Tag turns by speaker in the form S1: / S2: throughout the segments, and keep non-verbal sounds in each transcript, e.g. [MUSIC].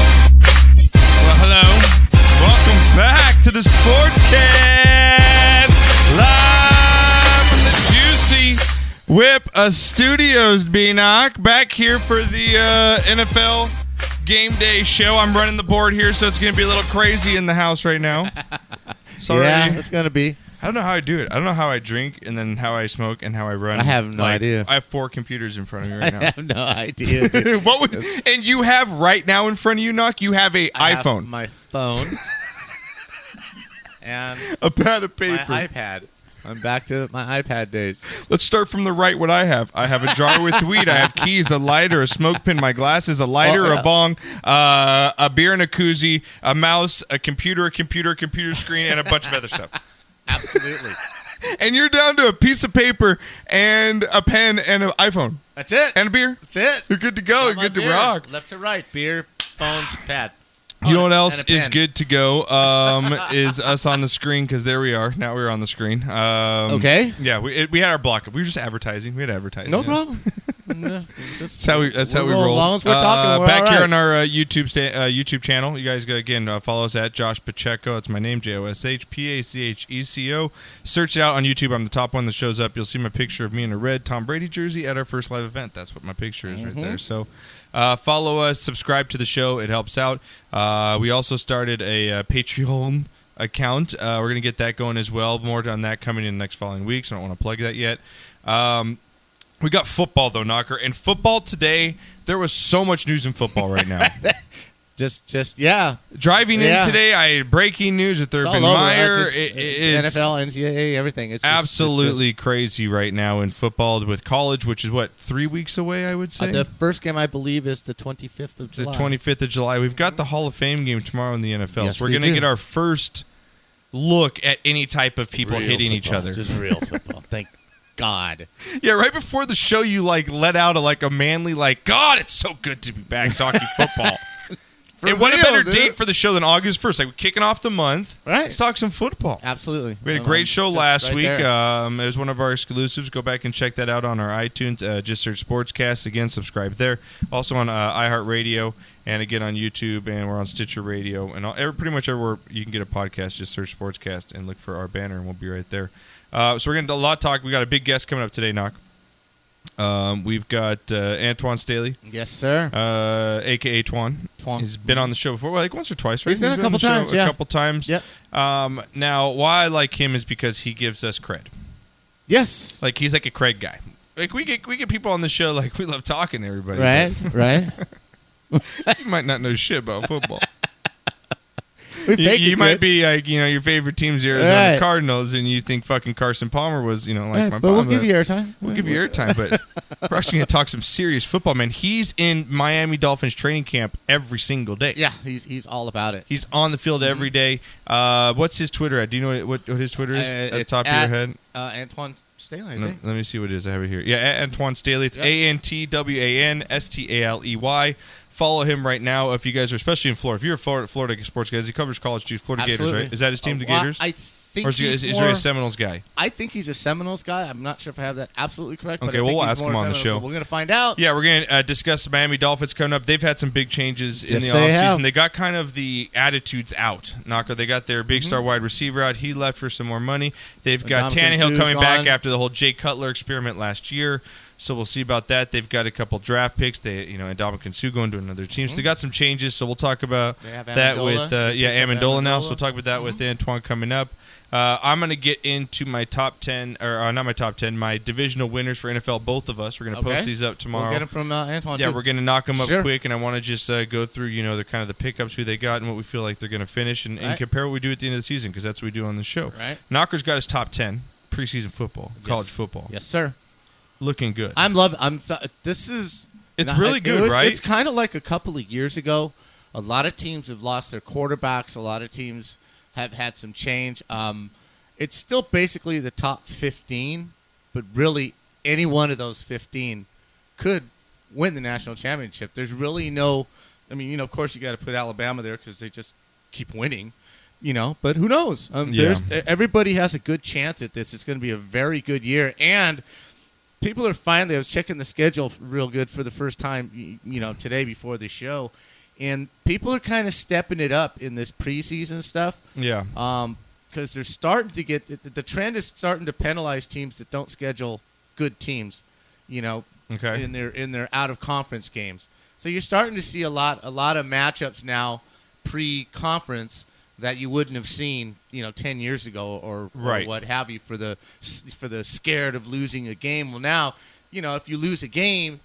S1: Well, hello. Welcome back to the Sportscast live from the Juicy Whip uh, Studios. Beanock back here for the uh, NFL game day show. I'm running the board here, so it's going to be a little crazy in the house
S2: [LAUGHS]
S1: right now. Sorry.
S2: Yeah, it's gonna be.
S1: I don't know how I do it. I don't know how I drink and then how I smoke and how I run.
S2: I have no
S1: Like,
S2: idea.
S1: I have four computers in front of me right
S2: [LAUGHS] I
S1: now.
S2: have no idea. dude.
S1: [LAUGHS] what would, and you have right now in front of you, Knock, you have a
S2: I have
S1: iPhone,
S2: my
S1: [LAUGHS]
S2: phone, and
S1: a pad of
S2: my
S1: paper.
S2: iPad. I'm back to my iPad days.
S1: Let's start from the right. What I have, I have a
S2: [LAUGHS]
S1: jar with weed. I have keys, a lighter, a smoke pin, my glasses, a lighter, a bong, uh, a beer and a koozie, a mouse, a computer, a computer, a computer screen, and a bunch of
S2: [LAUGHS]
S1: other stuff.
S2: Absolutely.
S1: And you're down to a piece of paper and a pen and an iPhone
S2: That's it.
S1: and a beer.
S2: That's it.
S1: You're good to go. You're
S2: My
S1: good to
S2: beer.
S1: rock.
S2: Left to right, beer, phones, pad.
S1: You know what else
S2: And a
S1: is
S2: pen.
S1: good to
S2: [LAUGHS]
S1: go? Um, is us on the screen because there we are. Now we're on the screen. Um,
S2: Okay.
S1: Yeah, we, it, we had our block up. We were just advertising. We had advertising.
S2: No
S1: Yeah. [LAUGHS]
S2: problem. That's
S1: That's how we. That's how we roll.
S2: As long as we're talking,
S1: Uh,
S2: we're
S1: back
S2: all
S1: here
S2: right.
S1: on our uh, YouTube sta- uh, YouTube channel. You guys go again. Uh, follow us at Josh Pacheco. It's my name, J O S H P A C H E C O. Search it out on YouTube. I'm the top one that shows up. You'll see my picture of me in a red Tom Brady jersey at our first live event. That's what my picture is
S2: Mm-hmm.
S1: right there. So. Uh, follow us, subscribe to the show. It helps out. Uh, we also started a uh, Patreon account. Uh, we're going to get that going as well. More on that coming in the next following weeks. I don't want to plug that yet. Um, we got football though, Knocker, and football today. There was so much news in football
S2: [LAUGHS]
S1: right now.
S2: just, just yeah.
S1: Driving
S2: Yeah.
S1: in today, I had breaking news at
S2: It's
S1: Thurman
S2: all over.
S1: Meyer.
S2: It's just
S1: It- it- it's
S2: NFL, NCAA, everything. It's just- it's just-
S1: absolutely crazy right now in football with college, which is what three weeks away. I would
S2: uh,
S1: say
S2: the first game I believe is the 25th of
S1: the
S2: July.
S1: twenty fifth of July. We've got the Hall of Fame game tomorrow in the NFL,
S2: Yes,
S1: so we're
S2: we
S1: gonna
S2: do.
S1: get our first look at any type of people
S2: Real
S1: hitting each
S2: football.
S1: other.
S2: Just real football. Thank
S1: [LAUGHS]
S2: God.
S1: Yeah, right before the show, you like let out a like a manly like, God,
S2: [LAUGHS]
S1: it's so good to be back talking football. and what a
S2: real,
S1: better
S2: dude.
S1: date for the show than August first? Like we're kicking off the month.
S2: Right.
S1: Let's talk some football.
S2: Absolutely.
S1: We had a
S2: Um,
S1: great show
S2: just
S1: last
S2: right
S1: week.
S2: there.
S1: Um, it was one of our exclusives. Go back and check that out on our iTunes. Uh, just search Sportscast again. Subscribe there. Also on uh, iHeartRadio and again on YouTube. And we're on Stitcher Radio and all, every, pretty much everywhere you can get a podcast. Just search Sportscast and look for our banner, and we'll be right there. Uh, so we're going to a lot of talk. We got a big guest coming up today, Knock. Um, we've got uh, Antoine Staley,
S2: yes, sir.
S1: uh, aka Twan.
S2: Twan.
S1: He's been on the show before, like once or twice, right?
S2: He's been a
S1: on
S2: couple
S1: the show
S2: times,
S1: A
S2: yeah.
S1: couple times.
S2: Yep.
S1: Um, now, why I like him is because he gives us cred.
S2: yes.
S1: Like he's like a cred guy. Like we get we get people on the show like we love talking to everybody.
S2: Right. Right.
S1: but [LAUGHS] You might not know shit about football.
S2: [LAUGHS] We
S1: you
S2: fake
S1: you
S2: it
S1: might
S2: good.
S1: be like you know your favorite team's the Arizona
S2: Right.
S1: Cardinals, and you think fucking Carson Palmer was you know like
S2: Right,
S1: my.
S2: but we'll
S1: mom,
S2: give you airtime.
S1: We'll give you
S2: [LAUGHS]
S1: airtime, but we're actually going to talk some serious football, man. He's in Miami Dolphins training camp every single day.
S2: Yeah, he's he's all about it. Mm-hmm.
S1: He's on the field every day. Uh, what's his Twitter at? Do you know what, what his Twitter is
S2: Uh,
S1: at the
S2: it's
S1: top
S2: at,
S1: of your head?
S2: Uh, Antoine Staley. I
S1: No,
S2: think.
S1: let me see what it is I have it here. Yeah, at Antoine Staley. It's
S2: Yep.
S1: A N T W A N S T A L E Y. Follow him right now if you guys are, especially in Florida. If you're a Florida, Florida sports guy, he covers college too. Florida Gators,
S2: Absolutely.
S1: right? Is that his team, the
S2: Uh, well,
S1: Gators?
S2: I think
S1: or is he,
S2: he's
S1: is, is
S2: more,
S1: there a Seminoles guy?
S2: I think he's a Seminoles guy. I'm not sure if I have that absolutely correct. but
S1: Okay,
S2: I
S1: well,
S2: think
S1: we'll
S2: he's
S1: ask
S2: more
S1: him on the
S2: Seminoles,
S1: show.
S2: but We're gonna find out.
S1: Yeah, we're going to uh, discuss the Miami Dolphins coming up. They've had some big changes in
S2: Yes,
S1: the
S2: they
S1: offseason.
S2: have.
S1: They, got kind of the attitudes out, Knocker. They got their
S2: Mm-hmm.
S1: big star wide receiver out. He left for some more money. They've got
S2: Dominican
S1: Tannehill
S2: Sue's
S1: coming back
S2: gone.
S1: after the whole Jay Cutler experiment last year. So we'll see about that. They've got a couple draft picks. They, you know, and Dominican Sue going to another team. So they got some changes. So we'll talk about
S2: Mm-hmm. They have
S1: that
S2: Amendola.
S1: with uh,
S2: They
S1: yeah
S2: picked up
S1: Amendola now. So
S2: Amendola. Mm-hmm.
S1: we'll talk about that with Antoine coming up. Uh, I'm going to get into my top ten, or uh, not my top ten, my divisional winners for NFL. Both of us, we're going to post
S2: Okay.
S1: these up tomorrow.
S2: We'll get him from uh, Antoine.
S1: Yeah,
S2: too.
S1: we're going to knock them up
S2: Sure.
S1: quick, and I want to just uh, go through, you know, the kind of the pickups who they got and what we feel like they're going to finish, and, and
S2: Right.
S1: compare what we do at the end of the season because that's what we do on the show.
S2: Right.
S1: Knocker's got his top ten preseason football,
S2: Yes.
S1: college football,
S2: Yes, sir.
S1: looking good.
S2: I'm love. I'm. th- This is.
S1: It's
S2: not-
S1: really
S2: it
S1: good,
S2: was-
S1: right?
S2: It's kind of like a couple of years ago A lot of teams have lost their quarterbacks. A lot of teams have had some change. Um, it's still basically the top 15, but really any one of those 15 could win the national championship. There's really no, I mean, you know, of course you got to put Alabama there because they just keep winning, you know. But who knows? Um,
S1: Yeah.
S2: There's everybody has a good chance at this. It's going to be a very good year, and people are finally. I was checking the schedule real good for the first time, y- you know, today before the show, and people are kind of stepping it up in this preseason stuff.
S1: Yeah.
S2: Um, because they're starting to get the, the trend is starting to penalize teams that don't schedule good teams, you know,
S1: Okay.
S2: in their in their out of conference games. So you're starting to see a lot a lot of matchups now pre conference that you wouldn't have seen, you know, 10 years ago or,
S1: Right.
S2: or what have you for the for the scared of losing a game. Well, now, you know, if you lose a game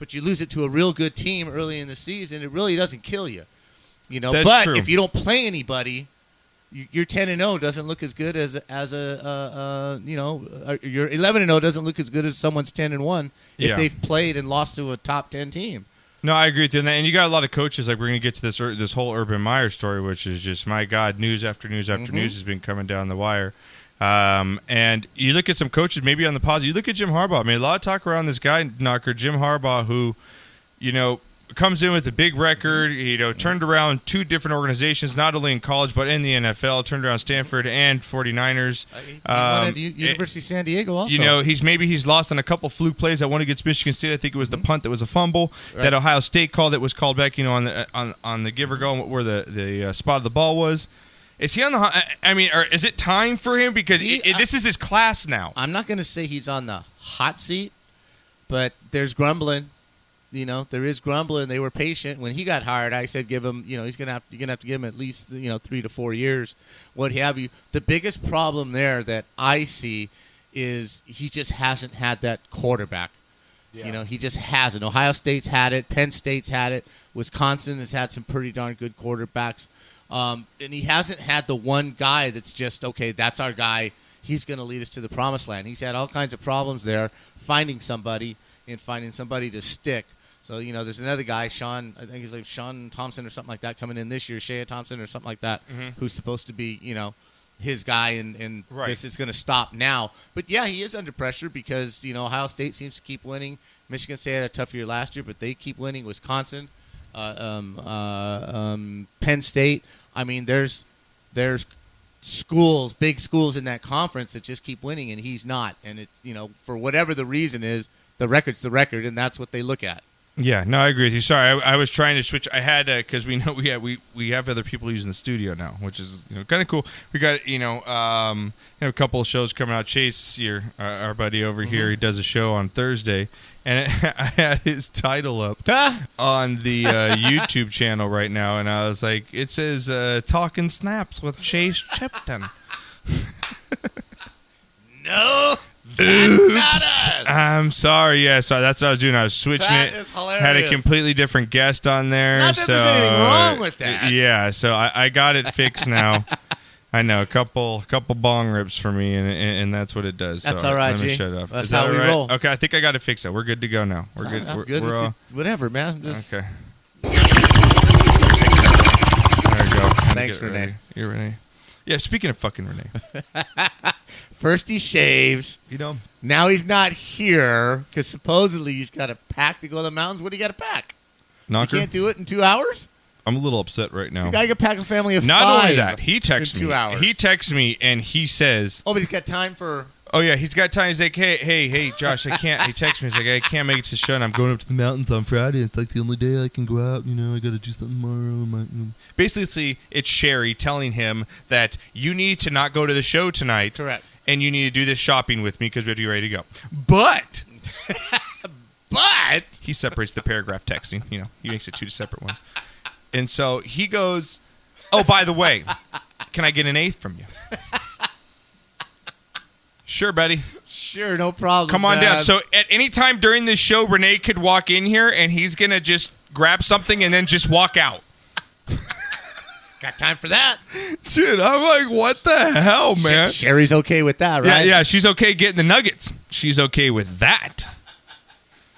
S2: but you lose it to a real good team early in the season, it really doesn't kill you. You know,
S1: That's
S2: but
S1: true.
S2: if you don't play anybody, you- your 10 and 0 doesn't look as good as as a uh, uh, you know uh, your 11 and 0 doesn't look as good as someone's 10 and 1 if
S1: Yeah.
S2: they've played and lost to a top 10 team.
S1: No, I agree with you. on that. And you got a lot of coaches. Like we're going to get to this Ur- this whole Urban Meyer story, which is just my God, news after news
S2: Mm-hmm.
S1: after news has been coming down the wire. Um, and you look at some coaches, maybe on the positive. You look at Jim Harbaugh. I mean, a lot of talk around this guy knocker, Jim Harbaugh, who you know, comes in with a big record, you know, turned around two different organizations, not only in college, but in the NFL, turned around Stanford and 49ers.
S2: Uh, He
S1: Um,
S2: wanted U- University of San Diego also.
S1: you know, he's maybe he's lost on a couple fluke plays. That one against Michigan State, I think it was
S2: Mm-hmm.
S1: the punt that was a fumble. That Ohio State call that was called back. You know, on the uh, on on the give or go where the the uh, spot of the ball was. Is he on the? hi- I I mean, or is it time for him? Because
S2: He- uh,
S1: it, it- this is his class now.
S2: I'm not going to say he's on the hot seat, but there's grumbling. You know, there is grumbling. They were patient when he got hired. I said, give him. You know, he's going to have you're going to have to give him at least you know three to four years, what have you. The biggest problem there that I see is he just hasn't had that quarterback. You know, he just hasn't. Ohio State's had it. Penn State's had it. Wisconsin has had some pretty darn good quarterbacks. Um, and he hasn't had the one guy that's just, okay, that's our guy. He's going to lead us to the promised land. He's had all kinds of problems there finding somebody and finding somebody to stick. So, you know, there's another guy, Sean, I think he's like Sean Thompson or something like that, coming in this year, Shea Thompson or something like that, who's supposed to be, you know, his guy and, and
S1: Right.
S2: this is going to stop now. But yeah, he is under pressure because you know Ohio State seems to keep winning. Michigan State had a tough year last year, but they keep winning. Wisconsin, uh, um, uh, um, Penn State. I mean, there's there's schools, big schools in that conference that just keep winning, and he's not. And it's you know for whatever the reason is, the record's the record, and that's what they look at.
S1: Yeah, no, I agree with you. Sorry, I, I was trying to switch. I had because we know [LAUGHS] we have, we we have other people using the studio now, which is you know, kind of cool. We got you know um, you know, a couple of shows coming out. Chase here, our, our buddy over here, he does a show on Thursday, and [LAUGHS] I had his title up on the uh, YouTube channel right now, and I was like, it says uh, "Talking Snaps with Chase Chipton."
S2: No, that's not us.
S1: I'm sorry, yeah, sorry. That's what I was doing. I was switching
S2: That
S1: it.
S2: is hilarious.
S1: Had a completely different guest on there.
S2: Not that
S1: so, uh,
S2: there's anything wrong with that.
S1: Yeah, so I, I got it
S2: [LAUGHS]
S1: fixed now. I know a couple couple bong rips for me, and and, and that's what it does.
S2: That's
S1: so
S2: all right,
S1: Let me
S2: G.
S1: shut up.
S2: That's
S1: Is that
S2: how we
S1: all right?
S2: roll.
S1: Okay, I think I got it fixed. Though. We're good to go now. We're good.
S2: I'm
S1: we're,
S2: good
S1: we're
S2: with
S1: all,
S2: it. Whatever, man. Just-
S1: Okay. [LAUGHS] There you go. Let me
S2: Thanks,
S1: get
S2: Renee.
S1: ready. You're Renee. Yeah, speaking of fucking Renee,
S2: [LAUGHS] First he shaves.
S1: you know.
S2: Now he's not here because supposedly he's got a pack to go to the mountains. What do you got to pack? You
S1: Knocker,
S2: can't do it in two hours.
S1: I'm a little upset right now.
S2: You got to pack a family of
S1: Not
S2: five.
S1: only that, he texts
S2: in two
S1: me.
S2: hours.
S1: He texts me and he says,
S2: oh, but he's got time for.
S1: "Oh yeah, he's got time." He's like, "Hey, hey, hey, Josh, I can't." He texts me. He's like, "I can't make it to the show, and I'm going up to the mountains on Friday. It's like the only day I can go out. You know, I got to do something tomorrow." My- mm." Basically, it's Sherry telling him that you need to not go to the show tonight,
S2: Correct.
S1: And you need to do this shopping with me because we have to be ready to go. But
S2: [LAUGHS] But
S1: he separates the paragraph texting. You know, he makes it two separate ones. And so he goes, "Oh, by the way, can I get an eighth from you?" [LAUGHS] Sure, buddy.
S2: sure, no problem.
S1: Come on down.
S2: man.
S1: So at any time during this show, Renee could walk in here and he's gonna just grab something and then just walk out.
S2: [LAUGHS] got time for that.
S1: Dude, I'm like, what the hell, man?
S2: Sherry's okay with that,
S1: Yeah,
S2: right?
S1: yeah. She's okay getting the nuggets. She's okay with that.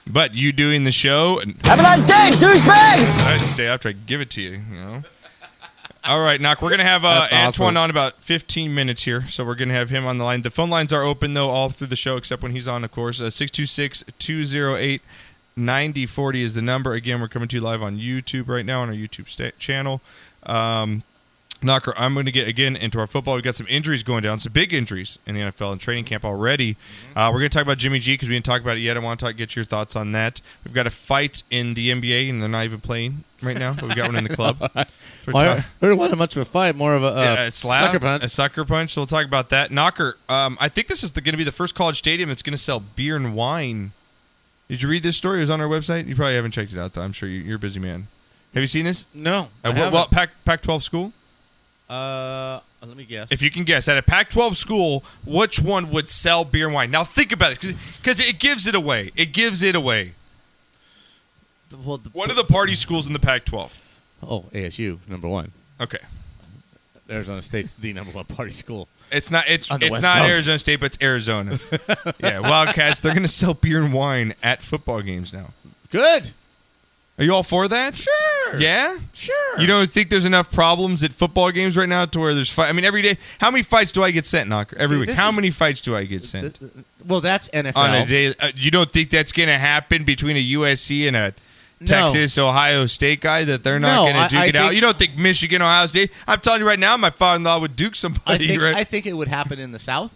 S1: But you doing the show, and
S3: Have a nice day, douchebag!
S1: I just stay after I give it to you. You know. All right, Knock. We're gonna have uh,
S2: That's awesome.
S1: Antoine on about 15 minutes here, so we're gonna have him on the line. The phone lines are open though all through the show, except when he's on, of course. Uh, 626 208 9040 is the number. Again, we're coming to you live on YouTube right now on our YouTube sta- channel. Um, Knocker, I'm going to get again into our football. We've got some injuries going down, some big injuries in the NFL and training camp already.
S2: Mm-hmm.
S1: Uh, we're going to talk about Jimmy G because we didn't talk about it yet. I want to talk, get your thoughts on that. We've got a fight in the NBA, and they're not even playing right now, but we've got one in the
S2: [LAUGHS]
S1: club. So we're
S2: Well,
S1: talking-
S2: there wasn't much of a fight, more of a, uh,
S1: yeah, a slap,
S2: sucker punch.
S1: a sucker punch. So we'll talk about that. Knocker, um, I think this is going to be the first college stadium that's going to sell beer and wine. Did you read this story? It was on our website. You probably haven't checked it out, though. I'm sure you, you're a busy man. Have you seen this?
S2: No, I
S1: At what,
S2: haven't.
S1: what Pac, Pac-12 school?
S2: uh, let me guess.
S1: If you can guess, at a Pac-12 school, which one would sell beer and wine? Now think about this, because it gives it away. It gives it away.
S2: well, the,
S1: One of the party schools in the Pac-12.
S2: oh ASU number one,
S1: Okay,
S2: Arizona State's the number one party school.
S1: It's not. It's
S2: On the
S1: it's
S2: West
S1: not
S2: Coast.
S1: Arizona State, but it's Arizona. [LAUGHS] yeah, Wildcats. They're gonna sell beer and wine at football games now.
S2: Good,
S1: Are you all for that?
S2: sure,
S1: Yeah.
S2: sure.
S1: You don't think there's enough problems at football games right now to where there's fight? I mean, every day. How many fights do I get sent, Knocker? Every
S2: Dude,
S1: week.
S2: this
S1: How
S2: is-
S1: many fights do I get sent
S2: well, that's NFL.
S1: on a day? Uh, you don't think that's gonna happen between a USC and a Texas, Ohio State guy that they're not
S2: No,
S1: going
S2: I-
S1: to duke
S2: I
S1: it out.
S2: think-
S1: You don't think Michigan, Ohio State? I'm telling you right now, my father-in-law would duke
S2: I
S1: somebody.
S2: think
S1: right?
S2: I think it would happen in the South,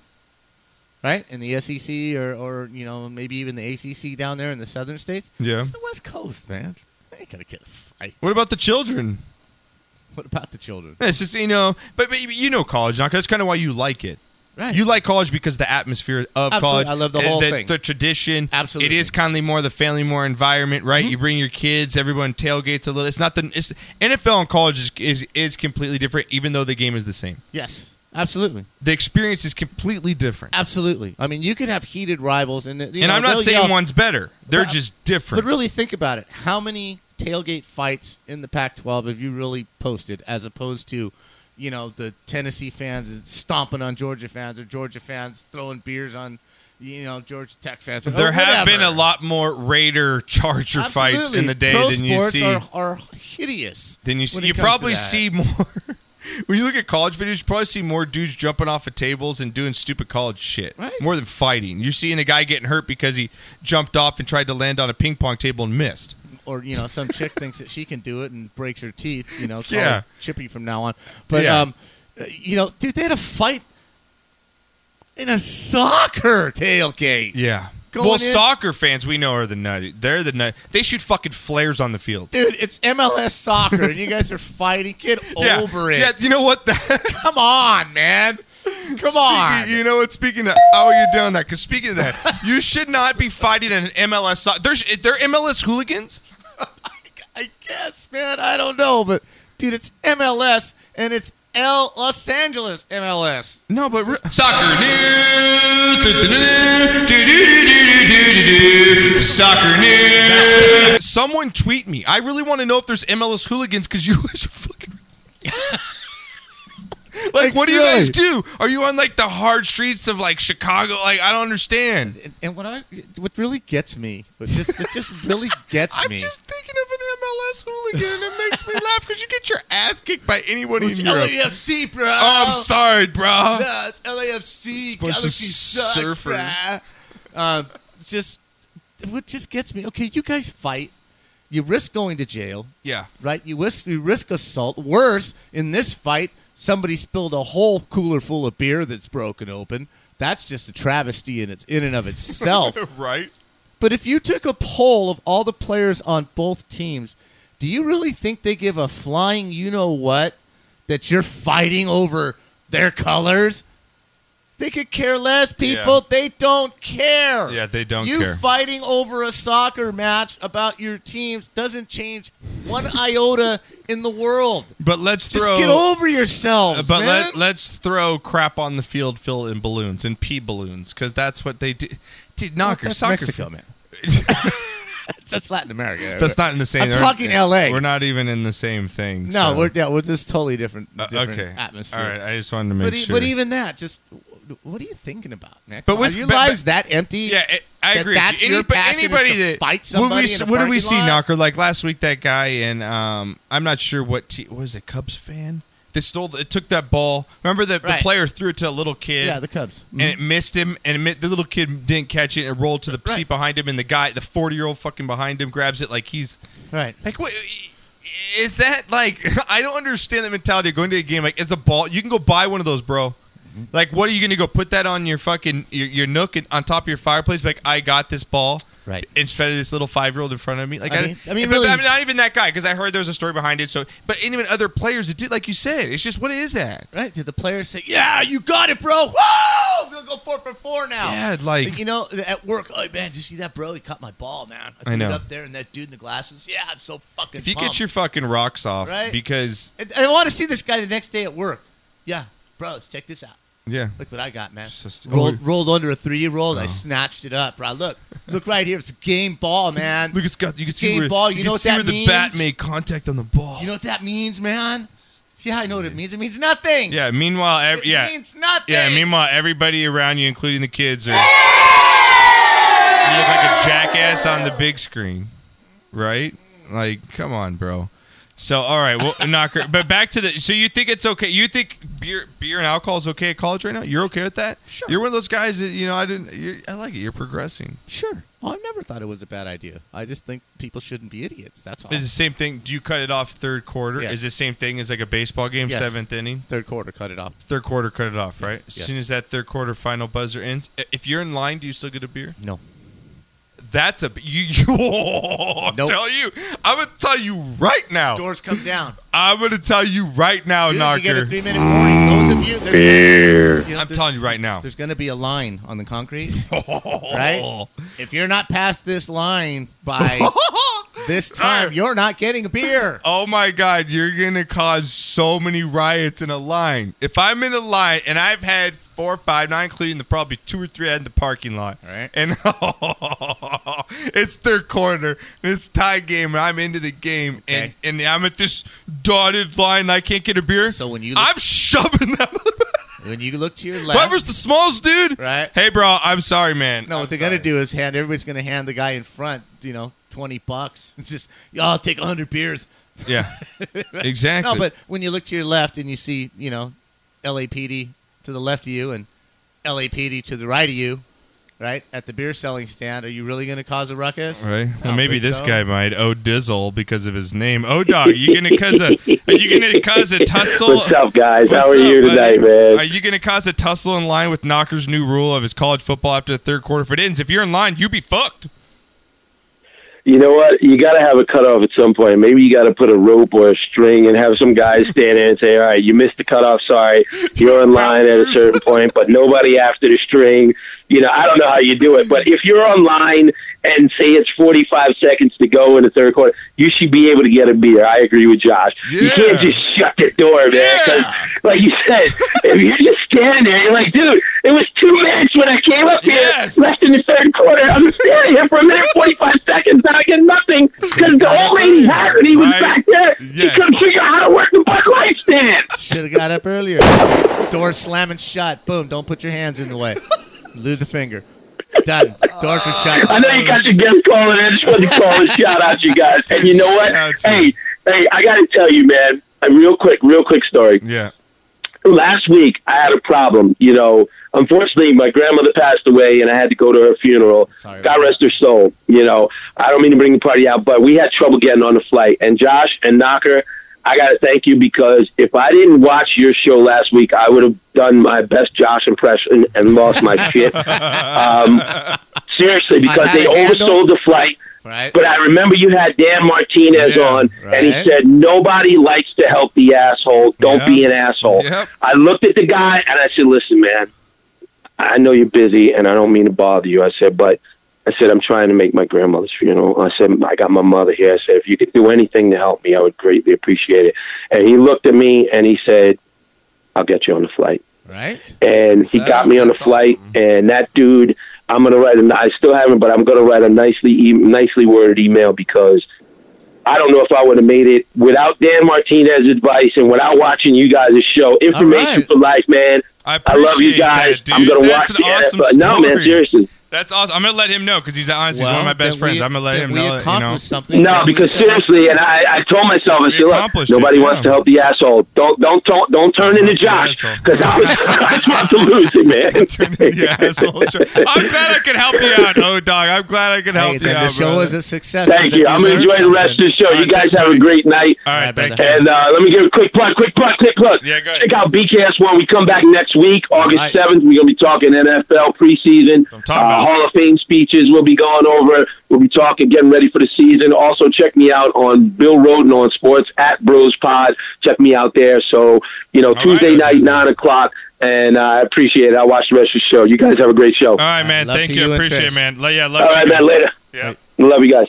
S2: right? In the SEC or or you know maybe even the ACC down there in the Southern states.
S1: Yeah.
S2: it's the West Coast, man. I ain't gonna get a fight.
S1: what about the children?
S2: What about the children?
S1: It's just you know, but, but you know college, Naka. That's kind of why you like it.
S2: Right.
S1: You like college because the atmosphere of
S2: Absolutely.
S1: college.
S2: I love the
S1: and
S2: whole thing.
S1: The tradition.
S2: Absolutely. Mm-hmm.
S1: It is kindly more the family more environment, right? You bring your kids. Everyone tailgates a little. It's not the it's, NFL and college is, is is completely different, even though the game is the same.
S2: yes, absolutely,
S1: The experience is completely different.
S2: absolutely. I mean, you could have heated rivals, and you
S1: and
S2: know,
S1: I'm not
S2: they'll
S1: saying
S2: yell-
S1: one's better. They're
S2: But-
S1: just different.
S2: But really think about it. How many tailgate fights in the Pac-12 have you really posted as opposed to, you know, the Tennessee fans stomping on Georgia fans or Georgia fans throwing beers on, you know, Georgia Tech fans. or
S1: there have
S2: Oh, whatever.
S1: been a lot more Raider Charger fights in
S2: Absolutely.
S1: the day
S2: Pro
S1: than you
S2: sports
S1: see.
S2: Are, are hideous.
S1: Then you
S2: when
S1: see,
S2: it
S1: you
S2: comes to
S1: probably
S2: that.
S1: see more. [LAUGHS] when you look at college videos, you probably see more dudes jumping off of tables and doing stupid college shit,
S2: Right.
S1: more than fighting. You're seeing the guy getting hurt because he jumped off and tried to land on a ping pong table and missed.
S2: or you know, some [LAUGHS] chick thinks that she can do it and breaks her teeth. You know, call
S1: Yeah.
S2: her Chippy from now on. But
S1: Yeah.
S2: um, uh, you know, dude, they had a fight in a soccer tailgate.
S1: Yeah.
S2: Going
S1: well,
S2: in-
S1: soccer fans we know are the nutty. They're the nut. They shoot fucking flares on the field.
S2: Dude, it's MLS soccer, and you [LAUGHS] guys are fighting. Get
S1: yeah.
S2: over it.
S1: Yeah, you
S2: [LAUGHS]
S1: know what? Come
S2: Come on, man. [LAUGHS] Come on.
S1: You know what? Speaking of, how are you doing that? Because speaking
S2: [LAUGHS]
S1: of that, you should not be fighting an MLS. So- There's, they're MLS hooligans.
S2: I guess, man. I don't know, but dude, it's MLS, and it's L Los Angeles MLS.
S1: No, but re- soccer news. Do-do-do-do, do-do-do-do-do-do-do, Soccer news. Someone tweet me. I really want to know if there's MLS hooligans because you [LAUGHS] guys
S2: [LAUGHS]
S1: are fucking. like, what do you guys
S2: really?
S1: do? Are you on like the hard streets of like Chicago? Like, I don't understand.
S2: And, and what I what really gets me, what just what just really [LAUGHS] gets
S1: I'm
S2: me.
S1: just thinking of an MLS hooligan, and it
S2: [LAUGHS]
S1: makes me laugh because you get your ass kicked by anyone in Europe.
S2: LAFC, bro.
S1: Oh, I'm sorry, bro.
S2: No, it's LAFC.
S1: bunch of
S2: Galaxy sucks,
S1: surfers.
S2: bruh. Um, it's just what just gets me. Okay, you guys fight. You risk going to jail,
S1: Yeah.
S2: right? You risk you risk assault. Worse, in this fight, somebody spilled a whole cooler full of beer that's broken open. That's just a travesty in its in and
S1: [LAUGHS]
S2: of itself.
S1: right?
S2: But if you took a poll of all the players on both teams, do you really think they give a flying you know what that you're fighting over their colors? They could care less, people. They don't care.
S1: Yeah, they don't
S2: you
S1: care.
S2: fighting over a soccer match about your teams doesn't change one [LAUGHS] iota in the world.
S1: But let's
S2: Just
S1: throw.
S2: get over yourselves,
S1: But
S2: man.
S1: let, let's throw crap on the field filled in balloons and pee balloons because that's what they do. Dude, knocker
S2: that's
S1: soccer.
S2: Mexico, man. that's, that's Latin [LAUGHS] America.
S1: [LAUGHS] That's not in the same.
S2: I'm
S1: they're-
S2: talking LA.
S1: We're not even in the same thing.
S2: No,
S1: so-
S2: we're yeah, we're just totally different,
S1: Uh,
S2: different
S1: okay.
S2: atmosphere.
S1: All right, I just wanted to make
S2: but e-
S1: sure.
S2: but even that, just what are you thinking about, Nick?
S1: But with-
S2: are your
S1: but-
S2: lives that empty?
S1: Yeah, it, I
S2: That
S1: agree.
S2: that's
S1: Any-
S2: your
S1: but
S2: passion is to fight
S1: What,
S2: somebody
S1: we,
S2: in a
S1: what did we
S2: parking
S1: see,
S2: lot?
S1: Knocker? Like last week, that guy in um, I'm not sure what te- was it Cubs fan. They stole. the- It took that ball. Remember that the
S2: Right.
S1: player threw it to a little kid.
S2: yeah, the Cubs.
S1: and it missed him, and it, mi- the little kid didn't catch it, and it rolled to the
S2: Right.
S1: seat behind him, and the guy, the forty-year-old fucking behind him, grabs it like he's
S2: Right.
S1: like, what is that? Like, [LAUGHS] I don't understand that mentality of going to a game. Like, it's a ball. You can go buy one of those, bro.
S2: Mm-hmm.
S1: Like, what are you going to go put that on your fucking your, your nook and on top of your fireplace? Be Like, I got this ball.
S2: Right.
S1: Instead of this little five year old in front of me. Like,
S2: I
S1: I,
S2: mean- I mean,
S1: but
S2: really-
S1: I'm not even that guy because I heard there was a story behind it. So, but even other players that did, like you said, it's just what is that?
S2: Right. Did the players say, "Yeah, you got it, bro"? Whoa, we'll go four for four now.
S1: Yeah, like-
S2: you know, at work. Oh man, did you see that, bro? He caught my ball, man. I,
S1: I
S2: threw
S1: know.
S2: It up there, and that dude in the glasses. Yeah, I'm so fucking.
S1: If you
S2: pumped.
S1: get your fucking rocks off,
S2: Right.
S1: because
S2: I, want to see this guy the next day at work. Yeah, bros, check this out.
S1: yeah,
S2: Look what I got, man.
S1: So stu-
S2: rolled,
S1: Oh.
S2: rolled under a three-year-old. I snatched it up, bro. Look, look right here. It's a game ball, man.
S1: look, it's got you can
S2: It's
S1: see
S2: game
S1: where,
S2: ball. You
S1: can
S2: know what
S1: see
S2: that
S1: where
S2: means?
S1: the bat made contact on the ball.
S2: You know what that means, man? Yeah, I know what it means. It means nothing.
S1: yeah. Meanwhile, ev-
S2: It
S1: yeah,
S2: means nothing.
S1: Yeah, meanwhile, everybody around you, including the kids, are. You look like a jackass on the big screen, right? Like, come on, bro. So, all
S2: [LAUGHS]
S1: right, well, knocker. But back to the. So, you think it's okay? You think beer, beer and alcohol is okay at college right now? You're okay with that?
S2: Sure.
S1: You're one of those guys that you know. I didn't. You're, I like it. You're progressing.
S2: Sure. Well, I never thought it was a bad idea. I just think people shouldn't be idiots. That's all.
S1: Is the same thing? Do you cut it off third quarter?
S2: Yes.
S1: Is the same thing as like a baseball game,
S2: Yes.
S1: seventh inning?
S2: Third quarter, cut it off.
S1: Third quarter, cut it off, right? As
S2: yes.
S1: soon as that third quarter final buzzer ends, i- if you're in line, do you still get a beer?
S2: No.
S1: That's a you. [LAUGHS] you I'll
S2: Nope.
S1: Tell you, I'm gonna tell you right now.
S2: Doors come down.
S1: I'm gonna tell you right now,
S2: Dude,
S1: knocker.
S2: you get a three minute warning. Those of you, there's Gonna, you know,
S1: I'm
S2: there's-
S1: telling you right now.
S2: There's going to be a line on the concrete,
S1: [LAUGHS]
S2: right? If you're not past this line
S1: [LAUGHS]
S2: by this time, you're not getting a beer.
S1: [CLEARS THROAT] Oh my God, you're gonna cause so many riots in a line. If I'm in a line and I've had four, five, nine, including the probably two or three I had in the parking lot,
S2: Right.
S1: and [LAUGHS] it's third quarter, and it's tie game, and I'm into the game,
S2: Okay.
S1: and, and I'm at this dotted line, and I can't get a beer.
S2: So when you-
S1: I'm shoving them.
S2: When you look to your left,
S1: Whoever's the smallest dude,
S2: Right.
S1: Hey, bro, I'm sorry, man.
S2: No, what they're gonna do is hand everybody's gonna hand the guy in front, you know, twenty bucks. [LAUGHS] Just y'all take hundred beers. [LAUGHS]
S1: yeah, exactly.
S2: No, but when you look to your left and you see, you know, LAPD to the left of you and LAPD to the right of you, right at the beer selling stand, are you really gonna cause a ruckus?
S1: Right.
S2: I
S1: Well,
S2: don't
S1: maybe
S2: think
S1: this
S2: so.
S1: guy might. Oh, Dizzle, because of his name. Oh, dog, are you gonna cause a? Are you gonna cause a tussle?
S4: What's up, guys?
S1: What's
S4: How are
S1: up,
S4: you
S1: buddy?
S4: today, man?
S1: Are you gonna cause a tussle in line with Knocker's new rule of his college football after the third quarter? If it ends, if you're in line, you be fucked.
S4: you know what? You got to have a cutoff at some point. Maybe you got to put a rope or a string and have some guys stand in and say, "All right, you missed the cutoff. Sorry, you're in line at a certain point, but nobody after the string." You know, I don't know how you do it, but if you're on line and say it's 45 seconds to go in the third quarter, you should be able to get a beer. I agree with Josh. You
S1: Yeah.
S4: can't just shut the door, man. 'cause like you said, if you're just standing there, you're like, dude, it was two minutes when I came up here,
S1: Yes.
S4: left in the third quarter. I'm standing here for a minute, 45 seconds, and I get nothing because the old lady had it. He was
S1: Right.
S4: back there.
S1: Yes.
S4: He couldn't figure out how to work the buck light stand.
S2: Should have got up earlier. Door slamming shut. Boom. Don't put your hands in the way. Lose a finger. Done. Doors are shut.
S4: I know you got your guest calling in. I just wanted to call and shout out you guys. And you know what?
S1: Shout out to you.
S4: Hey, hey, I got to tell you, man, a real quick, real quick story.
S1: Yeah.
S4: last week I had a problem. You know, unfortunately, my grandmother passed away, and I had to go to her funeral.
S2: Sorry about
S4: God rest her soul. You know, I don't mean to bring the party out, but we had trouble getting on the flight. And Josh and Knocker, I got to thank you because if I didn't watch your show last week, I would have done my best Josh impression and lost my
S1: [LAUGHS]
S4: shit. Um, seriously, because
S2: had
S4: they
S2: a handle.
S4: oversold the flight.
S2: Right.
S4: But I remember you had Dan Martinez
S1: Yeah,
S4: on, and
S2: right.
S4: he said, Nobody likes to help the asshole. Don't
S1: Yeah.
S4: be an asshole.
S1: Yep.
S4: I looked at the guy, and I said, Listen, man, I know you're busy, and I don't mean to bother you. I said, But I said, I'm trying to make my grandmother's funeral. I said, I got my mother here. I said, If you could do anything to help me, I would greatly appreciate it. And he looked at me, and he said, I'll get you on the flight
S2: Right.
S4: and he
S1: Wow,
S4: got me on the
S1: that's
S4: flight. And that dude, I'm gonna write. A, I still haven't, but I'm gonna write a nicely, e- nicely worded email because I don't know if I would have made it without Dan Martinez's advice and without watching you guys' show. Information
S2: right.
S4: for life, man.
S1: I
S4: I love you
S1: appreciate
S4: guys.
S1: that, dude.
S4: I'm gonna
S1: That's
S4: watch
S1: an
S4: the
S1: awesome
S4: NFL. No, man,
S1: story.
S4: seriously.
S1: That's awesome. I'm gonna let him know because he's honestly he's one of my
S2: then we-
S1: best friends. I'm gonna let
S2: then
S1: him
S2: we
S1: know. that, You know,
S2: accomplished something
S4: No,
S2: that we
S4: because
S2: said-
S4: seriously, and I, I told myself, I
S1: We
S4: said, look,
S1: accomplished it,
S4: nobody wants
S1: yeah.
S4: to help the asshole. Don't don't don't, don't turn into Josh
S1: asshole.
S4: because I was, [LAUGHS] I was about to lose
S1: [LAUGHS]
S4: it, man.
S1: yeah, asshole.
S4: [LAUGHS]
S1: I'm glad I could help you out, oh dog. I'm glad I could help
S2: Hey,
S1: you
S2: then
S1: out,
S2: the show
S1: brother.
S2: was a success.
S4: Thank you. I'm gonna enjoy the rest of the show.
S1: All
S4: You
S1: right,
S4: guys
S1: thanks,
S4: have
S1: buddy.
S4: a great night.
S1: All
S2: All
S1: right,
S2: right,
S1: thank
S2: brother.
S1: you.
S4: And uh, let me give a quick plug, quick plug, quick plug.
S1: Yeah, go ahead.
S4: Check out BKS One. We come back next week,
S2: All right.
S4: August seventh. We're gonna be talking NFL preseason,
S1: I'm
S4: uh,
S1: talking about.
S4: Hall of Fame speeches. We'll be going over. We'll be talking, getting ready for the season. Also, check me out on Bill Roden on Sports at Bros Pod. Check me out there. So you know,
S1: right,
S4: Tuesday night,
S1: Tuesday.
S4: nine o'clock. And uh, I appreciate it. I'll watch the rest of the show. You guys have a great show.
S1: All right, man.
S2: Love
S1: Thank
S2: to
S1: you.
S2: you and
S1: Appreciate it,
S2: Trish.
S1: man. Let- Yeah, love
S4: All
S1: to
S4: right,
S1: you
S4: man.
S1: guys.
S4: Later.
S1: Yeah.
S4: Love you guys.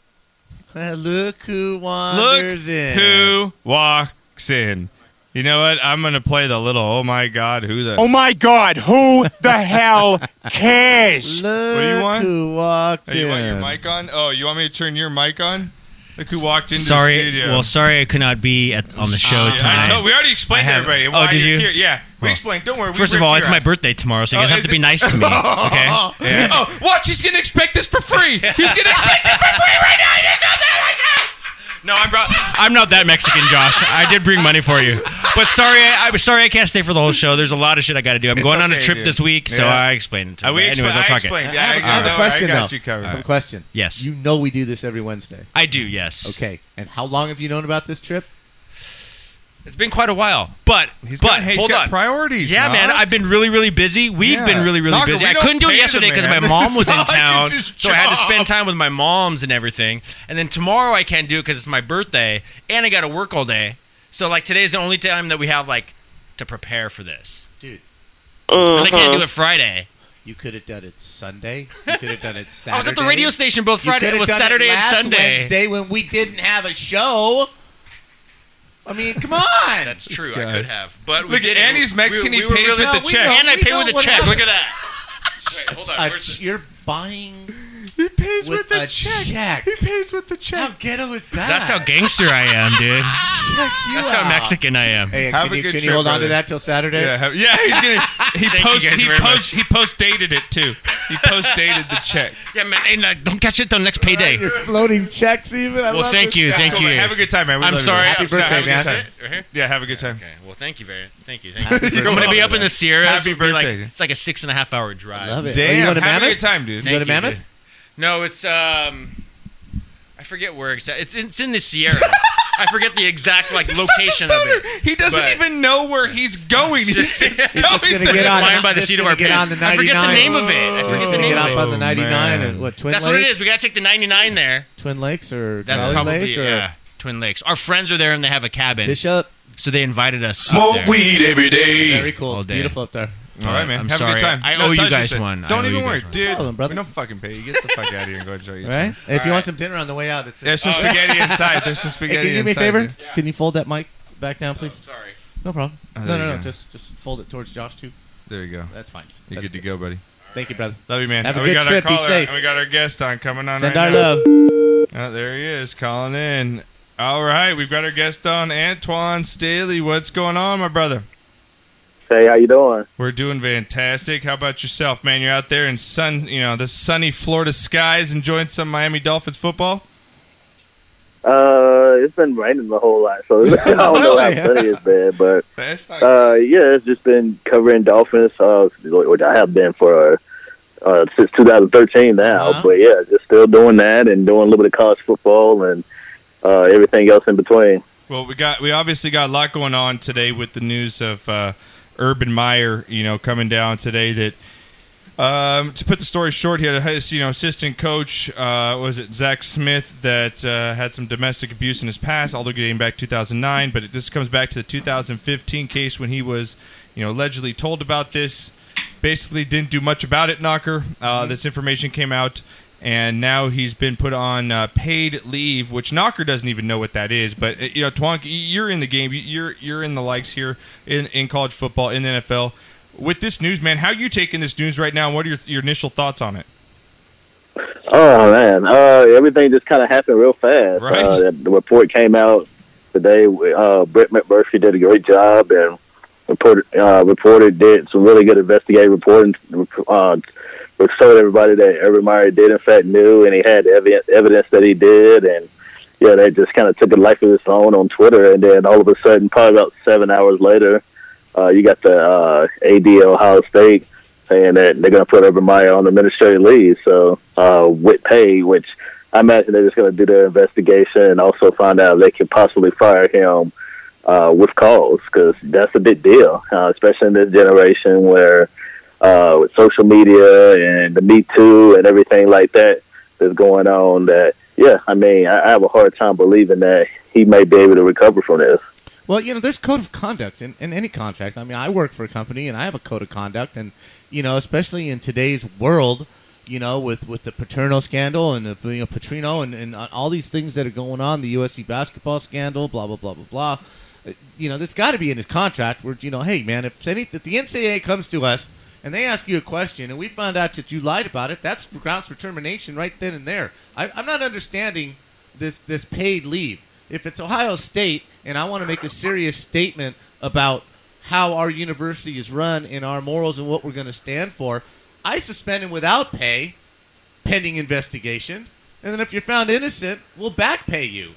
S2: Uh, Look who
S1: Look
S2: wanders in.
S1: who walks in. You know what? I'm gonna play the little. Oh my God, who the?
S5: Oh my God, who
S2: [LAUGHS]
S5: the hell cares?
S2: Look
S1: do you want?
S2: who walked
S1: Hey, you want your
S2: in.
S1: mic on? Oh, you want me to turn your mic on? Look who walked into
S6: sorry,
S1: the studio. Ah,
S6: well, sorry I could not be at, on the show
S1: Yeah, I
S6: tonight.
S1: told, we already explained
S6: Oh, I
S1: to
S6: have-
S1: everybody
S6: oh,
S1: why
S6: did
S1: you're
S6: you?
S1: here. Yeah, we
S6: Well,
S1: explained. Don't worry. we
S6: First of
S1: ripped
S6: all,
S1: your
S6: it's my
S1: ass.
S6: birthday tomorrow, so you
S1: Oh,
S6: guys have
S1: is
S6: to be
S1: it-
S6: nice
S1: [LAUGHS]
S6: to me. Okay. Yeah.
S1: Oh, watch! He's gonna expect this for
S6: [LAUGHS]
S1: free. He's gonna expect it for free right now. He's just-
S6: No, I'm not, I'm not that Mexican, Josh. I did bring money for you, but sorry, I, I was sorry I can't stay for the whole show. There's a lot of shit I got to do. I'm going on a
S1: okay,
S6: trip
S1: dude.
S6: this week, so
S1: Yeah.
S6: I explained it to
S1: Uh,
S6: you.
S1: we
S6: Anyways,
S1: explained.
S6: I'll
S1: I
S6: talk
S1: explained.
S6: it.
S1: Yeah,
S2: I have
S1: no,
S2: a question,
S1: I got
S2: though.
S1: you covered.
S2: I have a question.
S6: Yes.
S2: You know we do this every Wednesday.
S6: I do, yes.
S2: Okay. And how long have you known about this trip?
S6: It's been quite a while, but
S1: He's
S6: but
S1: got, hey, he's
S6: hold
S1: got
S6: on.
S1: priorities.
S6: Yeah,
S1: Nog.
S6: man, I've been really, really busy. We've
S1: Yeah.
S6: been really, really
S1: Knock it,
S6: busy.
S1: we
S6: I
S1: don't
S6: couldn't do it
S1: pay the
S6: yesterday because my
S1: man. [LAUGHS]
S6: mom was in
S1: So I can
S6: town,
S1: just
S6: so [LAUGHS] I had to spend
S1: jump.
S6: time with my moms and everything. And then tomorrow I can't do it because it's my birthday, and I got to work all day. So like today's the only time that we have like to prepare for this,
S2: Dude,
S6: and I can't
S4: Mm-hmm.
S6: do it Friday.
S2: you could have done it Sunday. You could have done it [LAUGHS] Saturday.
S6: I was at Oh, the radio station both
S2: You
S6: Friday.
S2: coulda
S6: It was
S2: done
S6: Saturday and
S2: last
S6: Sunday.
S2: Wednesday when we didn't have a show. I mean, come on.
S6: That's true.
S1: guy.
S6: I could have, but we
S1: Look,
S6: didn't.
S1: Andy's
S6: We-
S1: Mexican,
S6: we
S1: he
S6: were
S1: pays
S6: really-
S1: with the
S2: No, we
S1: check.
S2: know-
S6: and I
S2: we
S6: pay
S2: know
S6: with the
S2: what
S6: check.
S2: happened.
S6: Look at that. Wait, hold on.
S2: A
S6: Where's
S2: ch- you're buying.
S1: He pays
S2: With
S1: with, the
S2: a
S1: check.
S2: check.
S1: He pays with the
S2: How
S1: check.
S2: ghetto is
S6: the-
S2: that?
S6: That's how gangster I am, [LAUGHS] dude.
S2: Check you
S6: That's how
S2: out.
S6: Mexican I am.
S2: Hey,
S1: Have
S2: can
S1: a
S2: you,
S1: good
S2: can you
S1: trip,
S2: hold on to
S1: brother.
S2: that till Saturday?
S1: Yeah, have- yeah, he's gonna. He
S6: Thank you
S1: post.
S6: guys
S1: He
S6: very
S1: post. He post dated it too. He post dated the check.
S6: [LAUGHS] Yeah, man. Hey, look, don't catch it till next payday.
S2: You're floating checks, even. I
S6: Well,
S2: love
S6: thank
S2: this
S6: you,
S2: guy.
S6: thank
S1: Cool,
S6: you.
S1: man. Have a good time, man. We
S6: I'm
S1: love you,
S6: sorry.
S1: man.
S2: Happy
S6: I'm sorry.
S2: birthday,
S6: Have a
S2: man.
S6: good time. Right here?
S1: Yeah, have a good time.
S6: Okay. Well, thank you very.
S2: [LAUGHS]
S6: Thank you. Thank you.
S1: You're
S6: I'm gonna be up in the Sierras.
S1: Happy
S6: It'll be like-
S1: birthday.
S6: it's like a six and a half hour drive.
S2: Love it. Oh, you
S1: Damn,
S2: going to
S1: have a
S2: Mammoth?
S1: good time, dude.
S2: You go to
S6: Thank you,
S2: Mammoth?
S6: dude. No, it's um, I forget where exactly. It's in, it's in the
S2: [LAUGHS]
S6: Sierras. I forget the exact like
S1: He's such a
S6: location of
S1: stoner.
S6: it.
S1: He doesn't
S6: But-
S1: even know where he's going. He's
S6: [LAUGHS]
S1: just,
S6: He's just
S1: going
S2: gonna
S1: there.
S2: get on-
S6: Flying by the
S2: just
S6: seat of
S2: gonna
S6: our
S2: get on the
S6: pants. I forget the
S2: 99.
S6: name of it. I
S2: Just
S6: forget the
S2: gonna
S6: name
S2: get
S6: of
S2: up
S6: it.
S2: on the 99
S1: Oh, man.
S2: and what Twin
S6: That's
S2: Lakes?
S6: what it is. We gotta take the 99 there.
S2: Twin Lakes or
S6: That's
S2: Valley
S6: probably
S2: Lake or
S6: yeah. Twin Lakes. Our friends are there and they have a cabin,
S2: Bishop.
S6: so they invited us. up there.
S5: weed every day.
S2: Very cool.
S6: All
S2: It's
S6: day.
S2: beautiful up there.
S1: All right, man.
S6: I'm
S1: have a
S6: sorry.
S1: good time.
S6: I owe you
S1: Tasha
S6: guys
S1: said,
S6: one. I
S1: Don't
S6: owe
S1: even
S6: you
S1: worry,
S6: guys one.
S1: dude.
S2: Problem, brother.
S1: We don't fucking pay you. Get the fuck out of here and go enjoy your
S2: Right?
S1: time.
S2: if you want some dinner on the way out, it's
S1: There's some
S2: Hey, [LAUGHS]
S1: spaghetti inside. There's some spaghetti
S2: can you do me a
S1: inside,
S2: favor?
S1: dude.
S2: Can you fold that mic back down, please?
S6: Oh, Sorry.
S2: No problem.
S1: Oh, there
S2: No,
S1: you
S2: no, no.
S1: go.
S2: Just, just fold it towards Josh too.
S1: There you go.
S2: That's fine.
S1: You're
S2: That's
S1: good to go, buddy.
S2: Thank you, brother.
S1: Love you, man.
S2: Have a
S1: And we
S2: good
S1: got
S2: trip.
S1: Our
S2: Be
S1: caller,
S2: safe.
S1: and we got our guest on coming on
S2: Send
S1: right
S2: our
S1: now.
S2: love.
S1: Oh, there he is, calling in. All right, we've got our guest on, Antoine Staley. What's going on, my brother?
S7: Hey, how you doing?
S1: We're doing fantastic. How about yourself, man? You're out there in sun, you know, the sunny Florida skies, enjoying some Miami Dolphins football.
S7: Uh, it's been raining the whole lot, so I don't know how funny it's been, but
S1: That's not
S7: uh, yeah, it's just been covering dolphins, uh, which I have been for uh, since 2013 now.
S2: Uh-huh.
S7: But yeah, just still doing that and doing a little bit of college football and uh, everything else in between.
S1: Well, we got we obviously got a lot going on today with the news of uh, Urban Meyer, you know, coming down today. That um, to put the story short, he had a you know assistant coach uh, was it Zach Smith that uh, had some domestic abuse in his past, although dating back 2009. But it just comes back to the 2015 case when he was you know allegedly told about this. Basically, didn't do much about it. Knocker, uh, this information came out. And now he's been put on uh, paid leave, which Knocker doesn't even know what that is. But uh, you know, Twank, you're in the game. You're you're in the likes here in, in college football, in the NFL with this news, man, how are you taking this news right now? And what are your, your initial thoughts on it?
S7: Oh man, uh, everything just kind of happened real fast.
S1: Right.
S7: Uh, the report came out today. Uh, Brett McMurphy did a great job, and reported uh, reported did some really good investigative reporting. Uh, told everybody that Urban Meyer did in fact knew, and he had evi- evidence that he did, and yeah, they just kind of took a life of its own on Twitter, and then all of a sudden, probably about seven hours later, uh, you got the uh, AD Ohio State saying that they're going to put Urban Meyer on administrative leave, so uh, with pay, which I imagine they're just going to do their investigation and also find out if they could possibly fire him uh, with cause, because that's a big deal, uh, especially in this generation where uh, with social media and the Me Too and everything like that that's going on. That yeah, I mean, I, I have a hard time believing that he may be able to recover from this.
S2: Well, you know, there's code of conduct in, in any contract. I mean, I work for a company and I have a code of conduct, and you know, especially in today's world, you know, with with the Paterno scandal and the you know, Patrino and, and all these things that are going on, the USC basketball scandal, blah blah blah blah blah. Uh, You know, that's got to be in his contract. Where you know, hey man, if any if the NCAA comes to us and they ask you a question and we found out that you lied about it, that's grounds for termination right then and there. I, I'm not understanding this this paid leave. If it's Ohio State and I want to make a serious statement about how our university is run and our morals and what we're going to stand for, I suspend him without pay, pending investigation, and then if you're found innocent, we'll back pay you.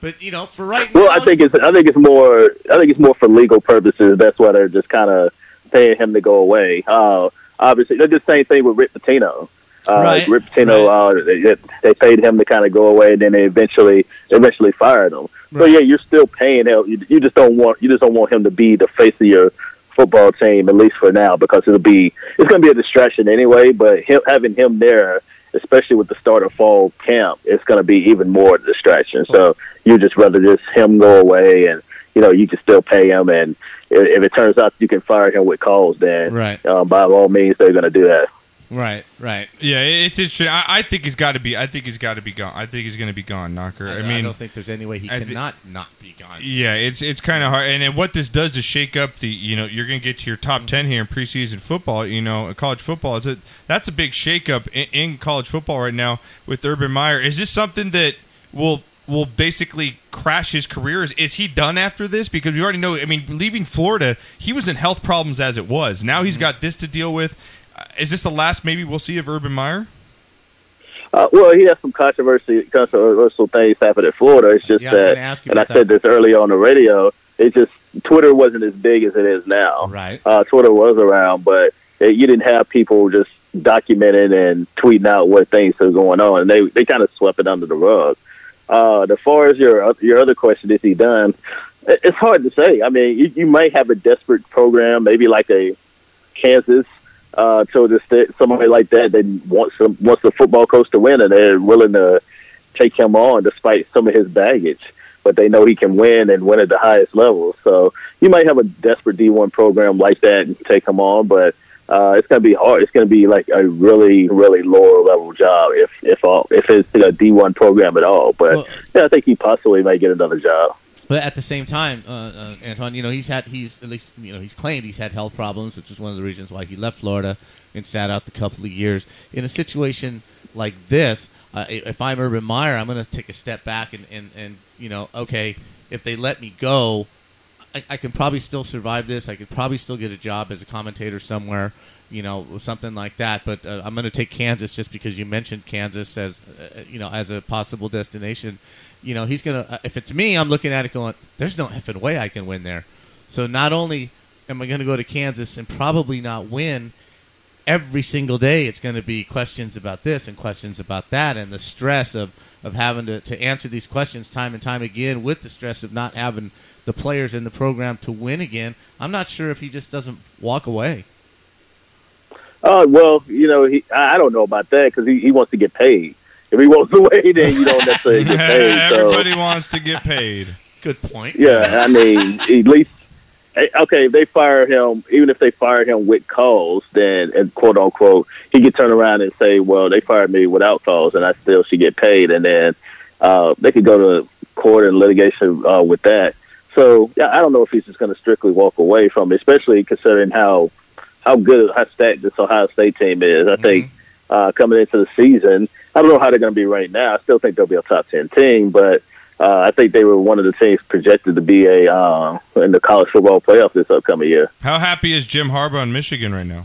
S2: But you know, for right
S7: Well,
S2: now,
S7: I think it's I think it's more I think it's more for legal purposes. That's why they're just kind of paying him to go away. Uh, obviously, they're the same thing with Rick Pitino. Uh,
S2: Right,
S7: Rick Pitino, uh, they, they paid him to kind of go away, and then they eventually eventually fired him. So
S2: Right.
S7: yeah, you're still paying him. You, you just don't want you just don't want him to be the face of your football team at least for now because it'll be it's going to be a distraction anyway. But him, having him there, especially with the start of fall camp, it's going to be even more distraction. So you just rather just him go away, and you know you can still pay him, and if, if it turns out you can fire him with calls, then
S2: Right.
S7: um, by all means they're going to do that.
S2: right, right.
S1: Yeah, it's interesting. I, I think he's got to be. I think he's got to be gone. I think he's going to be gone, Knocker. I,
S2: I,
S1: mean,
S2: don't think there's any way he
S1: I thi-
S2: cannot not be gone.
S1: Yeah, it's it's kind of hard, and, and what this does is shake up the you know you're going to get to your top ten here in preseason football. You know, in college football is it that's a big shakeup in, in college football right now with Urban Meyer. Is this something that will will basically crash his career? Is, is he done after this? Because we already know. I mean, leaving Florida, he was in health problems as it was. Now
S2: Mm-hmm.
S1: he's got this to deal with. Uh, Is this the last maybe we'll see of Urban Meyer?
S7: Uh, well, he has some controversy, controversial things happen in Florida. It's just
S2: Yeah, I was
S7: that,
S2: gonna ask you
S7: and I
S2: about
S7: said this earlier on the radio. It just Twitter wasn't as big as it is now.
S2: Right.
S7: Uh, Twitter was around, but it, you didn't have people just documenting and tweeting out what things are going on, and they they kind of swept it under the rug. Uh, as far as your your other question, is he done? It- It's hard to say. I mean, you, you might have a desperate program, maybe like a Kansas uh, to this somebody like that that wants some, wants the football coach to win, and they're willing to take him on despite some of his baggage. But they know he can win and win at the highest level. So you might have a desperate D one program like that and take him on, but uh, it's going to be hard. It's going to be like a really, really lower level job if if all, if it's a D one program at all. But
S2: Well-
S7: yeah, I think he possibly may get another job.
S2: But at the same time, uh, uh, Antoine, you know, he's had he's at least you know he's claimed he's had health problems, which is one of the reasons why he left Florida and sat out the couple of years. In a situation like this, uh, i- if I'm Urban Meyer, I'm going to take a step back and, and and you know, okay, if they let me go, I, I can probably still survive this. I could probably still get a job as a commentator somewhere, you know, something like that. But uh, I'm going to take Kansas just because you mentioned Kansas as, uh, you know, as a possible destination. You know, he's going to, if it's me, I'm looking at it going, there's no effing way I can win there. So not only am I going to go to Kansas and probably not win, every single day it's going to be questions about this and questions about that and the stress of, of having to, to answer these questions time and time again with the stress of not having the players in the program to win again i'm not sure if he just doesn't walk away
S7: Oh well, you know, he, I I don't know about that because he, he wants to get paid. If he wants to [LAUGHS] wait, then you don't necessarily
S1: [LAUGHS]
S7: get paid. So
S1: Everybody wants to get paid.
S2: good point
S7: yeah, I mean, at least eh, okay, if they fire him, even if they fire him with calls, then and quote unquote, he could turn around and say, "Well, they fired me without calls, and I still should get paid." And then uh, they could go to court and litigation uh, with that. So yeah, I don't know if he's just going to strictly walk away from, it, especially considering how how good how stat this Ohio State team is. I think uh, coming into the season, I don't know how they're going to be right now. I still think they'll be a top ten team, but uh, I think they were one of the teams projected to be a uh, in the college football playoff this upcoming year.
S1: How happy is Jim Harbaugh in Michigan right now?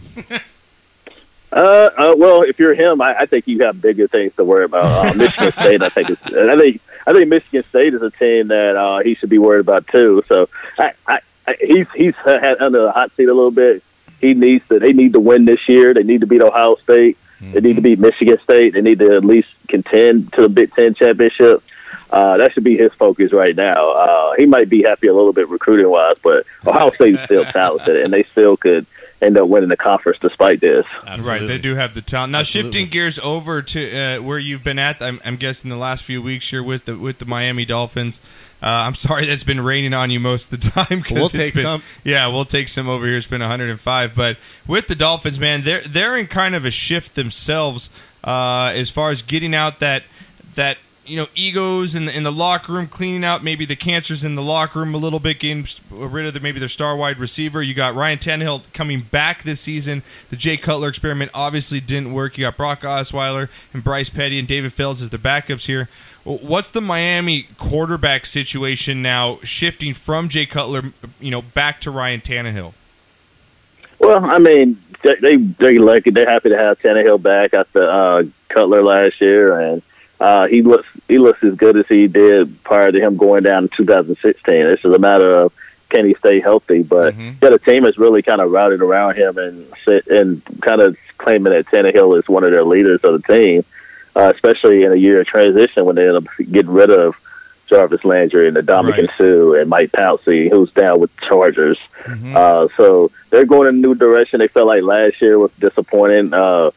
S7: Uh, uh, well, if you're him, I, I think you have bigger things to worry about. Uh, Michigan State, I think, is, I think, I think Michigan State is a team that uh, he should be worried about too. So, I, I, I he's he's had under the hot seat a little bit. He needs to. They need to win this year. They need to beat Ohio State. They need to beat Michigan State. They need to at least contend to the Big Ten championship. Uh, that should be his focus right now. Uh, he might be happy a little bit recruiting wise, but Ohio State is still talented, and they still could end up winning the conference despite this.
S1: Right, they do have the talent. Now shifting gears over to uh, where you've been at, I'm, I'm guessing the last few weeks you're with the with the Miami Dolphins. Uh, I'm [LAUGHS] sorry that's been raining on you most of the time. 'cause
S2: We'll
S1: it's
S2: take
S1: been-
S2: some.
S1: Yeah, we'll take some over here. It's been 105, but with the Dolphins, man, they're they're in kind of a shift themselves uh, as far as getting out that that you know egos in the, in the locker room, cleaning out maybe the cancers in the locker room a little bit, getting rid of the, maybe their star wide receiver. You got Ryan Tannehill coming back this season. The Jay Cutler experiment obviously didn't work. You got Brock Osweiler and Bryce Petty and David Fells as the backups here. What's the Miami quarterback situation now, shifting from Jay Cutler, you know, back to Ryan Tannehill?
S7: Well, I mean, they, they they're lucky. They're happy to have Tannehill back after uh, Cutler last year, and uh, he looks he looks as good as he did prior to him going down in 2016. It's just a matter of can he stay healthy? But
S1: Mhm.
S7: got a team that's really kind of routed around him and sit- and kind of claiming that Tannehill is one of their leaders of the team, uh, especially in a year of transition when they end up getting rid of Jarvis Landry and the Dominican
S1: Right.
S7: Sue and Mike Pouncey, who's down with Chargers. Uh, so they're going in a new direction. They felt like last year was disappointing uh,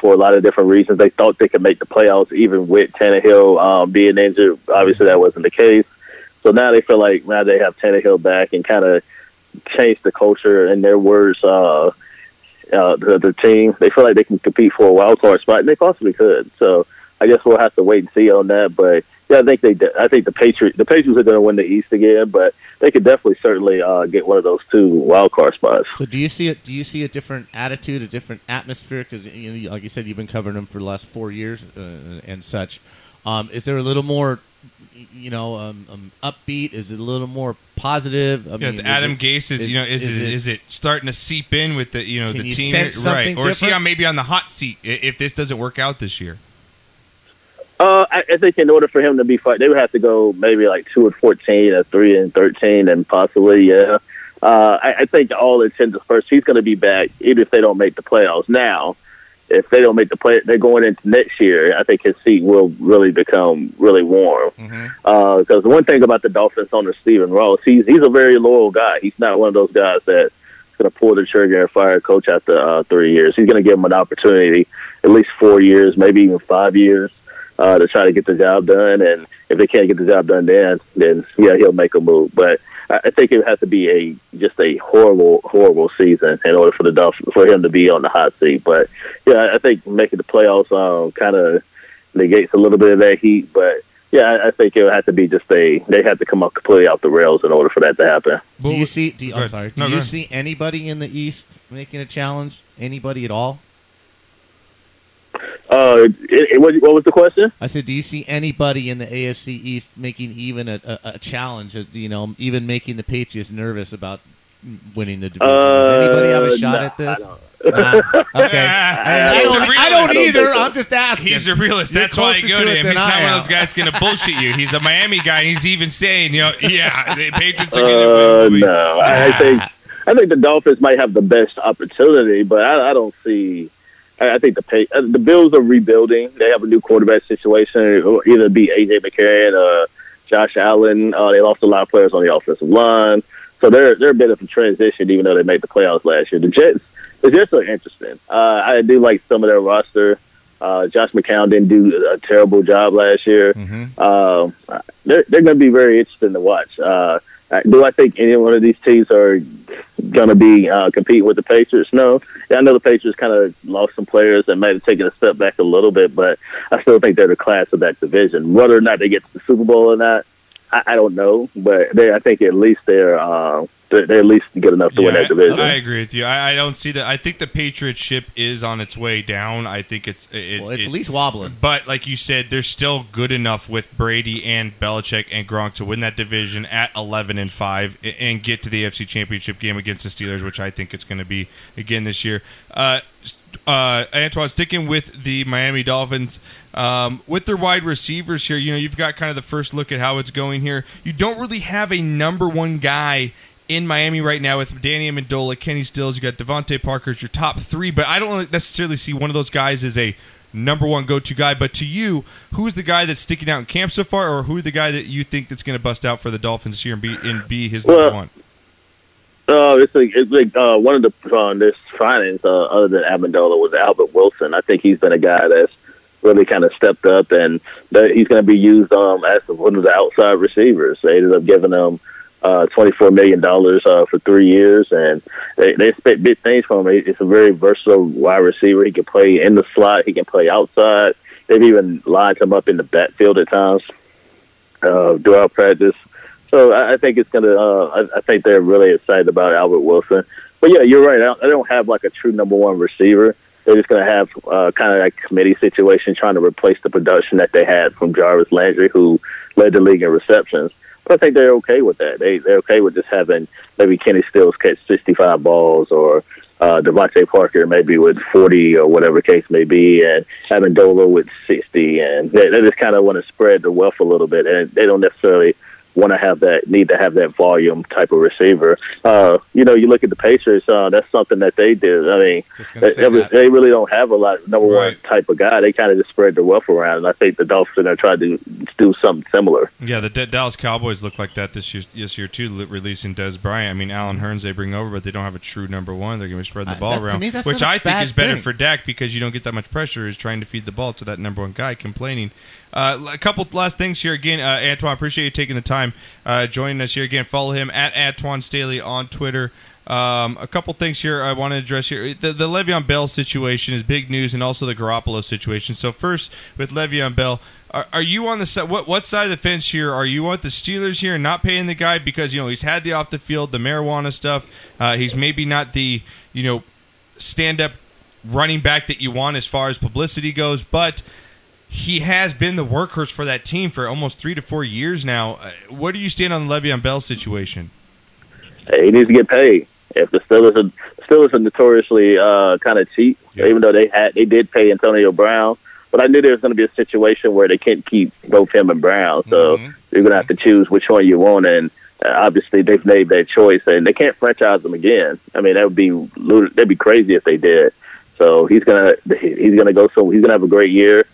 S7: for a lot of different reasons. They thought they could make the playoffs even with Tannehill um, being injured. Obviously, that wasn't the case. So now they feel like now they have Tannehill back and kind of changed the culture. In their words, uh, uh, the, the team they feel like they can compete for a wild card spot, and they possibly could. So I guess we'll have to wait and see on that. But yeah, I think they, de- I think the Patriots, the Patriots are going to win the East again, but they could definitely certainly uh, get one of those two wild card spots.
S2: So do you see it? Do you see a different attitude, a different atmosphere? Because you know, like you said, you've been covering them for the last four years uh, and such. Um, is there a little more, y- you know, um, um, upbeat? Is it a little more positive? I mean,
S1: Yeah, it's
S2: is
S1: Adam
S2: it-
S1: Gase is, you know is, it, is it starting to seep in with the you know
S2: Can
S1: the
S2: you
S1: team
S2: sense something
S1: right or is he
S2: different?
S1: on maybe on the hot seat i- if this doesn't work out this year?
S7: Uh, I, I think in order for him to be fight, they would have to go maybe like two and fourteen, or three and thirteen, and possibly yeah. Uh, I, I think all intended first, he's going to be back, even if they don't make the playoffs. Now, if they don't make the play, they're going into next year. I think his seat will really become really warm. Because Uh, one thing about the Dolphins owner Stephen Ross, he's he's a very loyal guy. He's not one of those guys that's going to pull the trigger and fire a coach after uh, three years. He's going to give him an opportunity, at least four years, maybe even five years uh, to try to get the job done. And if they can't get the job done, then then yeah, he'll make a move. But I I think it would have to be a just a horrible, horrible season in order for the Dolphins for him to be on the hot seat. But yeah, I I think making the playoffs um, kind of negates a little bit of that heat. But yeah, I, I think it would have to be just a they have to come up completely off the rails in order for that to happen.
S2: Do
S1: Well,
S2: you see? Do you,
S1: go
S2: I'm
S1: ahead.
S2: sorry. Do
S1: No, go
S2: you
S1: ahead.
S2: see anybody in the East making a challenge? Anybody at all?
S7: Uh, it, it, what, what was the question?
S2: I said, do you see anybody in the AFC East making even a, a, a challenge? uh, You know, even making the Patriots nervous about winning the division.
S7: Uh,
S2: Does anybody have a shot
S7: nah,
S2: at this?
S7: I don't.
S2: [LAUGHS] Nah,
S1: [LAUGHS]
S2: okay. I, I
S1: Uh, He's
S2: don't,
S1: a realist.
S2: I
S1: I
S2: don't
S7: don't
S2: either.
S7: think so.
S2: I'm just asking.
S1: He's a realist.
S2: You're
S1: That's why I
S2: closer
S1: go to,
S2: to it
S1: him.
S2: than
S1: He's not
S2: I
S1: one of
S2: am.
S1: those guys that's going to bullshit you. He's a Miami guy, and he's even saying, you know, [LAUGHS] yeah, the Patriots are
S7: Uh,
S1: going to win.
S7: no, I, I think I think the Dolphins might have the best opportunity, but I, I don't see. I, I think the pay, uh, the Bills are rebuilding. They have a new quarterback situation. It'll either be AJ McCarron or Josh Allen. Uh, they lost a lot of players on the offensive line, so they're they're a bit of a transition, even though they made the playoffs last year. The Jets, the Jets are interesting. Uh, I do like some of their roster. Uh, Josh McCown didn't do a terrible job last year.
S1: Mm-hmm.
S7: Um, they're they're going to be very interesting to watch. Uh, do I think any one of these teams are going to be uh, competing with the Patriots? No. I know the Patriots kind of lost some players and might have taken a step back a little bit, but I still think they're the class of that division. Whether or not they get to the Super Bowl or not, I, I don't know. But they, I think at least they're uh, they're, they're at least good enough to win
S1: Yeah,
S7: that division.
S1: I, I agree with you. I, I don't see that. I think the Patriots ship is on its way down. I think it's it,
S2: Well, it's
S1: it-
S2: at least wobbling.
S1: But like you said, they're still good enough with Brady and Belichick and Gronk to win that division at eleven and five a- and get to the AFC Championship game against the Steelers, which I think it's going to be again this year. Uh, s- uh, Antoine, sticking with the Miami Dolphins, um, with their wide receivers here, you know you've got kind of the first look at how it's going here. You don't really have a number one guy in Miami right now with Danny Amendola, Kenny Stills. You got Devontae Parker's your top three, but I don't necessarily see one of those guys as a number one go-to guy. But to you, who is the guy that's sticking out in camp so far, or who is the guy that you think that's going to bust out for the Dolphins this year and be and be his number
S7: Well,
S1: one?
S7: Uh, it's like, it's like uh, one of the uh, this signings, uh, other than Amendola, was Albert Wilson. I think he's been a guy that's really kind of stepped up, and that he's going to be used um, as one of the outside receivers. They ended up giving him uh, twenty four million dollars uh, for three years, and they, they expect big things from him. It's a very versatile wide receiver. He can play in the slot. He can play outside. They've even lined him up in the backfield at times uh, throughout practice. So I, I think it's gonna. Uh, I, I think they're really excited about Albert Wilson. But yeah, you're right. I don't, I don't have like a true number one receiver. They're just gonna have uh, kind of like committee situation, trying to replace the production that they had from Jarvis Landry, who led the league in receptions. But I think they're okay with that. They they're okay with just having maybe Kenny Stills catch 65 balls or. Uh, Devontae Parker maybe with 40 or whatever the case may be, and Amendola with 60, and they, they just kind of want to spread the wealth a little bit, and they don't necessarily want to have that need to have that volume type of receiver. Uh, you know, you look at the Pacers. Uh, that's something that they did. I mean,
S2: Just gonna
S7: they,
S2: say
S7: they was-
S2: that.
S7: they really don't have a lot number one
S1: Right.
S7: type of guy. They kind of just spread the wealth around, and I think the Dolphins are going to try to do something similar.
S1: Yeah, the D- Dallas Cowboys look like that this year. This year too, li- releasing Des Bryant. I mean, Alan Hearns they bring over, but they don't have a true number one. They're going to be spreading the
S2: Uh,
S1: ball
S2: that- to
S1: around,
S2: me, that's
S1: which
S2: not a
S1: I think
S2: bad
S1: is better
S2: thing.
S1: for Dak because you don't get that much pressure. Is trying to feed the ball to that number one guy complaining. Uh, l- a couple last things here again, uh, Antoine. Appreciate you taking the time uh, joining us here again. Follow him at Antoine Staley on Twitter. Um, a couple things here I want to address here. The, the Le'Veon Bell situation is big news, and also the Garoppolo situation. So first with Le'Veon Bell, are, are you on the side? What what side of the fence here? Are you with the Steelers here and not paying the guy because you know he's had the off the field, the marijuana stuff. Uh, he's maybe not the you know stand up running back that you want as far as publicity goes, but he has been the workhorse for that team for almost three to four years now. Uh, What do you stand on the Le'Veon Bell situation?
S7: Hey, he needs to get paid. If the Steelers are, Steelers are notoriously uh, kind of cheap, even though they had they did pay Antonio Brown, but I knew there was going to be a situation where they can't keep both him and Brown, so you're going to have to choose which one you want. And uh, obviously, they've made that choice, and they can't franchise him again. I mean, that would be lud- that'd be crazy if they did. So he's gonna he's gonna go. So he's gonna have a great year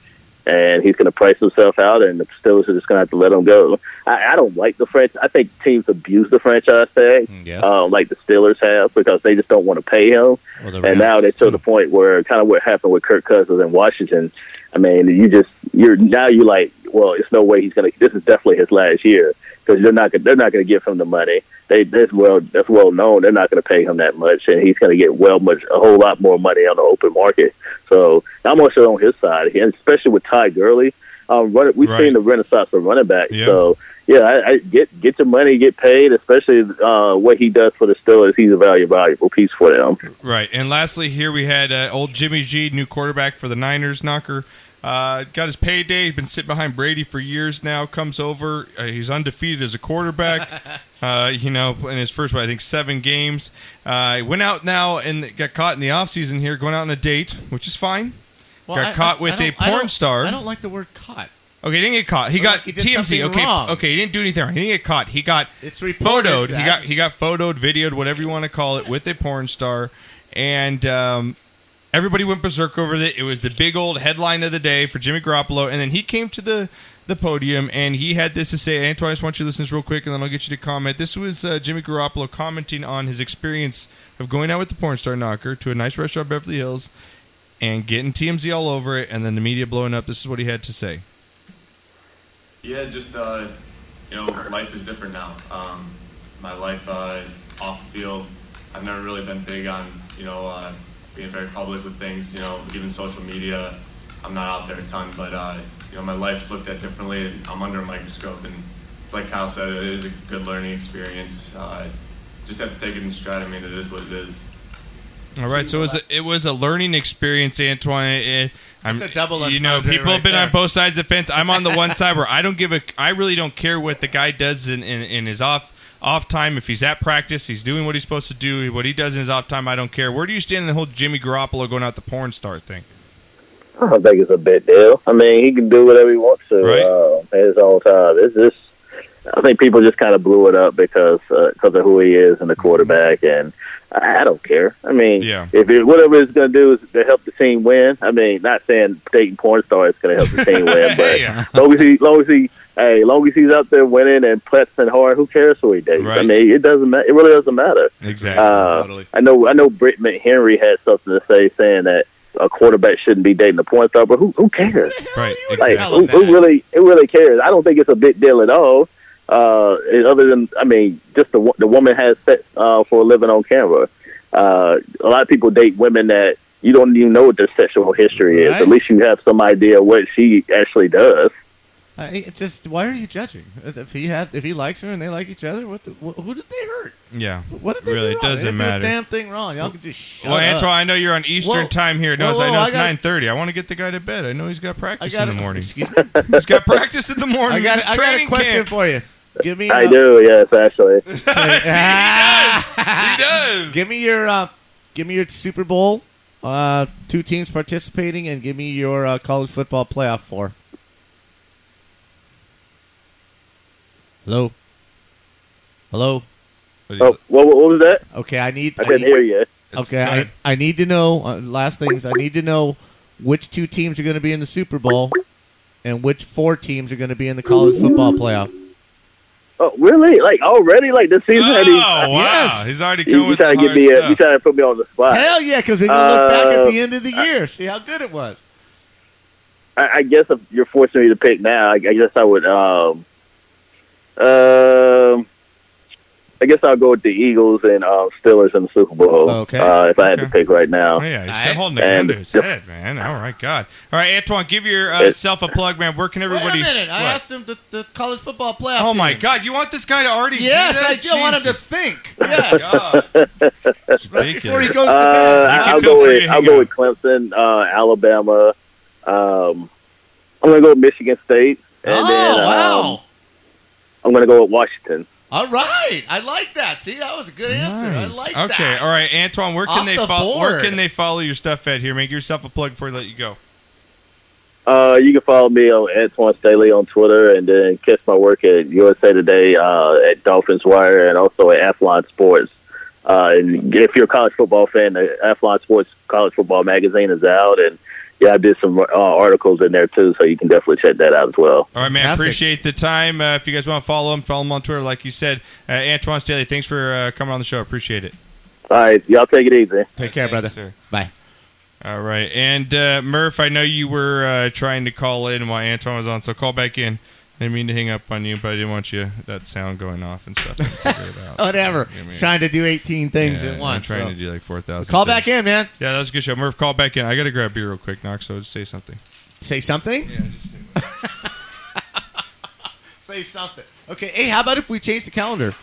S7: and he's going to price himself out, and the Steelers are just going to have to let him go. I, I don't like the franchise. I think teams abuse the franchise tag,
S2: Mm, Yeah.
S7: uh, like the Steelers have, because they just don't want to pay him.
S2: Well, the
S7: and now
S2: Rams, Hmm.
S7: they're to
S2: too.
S7: the point where kind of what happened with Kirk Cousins in Washington. I mean, you just you're now you're like, well, it's no way he's going to. This is definitely his last year because they're not gonna- they're not going to give him the money. They that's well that's well known. They're not going to pay him that much, and he's going to get well much a whole lot more money on the open market. So I'm also on his side, and especially with Ty Gurley. Um, running, we've
S1: Right.
S7: seen the renaissance of running back.
S1: Yeah.
S7: So yeah, I, I get get your money, get paid, especially uh, what he does for the Steelers. He's a valuable, valuable piece for them.
S1: Right. And lastly, here we had uh, old Jimmy G, new quarterback for the Niners, knocker. Uh, got his payday. He's been sitting behind Brady for years now. Comes over. Uh, he's undefeated as
S2: [LAUGHS]
S1: a quarterback. uh, you know, in his first, what, I think, seven games. Uh, he went out now and got caught in the offseason here, going out on a date, which is fine.
S2: Well,
S1: got caught with
S2: don't-
S1: a porn
S2: I don't-
S1: star.
S2: I don't like the word caught.
S1: Okay, he didn't get caught. He
S2: Or
S1: got
S2: like he did
S1: TMZ.
S2: something
S1: Okay,
S2: wrong.
S1: okay, he didn't do anything wrong. He didn't get caught. He got
S2: It's reported
S1: photoed. He
S2: that-
S1: got he got photoed, videoed, whatever you want to call it, with a porn star, and um, everybody went berserk over it. It was the big old headline of the day for Jimmy Garoppolo, and then he came to the the podium and he had this to say. Antoine, I just want you to listen to this real quick, and then I'll get you to comment. This was uh, Jimmy Garoppolo commenting on his experience of going out with the porn star knocker to a nice restaurant, in Beverly Hills, and getting TMZ all over it, and then the media blowing up. This is what he had to say.
S8: Yeah, just uh, you know, life is different now. Um, my life uh, off the field, I've never really been big on you know uh, being very public with things. You know, even social media, I'm not out there a ton. But uh, you know, my life's looked at differently. And I'm under a microscope, and it's like Kyle said, it is a good learning experience. Uh, just have to take it in stride. I mean, it is what it is.
S1: All right, so it was, a, it was a learning experience, Antoine. It, I'm,
S2: That's a double
S1: You know,
S2: entendre
S1: people
S2: right
S1: have been
S2: there.
S1: on both sides of the fence. I'm on the
S2: [LAUGHS]
S1: one side where I don't give a, I really don't care what the guy does in, in, in his off off time. If he's at practice, he's doing what he's supposed to do. What he does in his off time, I don't care. Where do you stand in the whole Jimmy Garoppolo going out the porn star thing?
S7: I don't think it's a big deal. I mean, he can do whatever he wants to
S1: Right.
S7: uh, at his own time. It's just, I think people just kind of blew it up because uh 'cause of who he is
S1: Mm-hmm.
S7: and the quarterback, and I, I don't care. I mean,
S1: Yeah.
S7: if it, whatever it's going to do is to help the team win. I mean, not saying dating porn star is going to help the team
S1: [LAUGHS]
S7: win, but
S1: Yeah.
S7: long as he, long as he, hey, long as he's out there winning and pressing hard, who cares who he dates? I
S1: Right.
S7: mean, it doesn't. Ma- it really doesn't matter.
S1: Exactly.
S7: Uh,
S2: Totally.
S7: I know I know Britt McHenry had something to say saying that a quarterback shouldn't be dating a point star, but who who cares?
S1: right.
S7: Like
S1: Exactly.
S2: tell him
S7: who, who
S2: that.
S7: really who really cares? I don't think it's a big deal at all. Uh, and other than I mean, just the wo- the woman has sex uh, for a living on camera. Uh, a lot of people date women that you don't even know what their sexual history is.
S2: Right.
S7: At least you have some idea what she actually does.
S2: I, it's just why are you judging? If he had, if he likes her and they like each other, what? The, wh- who did they hurt?
S1: Yeah.
S2: What did they
S1: Really,
S2: do
S1: it
S2: wrong?
S1: doesn't
S2: they didn't do
S1: matter.
S2: a damn thing wrong. Y'all can just shut
S1: Well,
S2: up.
S1: Antoine, I know you're on Eastern
S2: Whoa.
S1: time here. No,
S2: Whoa,
S1: I
S2: whoa,
S1: know it's
S2: I got-
S1: 9:30. I want to get the guy to bed. I know he's got
S2: I
S1: practice
S2: got
S1: in the
S2: a- [LAUGHS]
S1: morning.
S2: Excuse me.
S1: he's got practice in the morning.
S2: I got.
S1: He's at
S2: I got a
S1: training
S2: question
S1: camp.
S2: for you. Give me.
S7: I
S2: uh,
S7: do, yes, actually.
S1: [LAUGHS]
S2: [LAUGHS]
S1: He does.
S2: Give me your. Uh, give me your Super Bowl. Uh, two teams participating, and give me your uh, college football playoff four. Hello. [LAUGHS] Hello.
S7: Oh, what, what was that?
S2: Okay, I need.
S7: I
S2: I need
S7: couldn't hear you.
S2: Okay,
S1: Go ahead.
S2: I, I need to know. Uh, last things I need to know which two teams are going to be in the Super Bowl, and which four teams are going to be in the college football playoff.
S7: Oh, really? Like already? Like this season?
S1: Oh,
S7: already?
S1: wow.
S2: Yes.
S1: He's already
S7: You,
S1: going
S7: you
S1: with
S7: trying
S1: the
S7: to get me?
S1: hard
S7: Uh, you
S1: stuff.
S7: trying to put me on the spot?
S2: Hell yeah, because we can look back at
S7: Uh,
S2: the end of the year, see how good it was.
S7: I, I guess if you're forcing me to pick now, I, I guess I would. Um, um, I guess I'll go with the Eagles and uh, Steelers in the Super Bowl.
S2: Okay.
S7: Uh, if I had to
S1: Okay.
S7: pick right now,
S1: Oh, yeah, he's
S2: Alright.
S1: holding a gun
S7: And- [LAUGHS]
S1: to his head, man. All right, God. All right, Antoine, give your uh,
S7: It-
S1: self a plug, man. Where can
S2: Wait a
S1: everybody?
S2: minute, I
S1: What?
S2: asked him the, the college football playoff.
S1: Oh my
S2: team.
S1: God! You want this guy to already?
S2: Yes,
S1: do that?
S2: I do. I want him to
S1: Jesus.
S2: think. Yes,
S1: God. It's
S2: before he
S1: ridiculous.
S2: goes to
S7: uh,
S2: bed.
S1: You can
S7: I, I'll
S1: feel
S7: go
S1: free
S7: with
S1: to
S7: I'll
S1: hang
S7: go
S1: up.
S7: with Clemson, uh, Alabama. Um, I'm gonna go with Michigan State, and
S2: oh
S7: then um,
S2: wow!
S7: I'm gonna go with Washington.
S2: All right, I like that. See, that was a good
S1: Mm-hmm.
S2: answer.
S1: Nice.
S2: I like that.
S1: Okay, all right, Antoine. Where can
S2: Off
S1: they
S2: the
S1: follow? Where
S2: board.
S1: can they follow your stuff at here? Make yourself a plug before I let you go.
S7: Uh, you can follow me on Antoine Staley on Twitter, and then catch my work at USA Today, uh, at Dolphins Wire, and also at Athlon Sports. Uh, and if you're a college football fan, the Athlon Sports College Football Magazine is out, and yeah, I did some uh, articles in there too, so you can definitely check that out as well.
S1: All right, man.
S2: Fantastic.
S1: Appreciate the time. Uh, if you guys want to follow him, follow him on Twitter, like you said. Uh, Antoine Staley, thanks for uh, coming on the show. Appreciate it.
S7: All right, y'all take it easy.
S2: Take care,
S1: Thanks,
S2: brother.
S1: sir.
S2: Bye.
S1: All right, and uh, Murph, I know you were uh, trying to call in while Antoine was on, so call back in. I didn't mean to hang up on you, but I didn't want you that sound going off and
S2: [LAUGHS]
S1: stuff.
S2: Whatever.
S1: I mean,
S2: He's trying to do 18 things
S1: yeah,
S2: at once.
S1: I'm trying
S2: so.
S1: to do like four thousand.
S2: Call back in, man.
S1: Yeah, that was a good show. Murph, call back in. I got to grab beer real quick, Knox. So just say something.
S2: Say something.
S1: Yeah, just say
S2: Say something. Okay. Hey, how about if we change the calendar?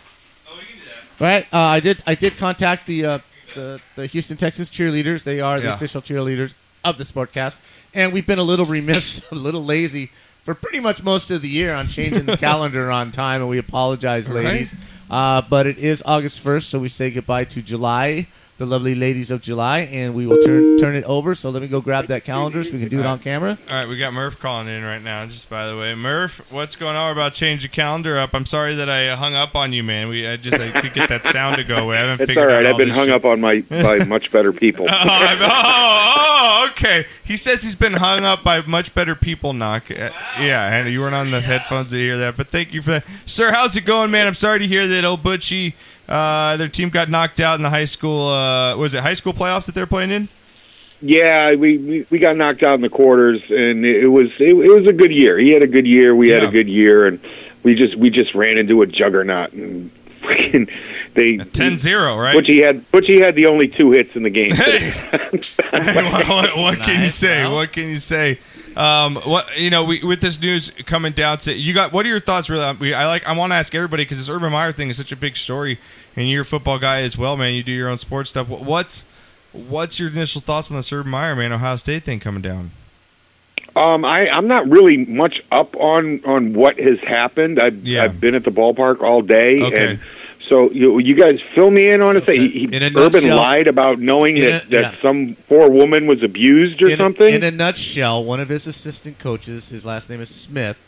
S1: Oh, we can do that.
S2: Right. Uh, I did. I did contact the uh, the the Houston Texas cheerleaders. They are the
S1: Yeah.
S2: official cheerleaders of the Sportcast, and we've been a little remiss, [LAUGHS] a little lazy for pretty much most of the year on changing
S1: [LAUGHS]
S2: the calendar on time, and we apologize,
S1: Right.
S2: ladies. Uh, but it is August first, so we say goodbye to July. The lovely ladies of July, and we will turn turn it over. So let me go grab that calendar so we can do it on camera.
S1: All right, we got Murph calling in right now. Just by the way, Murph, what's going on? We're about to change the calendar up. I'm sorry that I uh, hung up on you, man. We I just I could get that sound to go away. I haven't
S9: It's all
S1: figured
S9: right.
S1: out.
S9: I've been
S1: this
S9: hung
S1: shit.
S9: up on my
S1: [LAUGHS]
S9: by much better people.
S1: Oh, I've- oh, oh, okay. He says he's been hung up by much better people. Knock. Uh, Yeah, and you weren't on the headphones to hear that. But thank you for that, sir. How's it going, man? I'm sorry to hear that old Butchie, uh, their team got knocked out in the high school. Uh, was it high school playoffs that they're playing in?
S9: yeah, we, we we got knocked out in the quarters, and it, it was it, it was a good year. He had a good year. We had
S1: Yeah.
S9: a good year, and we just we just ran into a juggernaut and [LAUGHS] freaking they
S1: 10-0, right?
S9: Butchie had Butchie had the only two hits in
S1: [LAUGHS]
S9: the game.
S1: what, what- what can you
S2: Nice,
S1: say?
S2: well.
S1: What can you say? Um, what you know, we, with this news coming down to you got. What are your thoughts? Really, we, I like. I want to ask everybody because this Urban Meyer thing is such a big story and you're a football guy as well, man. You do your own sports stuff. Wh- What's what's your initial thoughts on the Urban Meyer man Ohio State thing coming down?
S9: Um, I, I'm not really much up on on what has happened. I've,
S1: Yeah.
S9: I've been at the ballpark all day,
S1: Okay.
S9: and so you, you guys fill me in on it. Say he,
S2: In a
S9: Urban
S2: nutshell-
S9: lied about knowing
S2: in
S9: that,
S2: a-
S9: that some poor woman was abused or
S2: in
S9: something.
S2: A, in a nutshell, one of his assistant coaches, his last name is Smith,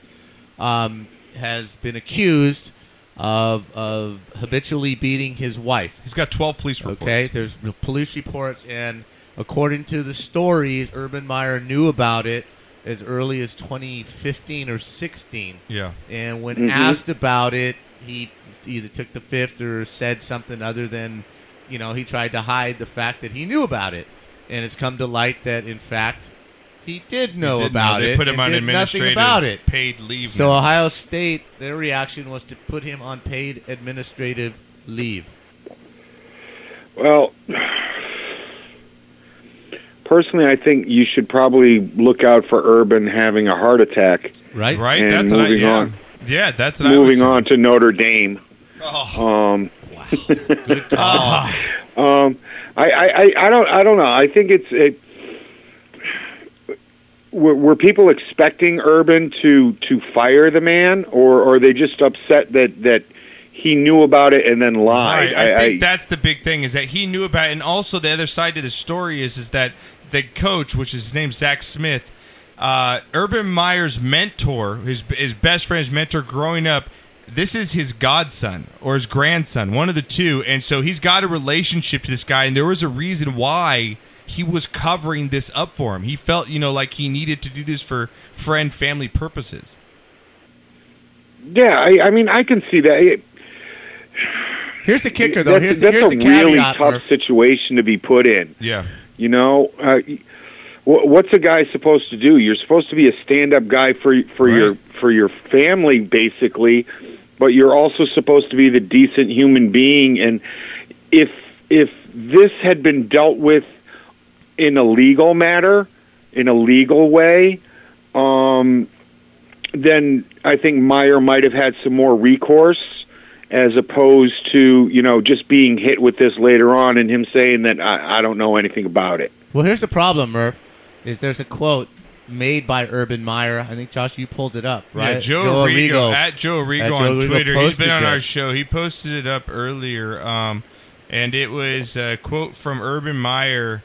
S2: um, has been accused of of habitually beating his wife.
S1: He's got twelve police
S2: reports. Okay, there's re- police reports, and according to the stories, Urban Meyer knew about it as early as 2015 or 16.
S1: Yeah.
S2: And
S9: Mm-hmm.
S2: when
S1: Mhm.
S2: asked about it, he either took the fifth or said something other than, you know, he tried to hide the fact that he knew about it. And it's come to light that, in fact, he did know
S1: did know.
S2: about
S1: They
S2: it.
S1: put
S2: and
S1: him on
S2: did nothing
S1: administrative
S2: about it.
S1: paid leave
S2: So
S1: now.
S2: Ohio State, their reaction was to put him on paid administrative leave.
S9: Well, [SIGHS] personally, I think you should probably look out for Urban having a heart attack.
S2: Right,
S1: right.
S9: And
S1: that's what I,
S9: moving
S1: yeah.
S9: on.
S1: Yeah, that's what I was
S9: Moving
S1: saying.
S9: on to Notre Dame.
S2: Oh.
S9: Um, [LAUGHS] um, I, I, I- I don't, I don't know. I think it's it. Were, were people expecting Urban to to fire the man, or, or are they just upset that that he knew about it and then lied?
S1: Right. I, think that's the big thing is that he knew about it. And also the other side to the story is is that the coach, which is his name Zach Smith, uh, Urban Meyer's mentor, his his best friend's mentor growing up, this is his godson or his grandson, one of the two, and so he's got a relationship to this guy, and there was a reason why he was covering this up for him. He felt, you know, like he needed to do this for friend family purposes.
S9: yeah, I, I mean, I can see that. It-
S2: Here's the kicker, though.
S9: That's,
S2: Here's the,
S9: that's
S2: here's
S9: a
S2: the
S9: really
S2: caveat.
S9: tough
S2: Murph.
S9: situation to be put in.
S1: Yeah.
S9: You know, uh, wh- what's a guy supposed to do? You're supposed to be a stand-up guy for for your for your family, basically, but you're also supposed to be the decent human being. And if if this had been dealt with in a legal matter, in a legal way, um, then I think Meyer might have had some more recourse as opposed to you know just being hit with this later on and him saying that I, I don't know anything about it.
S2: Well, here's the problem, Murph. Is there's a quote made by Urban Meyer. I think Josh, you pulled it up, right?
S1: Yeah, Joe, Arrigo, at Joe Arrigo
S2: At
S1: on
S2: Joe Arrigo
S1: Twitter. He's
S2: posted
S1: been on our
S2: this.
S1: show. He posted it up earlier, um, and it was a quote from Urban Meyer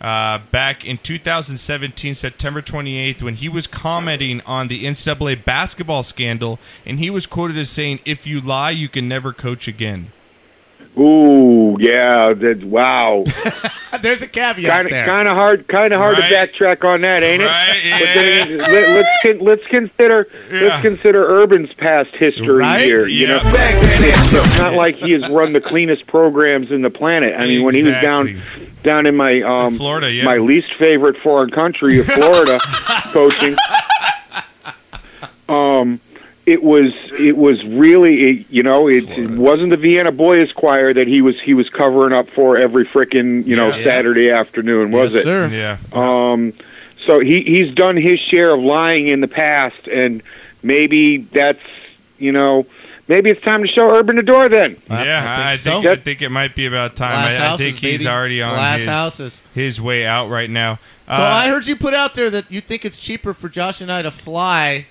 S1: uh, back in 2017, September 28th, when he was commenting on the NCAA basketball scandal, and he was quoted as saying, "If you lie, you can never coach again."
S9: Ooh, yeah,
S1: [LAUGHS]
S9: that wow.
S2: Uh, There's a caveat
S9: Kind of,
S2: there.
S9: kind of hard, kind of hard
S2: Right.
S9: to backtrack on that, ain't
S1: Right,
S9: it? But then again, let, let's con- let's consider let's consider Urban's past history
S1: Right?
S9: here. You know,
S1: Yeah.
S9: it's not like he has run the cleanest programs in the planet. I mean, when he was down down in my um,
S1: Florida, yeah.
S9: my least favorite foreign country
S1: [LAUGHS]
S9: of Florida, coaching. Um, it was it was really it, you know it, it wasn't the Vienna Boys Choir that he was he was covering up for every frickin' you know
S1: Yeah.
S9: Saturday afternoon was
S1: Yes,
S9: it?
S1: sir. Yeah.
S9: Um, so he he's done his share of lying in the past, and maybe that's you know maybe it's time to show Urban the door then.
S1: yeah, I think, I, think, it might be about time.
S2: Glass
S1: I, I
S2: houses,
S1: think he's
S2: baby.
S1: already on
S2: Glass
S1: his,
S2: houses.
S1: his way out right now. Uh,
S2: So I heard you put out there that you think it's cheaper for Josh and I to fly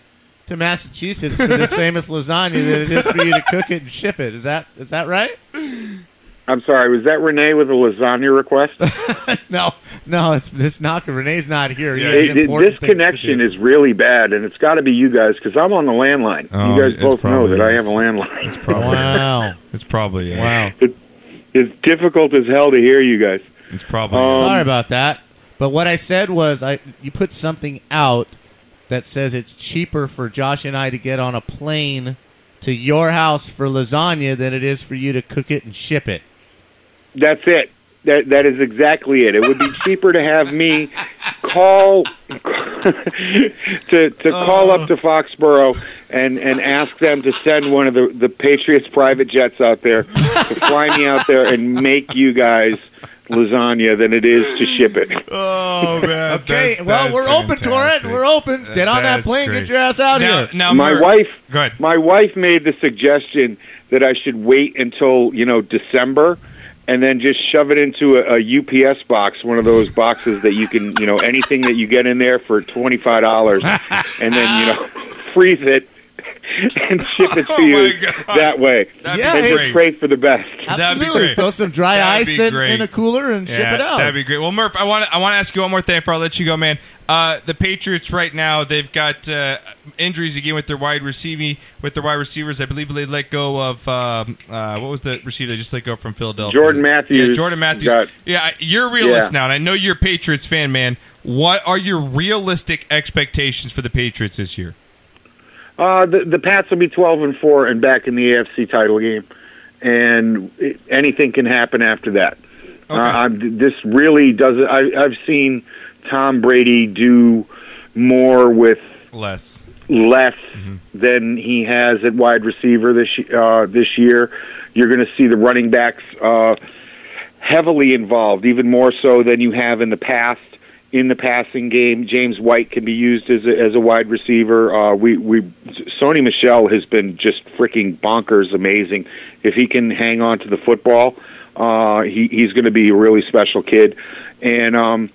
S2: to Massachusetts for [LAUGHS] this famous lasagna than it is for you to cook it and ship it. Is that is that right?
S9: I'm sorry, was that Renee with a
S1: [LAUGHS]
S9: lasagna request?
S2: No, no, it's it's not. Renee's not here. He
S9: Yeah,
S2: has
S9: it- it-
S2: important
S9: this
S2: things to
S9: connection
S2: do.
S9: is really bad, and it's got to be you guys because I'm on the landline.
S1: Oh,
S9: you guys
S1: it
S9: both know
S1: probably
S9: that I
S1: is.
S9: have a landline. It's
S1: probably
S2: wow.
S1: It's probably is.
S2: Wow.
S9: [LAUGHS] it's difficult as hell to hear you guys. Um,
S1: It's probably
S2: Sorry about that. But what I said was, I you put something out that says it's cheaper for Josh and I to get on a plane to your house for lasagna than it is for you to cook it and ship it.
S9: That's it. That that is exactly it. It would be cheaper to have me call [LAUGHS] to to call up to Foxborough and and ask them to send one of the the Patriots private jets out there to fly me out there and make you guys lasagna than it is to ship it.
S2: [LAUGHS]
S1: Oh man.
S2: Okay, well, we're open to it. We're open. Get on that
S9: That's
S2: plane.
S9: great.
S2: Get your ass out
S9: Now-
S2: here.
S9: my wife, my wife made the suggestion that I should wait until you know December and then just shove it into a, a UPS box, one of those boxes that you can you know anything that you get in there for twenty five dollars, and then you know freeze it. [LAUGHS] and ship it to you that way.
S2: That'd be
S9: and
S2: great.
S9: just pray for the best.
S2: Absolutely. Throw some dry
S1: That'd
S2: ice
S1: be
S2: in,
S1: great.
S2: in a cooler and ship
S1: Yeah,
S2: it out.
S1: That'd be great. Well, Murph, I want to I want to ask you one more thing before I let you go, man. Uh, the Patriots right now they've got uh, injuries again with their wide receiving with their wide receivers. I believe they let go of um, uh, what was the receiver they just let go from Philadelphia?
S9: Jordan Matthews
S1: Yeah, Jordan Matthews.
S9: got-
S1: yeah, I- you're a realist
S9: Yeah.
S1: now, and I know you're a Patriots fan, man. What are your realistic expectations for the Patriots this year?
S9: Uh, the the Pats will be twelve and four and back in the AFC title game, and it, anything can happen after that. Uh, I'm, this really doesn't. I, I've seen Tom Brady do more with
S1: Less.
S9: less than he has at wide receiver this y- uh, this year. You're going to see the running backs uh, heavily involved, even more so than you have in the past. In the passing game, James White can be used as a, as a wide receiver. Uh, we we Sony Michelle has been just freaking bonkers, amazing. If he can hang on to the football, uh, he he's going to be a really special kid. And um,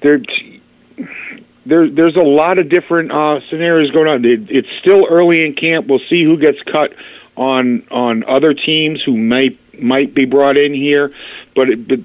S9: there, there, there's a lot of different uh, scenarios going on. It, it's still early in camp. We'll see who gets cut on on other teams who might might be brought in here, but, it, but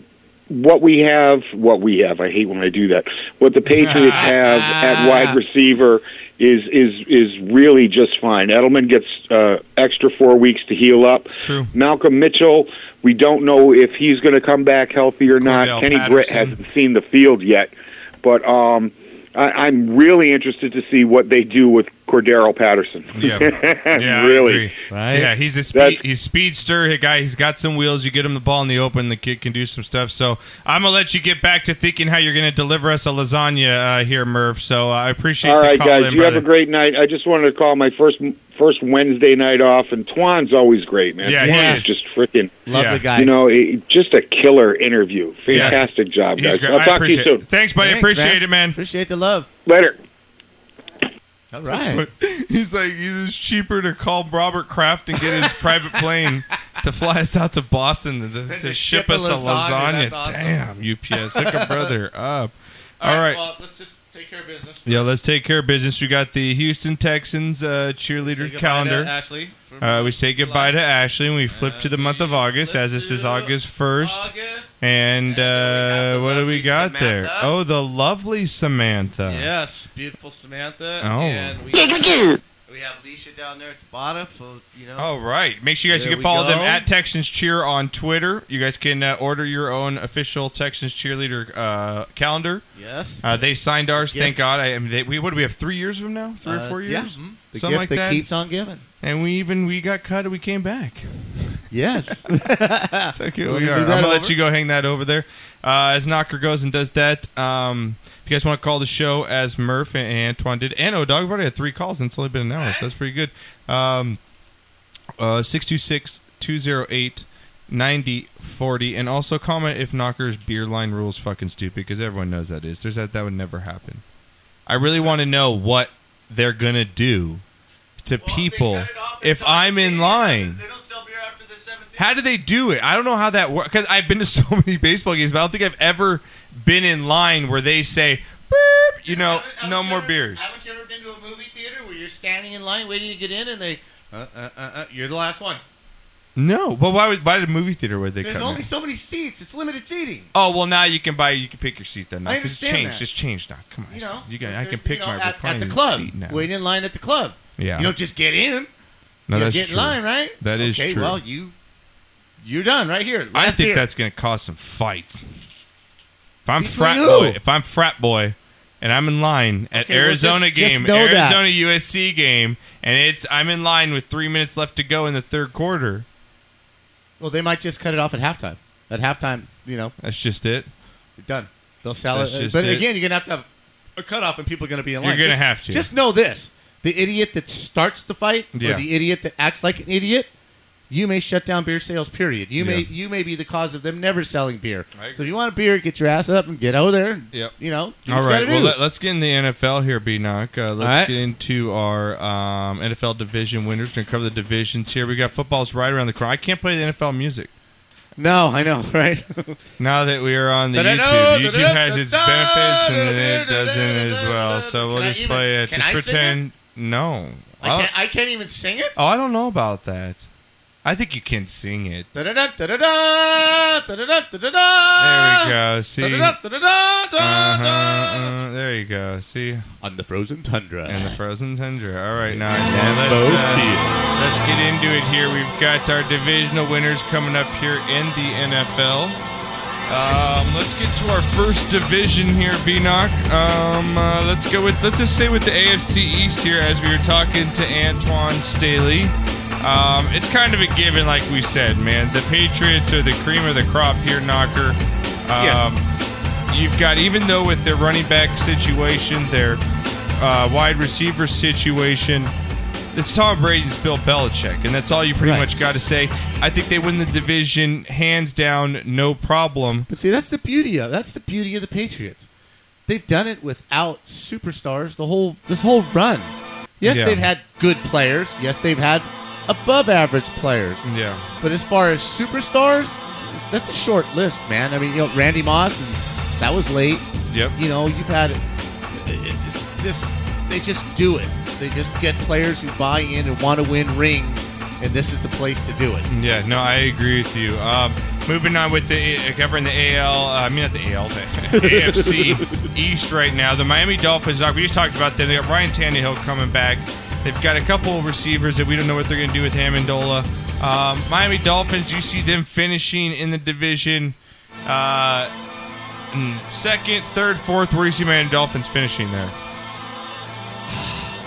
S9: what we have, what we have. I hate when I do that. What the
S1: [LAUGHS]
S9: Patriots have at wide receiver is is is really just fine. Edelman gets uh, extra four weeks to heal up.
S1: True.
S9: Malcolm Mitchell, we don't know if he's going to come back healthy or
S1: Cordell
S9: not. Kenny Britt
S1: Patterson.
S9: hasn't seen the field yet, but um, I, I'm really interested to see what they do with Cordero Patterson. [LAUGHS]
S1: Yeah. [LAUGHS] Yeah, I
S9: really.
S1: agree. Yeah, he's a
S9: That's-
S1: speed, he's speedster a guy. He's got some wheels. You get him the ball in the open, the kid can do some stuff. So I'm gonna let you get back to thinking how you're gonna deliver us a lasagna uh, here, Merv. So uh, I appreciate
S9: All
S1: the
S9: right,
S1: call
S9: guys.
S1: in,
S9: you have
S1: brother.
S9: a great night. I just wanted to call my first first Wednesday night off, and Twan's always great, man.
S1: Yeah, he
S9: Twan
S1: is.
S9: just freaking
S1: Love the Yeah. guy.
S9: You know, it, just a killer interview. Fantastic job,
S1: He's
S9: guys.
S1: great.
S9: I'll
S1: I
S9: talk to you
S1: appreciate
S9: soon.
S1: it. Thanks, buddy.
S2: Thanks,
S1: appreciate
S2: man.
S1: it, man.
S2: Appreciate the love.
S9: Later.
S2: All right.
S1: [LAUGHS] He's like, it's cheaper to call Robert Kraft and
S2: [LAUGHS]
S1: get his private plane to fly us out to Boston than to, to,
S2: to
S1: ship,
S2: ship a
S1: us a
S2: lasagna.
S1: lasagna.
S2: That's awesome.
S1: Damn, UPS,
S2: [LAUGHS]
S1: hook a brother up. All right.
S2: Well, let's just take care of business.
S1: Yeah, let's take care of business. We got the Houston Texans uh,
S2: Say
S1: cheerleader
S2: goodbye
S1: calendar.
S2: to Ashley. for-
S1: Uh, we say goodbye to Ashley, and we flip to the month of August, as this is August first. And uh, what do we got there? Oh, the lovely Samantha.
S2: Yes, beautiful Samantha.
S1: Uh, Oh.
S2: And we have, we have Leisha down there at the bottom. So, you know.
S1: All right. Make sure you guys
S2: There
S1: you can
S2: we
S1: follow them
S2: go.
S1: at Texans Cheer on Twitter. You guys can uh, order your own official Texans cheerleader uh, calendar.
S2: Yes.
S1: Uh, they signed ours.
S2: Yes.
S1: Thank God. I, I mean, they, we what do we have? Three years from now? Three
S2: Uh,
S1: or four years?
S2: yeah, mhm. The gift
S1: Something like
S2: that
S1: that.
S2: keeps on giving.
S1: And we even we got cut and we came back.
S2: Yes.
S1: [LAUGHS] so cute.
S2: We
S1: We
S2: can
S1: are.
S2: do
S1: I'm
S2: that
S1: gonna let
S2: over.
S1: you go hang that over there. Uh, as Knocker goes and does that. Um, if you guys want to call the show, as Murph and Antoine did, and O'Dog, we've already had three calls and it's only been an hour, so that's pretty good. Um, uh, 626-208-9040. and also comment if Knocker's beer line rules fucking stupid because everyone knows that is. There's that that would never happen. I really want to know what they're gonna do to people if I'm in line. How do they do it? I don't know how that works. Because I've been to [LAUGHS] so many baseball games, but I don't think I've ever been in line where they say, Beep, you know, no more beers.
S2: Haven't you ever been to a movie theater where you're standing in line waiting to get in and they, uh, uh, uh, uh, you're the last one?
S1: No, but why? would- Why did a movie theater where they?
S2: There's
S1: cut me?
S2: only so many seats. It's limited seating.
S1: Oh well, now you can buy. You can pick your seat then. Now,
S2: I
S1: 'cause it's
S2: understand
S1: changed.
S2: that.
S1: It's changed now. Come on,
S2: You know,
S1: you can. I
S2: there's-
S1: can pick
S2: you know,
S1: my
S2: at, at the
S1: reclining
S2: club.
S1: seat now.
S2: Waiting in line at the club.
S1: Yeah.
S2: You don't just get in.
S1: No,
S2: you
S1: that's
S2: get in
S1: true.
S2: line, right?
S1: That is
S2: okay,
S1: true.
S2: Well, you you're done right here.
S1: I
S2: Last
S1: think
S2: beer.
S1: that's going to cause some fights. If I'm
S2: Between
S1: frat
S2: who?
S1: boy, if I'm frat boy, and I'm in line at
S2: Okay, well,
S1: Arizona
S2: just- just
S1: game,
S2: know that.
S1: Arizona USC game, and it's I'm in line with three minutes left to go in the third quarter.
S2: well, they might just cut it off at halftime. At halftime, you know,
S1: That's just it.
S2: you're done. They'll sell
S1: That's
S2: it.
S1: just
S2: uh, But
S1: it.
S2: again, you're gonna have to have a cutoff, and people are gonna be in
S1: You're
S2: line.
S1: gonna
S2: Just-
S1: have to.
S2: Just know this: the idiot that starts the fight,
S1: Yeah.
S2: or the idiot that acts like an idiot, You may shut down beer sales. Period. You may
S1: Yeah.
S2: you may be the cause of them never selling beer.
S1: I agree.
S2: So if you want a beer, get your ass up and get over there.
S1: Yep.
S2: You know. do
S1: All
S2: what you
S1: right.
S2: gotta
S1: Well,
S2: do.
S1: let, us get in the NFL here, B Knock. Uh, let's
S2: right.
S1: get into our um, NFL division winners. We're going to cover the divisions here. We got football's right around the corner. I can't play the NFL music.
S2: No, I know, [LAUGHS] right?
S1: now that we are on the
S2: Da-da-da,
S1: YouTube, YouTube has its benefits and it doesn't as well. So we'll
S2: Can I
S1: just
S2: even-
S1: play it.
S2: can
S1: Just
S2: I sing
S1: pretend. No.
S2: I
S1: don't-
S2: can't, I can't even sing it.
S1: Oh, I don't know about that. I think you can sing it.
S2: Da-da-da, da-da-da, da-da-da,
S1: There
S2: da-da-da.
S1: we go. See.
S2: Ah. Da-da-da, da-da-da, da-da.
S1: Uh-huh, uh, there you go. See
S2: on the frozen tundra.
S1: And the frozen tundra. All right, now now
S2: both
S1: let's, uh, let's get into it here. We've got our divisional winners coming up here in the NFL. Um, let's get to our first division here, B Knock. Um, uh, let's go with let's just stay with the AFC East here as we were talking to Antoine Staley. Um, it's kind of a given, like we said, man. The Patriots are the cream of the crop here, Knocker. Um,
S10: Yes.
S1: You've got, even though with their running back situation, their uh, wide receiver situation, it's Tom Brady's Bill Belichick, and that's all you pretty much got to say. I think they win the division hands down, no problem.
S2: But see, that's the beauty of that's the beauty of the Patriots. They've done it without superstars the whole this whole run. Yes,
S1: Yeah.
S2: they've had good players. Yes, they've had above average players.
S1: Yeah.
S2: But as far as superstars, that's a short list, man. I mean, you know, Randy Moss, and that was late.
S1: Yep.
S2: You know, you've had just they just do it. They just get players who buy in and want to win rings, and this is the place to do it.
S1: Yeah, no, I agree with you. Um, moving on with the uh, covering the AL, uh, I mean not the AL, the [LAUGHS]
S2: [LAUGHS]
S1: AFC East right now. The Miami Dolphins. uh, We just talked about them. They got Ryan Tannehill coming back. They've got a couple of receivers that we don't know what they're going to do with Amendola. Um, Miami Dolphins. You see them finishing in the division. Uh, mm, second, third, fourth. Where do you see Miami Dolphins finishing there?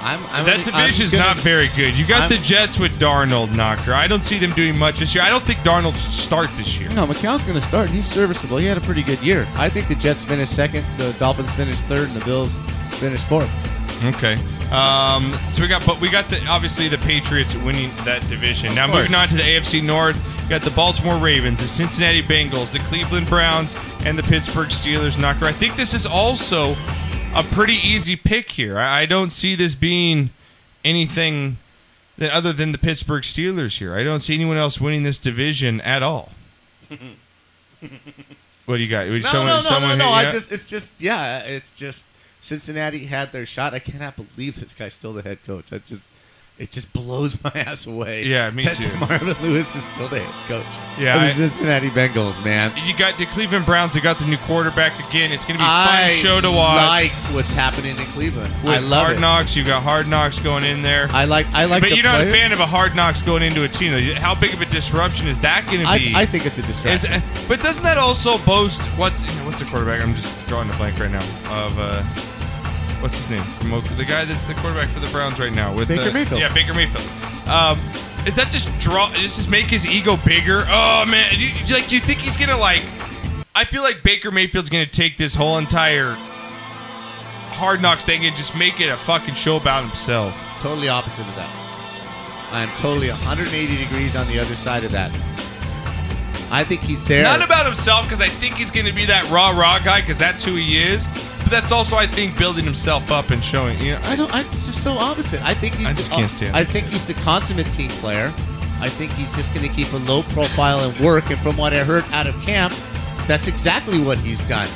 S2: I'm, I'm
S1: that
S2: gonna- I'm
S1: division's
S2: gonna-
S1: not very good. You got
S2: I'm-
S1: the Jets with Darnold Knocker. I don't see them doing much this year. I don't think Darnold should start this year.
S2: No, McCown's going to start, and he's serviceable. He had a pretty good year. I think the Jets finished second, the Dolphins finished third, and the Bills finished fourth.
S1: Okay. Um, so we got, but we got the obviously the Patriots winning that division. Now
S2: course.
S1: moving on to the AFC North, you got the Baltimore Ravens, the Cincinnati Bengals, the Cleveland Browns, and the Pittsburgh Steelers. Knocker. I think this is also a pretty easy pick here. I, I don't see this being anything that other than the Pittsburgh Steelers here. I don't see anyone else winning this division at all. What do you got?
S2: No,
S1: Someone-
S2: no, no,
S1: someone
S2: no,
S1: hit
S2: no.
S1: you
S2: I
S1: up?
S2: just, it's just, yeah, it's just Cincinnati had their shot. I cannot believe this guy's still the head coach. That just, it just blows my [LAUGHS] ass away.
S1: Yeah, me
S2: that
S1: too.
S2: Marvin Lewis is still the head coach.
S1: Yeah,
S2: of the
S1: I-
S2: Cincinnati Bengals, man.
S1: You got the Cleveland Browns. They got the new quarterback again. It's going to be a fun
S2: I
S1: show to watch.
S2: like what's happening in Cleveland.
S1: With
S2: I love
S1: hard
S2: it.
S1: knocks. You got hard knocks going in there.
S2: I like. I like.
S1: but
S2: the
S1: you're not a
S2: players.
S1: fan of a hard knocks going into a team. though. How big of a disruption is that going to
S2: I-
S1: be?
S2: I think it's a
S1: Is
S2: distraction.
S1: that- but doesn't that also boast what's what's the quarterback? I'm just drawing a blank right now of uh, what's his name from Oak- the guy that's the quarterback for the Browns right now with
S10: Baker
S1: uh,
S10: Mayfield.
S1: Yeah, Baker Mayfield. Um, is that just draw? Does this make his ego bigger? Oh man, do you, like do you think he's gonna like? I feel like Baker Mayfield's gonna take this whole entire hard knocks thing and just make it a fucking show about himself.
S2: Totally opposite of that. I'm totally 180 degrees on the other side of that. I think he's there.
S1: Not about himself because I think he's going to be that rah rah guy because that's who he is. But that's also I think building himself up and showing. You know,
S2: I don't. I, it's just so opposite. I think he's.
S1: I
S2: the,
S1: just can't stand
S2: I
S1: it.
S2: think he's the consummate team player. I think he's just going to keep a low profile and work. And from what I heard out of camp, that's exactly what he's done.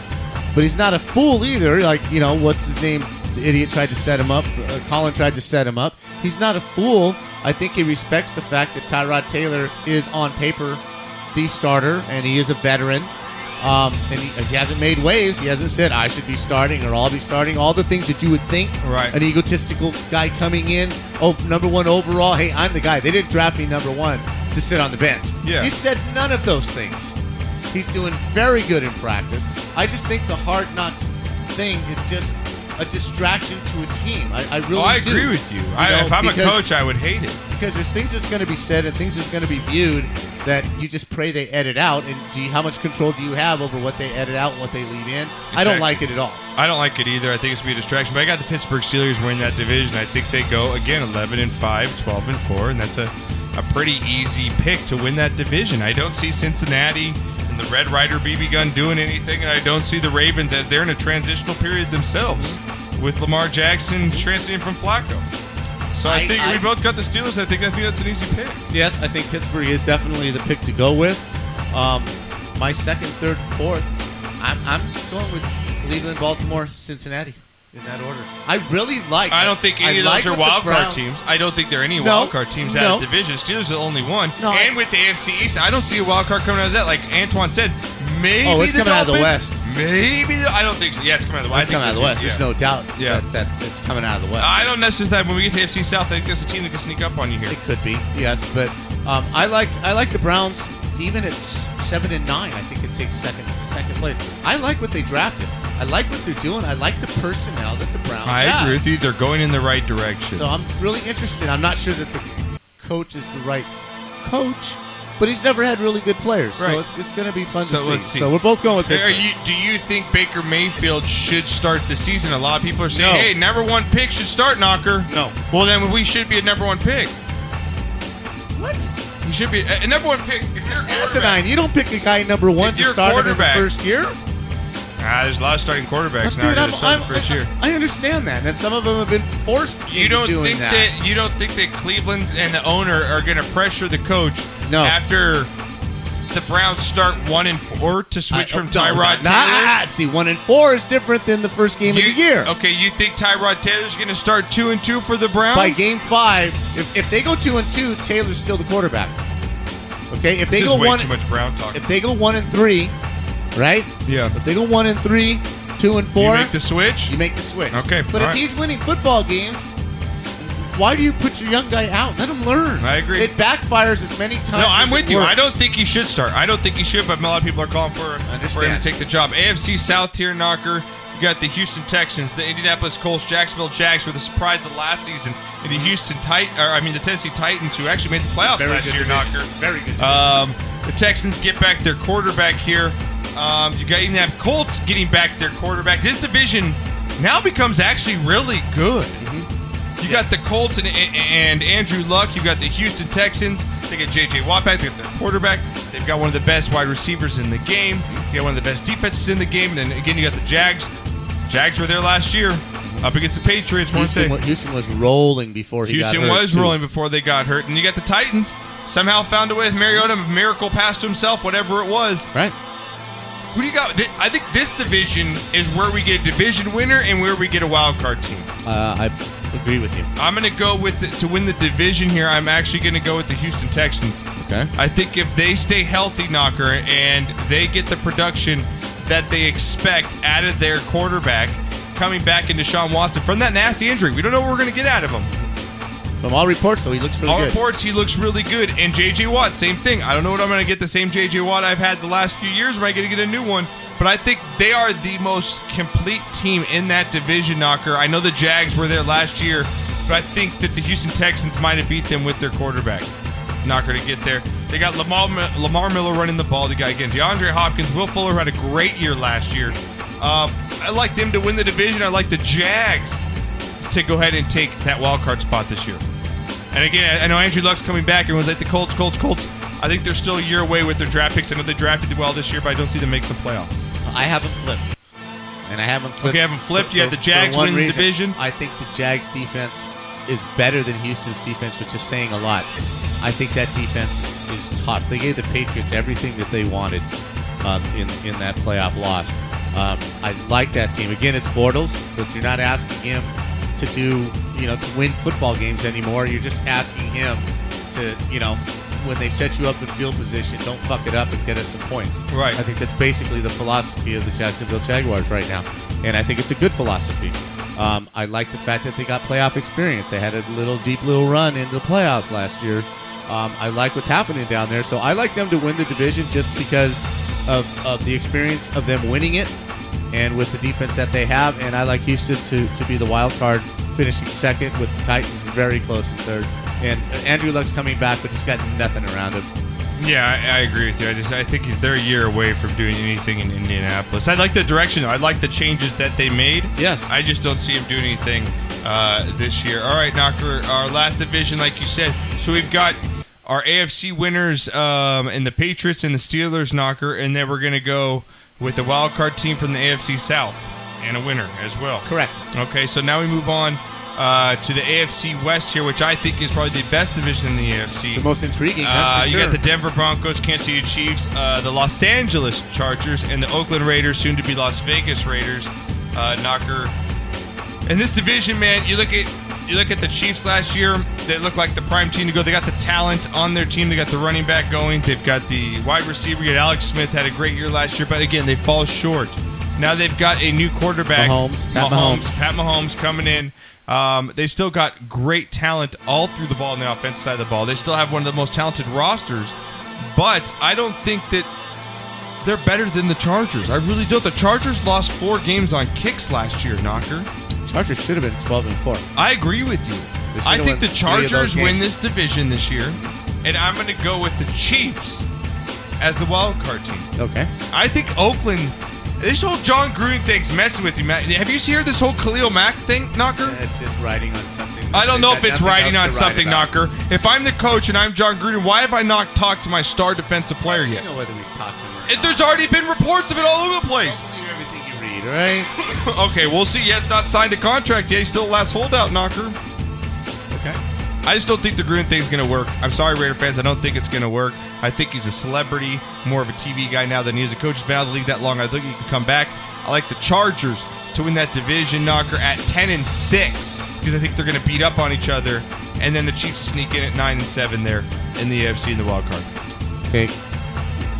S2: But he's not a fool either. Like you know, what's his name? The idiot tried to set him up. Uh, Colin tried to set him up. He's not a fool. I think he respects the fact that Tyrod Taylor is on paper the starter, and he is a veteran. Um, and he, he hasn't made waves. He hasn't said I should be starting or I'll be starting. All the things that you would think
S1: Right.
S2: an egotistical guy coming in, oh number one overall. Hey, I'm the guy. They didn't draft me number one to sit on the bench.
S1: Yeah.
S2: He said none of those things. He's doing very good in practice. I just think the hard knocks thing is just a distraction to a team. I, I really
S1: oh, I
S2: do.
S1: agree with you. I,
S2: know,
S1: if I'm a
S2: because-
S1: coach, I would hate it.
S2: because there's things that's going to be said and things that's going to be viewed that you just pray they edit out. And do you, how much control do you have over what they edit out and what they leave in? I don't
S1: Exactly.
S2: like it at all.
S1: I don't like it either. I think it's gonna be a distraction. But I got the Pittsburgh Steelers winning that division. I think they go again 11 and 5, 12 and 4, and that's a a pretty easy pick to win that division. I don't see Cincinnati and the Red Rider BB gun doing anything, and I don't see the Ravens as they're in a transitional period themselves with Lamar Jackson transiting from Flacco. So I,
S2: I-
S1: think
S2: I-
S1: we both got the Steelers. I think I think that's an easy pick.
S2: Yes, I think Pittsburgh is definitely the pick to go with. Um, my second, third, fourth, I'm, I'm going with Cleveland, Baltimore, Cincinnati in that order. I really like.
S1: I don't think any
S2: I
S1: of
S2: like
S1: those
S2: what
S1: are
S2: the
S1: wild card
S2: Browns-
S1: teams. I don't think there are any
S2: No,
S1: wild card teams out
S2: no.
S1: of the division. Steelers are the only one.
S2: No, I-
S1: and with the AFC East, I don't see a wild card coming out of that. Like Antoine said, maybe
S2: Oh, it's
S1: the
S2: coming out of the
S1: Dolphins,
S2: West.
S1: Maybe the- I don't think so. Yeah, it's coming out of the
S2: It's
S1: West.
S2: coming out of the West. There's no doubt
S1: Yeah.
S2: that, that it's coming out of the West.
S1: I don't necessarily. When we get to AFC South, I think there's a team that can sneak up on you here. It
S2: could be. Yes, but um, I like I like the Browns even at s- seven and nine. I think it takes second second place. I like what they drafted. I like what they're doing. I like the personnel that the Browns.
S1: I
S2: have.
S1: agree with you. They're going in the right direction.
S2: So I'm really interested. I'm not sure that the coach is the right coach, but he's never had really good players.
S1: Right.
S2: So it's, it's going to be fun
S1: So
S2: to see.
S1: let's see.
S2: So we're both going with
S1: Are
S2: Pittsburgh.
S1: you- do you think Baker Mayfield should start the season? A lot of people are saying,
S2: No.
S1: "Hey, number one pick should start Knocker."
S2: No.
S1: Well, then we should be a number one pick. What? You should be a, a number one pick. If you're a quarterback-
S2: Asinine. You don't pick a guy number one
S1: If
S2: to
S1: you're a
S2: start him in the
S1: quarterback.
S2: first year.
S1: Ah, there's a lot of starting quarterbacks now.
S2: Dude,
S1: that are
S2: I'm, I'm,
S1: starting first year.
S2: I understand that, and some of them have been forced.
S1: You
S2: into
S1: don't
S2: doing
S1: think
S2: that.
S1: that. you don't think that Cleveland's and the owner are going to pressure the coach
S2: No.
S1: after the Browns start one and four to switch
S2: I-
S1: from
S2: oh, no,
S1: Tyrod
S2: no,
S1: Taylor.
S2: no, no, see, one and four is different than the first game of the year.
S1: Okay, you think Tyrod Taylor's going to start two and two for the Browns?
S2: By game five, if, if they go two and two, Taylor's still the quarterback. Okay, if they
S1: This is
S2: go
S1: way
S2: one,
S1: too much Brown talk.
S2: if they go one and three, right?
S1: Yeah.
S2: If they go one and three, two and
S1: You
S2: four,
S1: make the switch.
S2: You make the switch.
S1: Okay,
S2: but if
S1: all right.
S2: he's winning football games, why do you put your young guy out? Let him learn.
S1: I agree.
S2: It backfires as many times.
S1: no, I'm
S2: as
S1: with
S2: it
S1: you. I
S2: works.
S1: don't think he should start. I don't think he should, but a lot of people are calling for, for him to
S2: Understand.
S1: take the job. AFC South here, knocker. You got the Houston Texans, the Indianapolis Colts, Jacksonville Jags were the surprise of last season, and the Houston Tit, or I mean the Tennessee Titans, who actually made the playoffs
S2: Mm-hmm. Very
S1: last
S2: good
S1: year,
S2: division.
S1: knocker.
S2: Very good.
S1: Um, the Texans get back their quarterback here. Um, you got even have Colts getting back their quarterback. This division now becomes actually really good.
S2: Mm-hmm.
S1: You got the Colts and, and Andrew Luck. You got the Houston Texans. They get J.J. Watt back. They get their quarterback. They've got one of the best wide receivers in the game. You got one of the best defenses in the game. And then again, you got the Jags. Jags were there last year, up against the Patriots. weren't
S2: Houston,
S1: they?
S2: wa- Houston was rolling before he
S1: Houston
S2: got hurt,
S1: was
S2: too.
S1: rolling before they got hurt, and you got the Titans somehow found a way with Mariota, a miracle pass to himself, whatever it was.
S2: Right.
S1: Who do you got? Th- I think this division is where we get a division winner and where we get a wild card team.
S2: Uh, I agree with you.
S1: I'm going to go with the, to win the division here. I'm actually going to go with the Houston Texans.
S2: Okay.
S1: I think if they stay healthy, Knocker, and they get the production that they expect out of their quarterback coming back into Sean Watson from that nasty injury, we don't know what we're going to get out of him.
S2: From all reports, though, he looks really
S1: All
S2: good.
S1: reports, he looks really good. And JJ Watt, same thing. I don't know what I'm going to get the same JJ Watt I've had the last few years. Am I going to get a new one? But I think they are the most complete team in that division, Knocker. I know the Jags were there last year, but I think that the Houston Texans might have beat them with their quarterback. Knocker to get there. They got Lamar, Lamar Miller running the ball. They got again DeAndre Hopkins, Will Fuller who had a great year last year. Um, I like them to win the division. I like the Jags to go ahead and take that wild card spot this year. And again, I know Andrew Luck's coming back. Everyone's like the Colts, Colts, Colts. I think they're still a year away with their draft picks. I know they drafted well this year, but I don't see them make the playoffs.
S2: I haven't flipped. And I haven't flipped.
S1: Okay, haven't flipped. You had the
S2: for
S1: Jags
S2: one
S1: winning the
S2: reason.
S1: division.
S2: I think the Jags defense is better than Houston's defense, which is saying a lot. I think that defense is, is tough. They gave the Patriots everything that they wanted um, in in that playoff loss. Um, I like that team. Again, it's Bortles, but you're not asking him to do you know to win football games anymore. You're just asking him to you know when they set you up in field position, don't fuck it up and get us some points.
S1: Right.
S2: I think that's basically the philosophy of the Jacksonville Jaguars right now, and I think it's a good philosophy. Um, I like the fact that they got playoff experience. They had a little deep little run into the playoffs last year. Um, I like what's happening down there, so I like them to win the division just because of, of the experience of them winning it and with the defense that they have. And I like Houston to, to be the wild card, finishing second with the Titans very close in third. And Andrew Luck's coming back, but he's got nothing around him.
S1: Yeah, I, I agree with you. I just I think he's they're a year away from doing anything in Indianapolis. I like the direction. though. I like the changes that they made. Yes. I just don't see him doing anything uh, this year. All right, Knocker, our last division, like you said. So we've got. our AFC winners um, and the Patriots and the Steelers knocker, and then we're going to go with the wild card team from the AFC South and a winner as well.
S2: Correct.
S1: Okay, so now we move on uh, to the AFC West here, which I think is probably the best division in the AFC. It's
S2: the most intriguing. That's
S1: uh,
S2: for
S1: You got
S2: sure.
S1: the Denver Broncos, Kansas City Chiefs, uh, the Los Angeles Chargers, and the Oakland Raiders, soon to be Las Vegas Raiders. Uh, knocker. In this division, man, you look at you look at the Chiefs last year. They look like the prime team to go. They got the talent on their team. They got the running back going. They've got the wide receiver. You got Alex Smith had a great year last year, but again, they fall short. Now they've got a new quarterback,
S2: Mahomes, Pat Mahomes.
S1: Pat Mahomes coming in. Um, they still got great talent all through the ball on the offensive side of the ball. They still have one of the most talented rosters, but I don't think that they're better than the Chargers. I really don't. The Chargers lost four games on kicks last year, Knocker.
S2: Chargers should have been twelve and four.
S1: I agree with you.
S2: They should've
S1: I
S2: won
S1: think the
S2: three of those
S1: Chargers win
S2: games.
S1: this division this year, and I'm going to go with the Chiefs as the wild card team.
S2: Okay.
S1: I think Oakland. This whole John Gruden thing's messing with you, Matt. Have you seen this whole Khalil Mack thing, Knocker?
S2: It's just riding on something.
S1: I don't know if it's riding on something,
S2: knocker.
S1: Knocker. If I'm the coach and I'm John Gruden, why have I not talked to my star defensive player
S2: I
S1: yet?
S2: don't know whether he's talked to him or
S1: It- there's already been reports of it all over the place.
S2: everything you read, right?
S1: [LAUGHS] okay, we'll see. He has not signed a contract yet. He's still the last holdout, Knocker.
S2: Okay.
S1: I just don't think the Gruden thing's going to work. I'm sorry, Raider fans. I don't think it's going to work. I think he's a celebrity, more of a TV guy now than he is a coach. He's been out of the league that long. I think he can come back. I like the Chargers to win that division knocker at 10 and 6 because I think they're going to beat up on each other. And then the Chiefs sneak in at 9 and 7 there in the AFC in the wild card.
S2: Okay.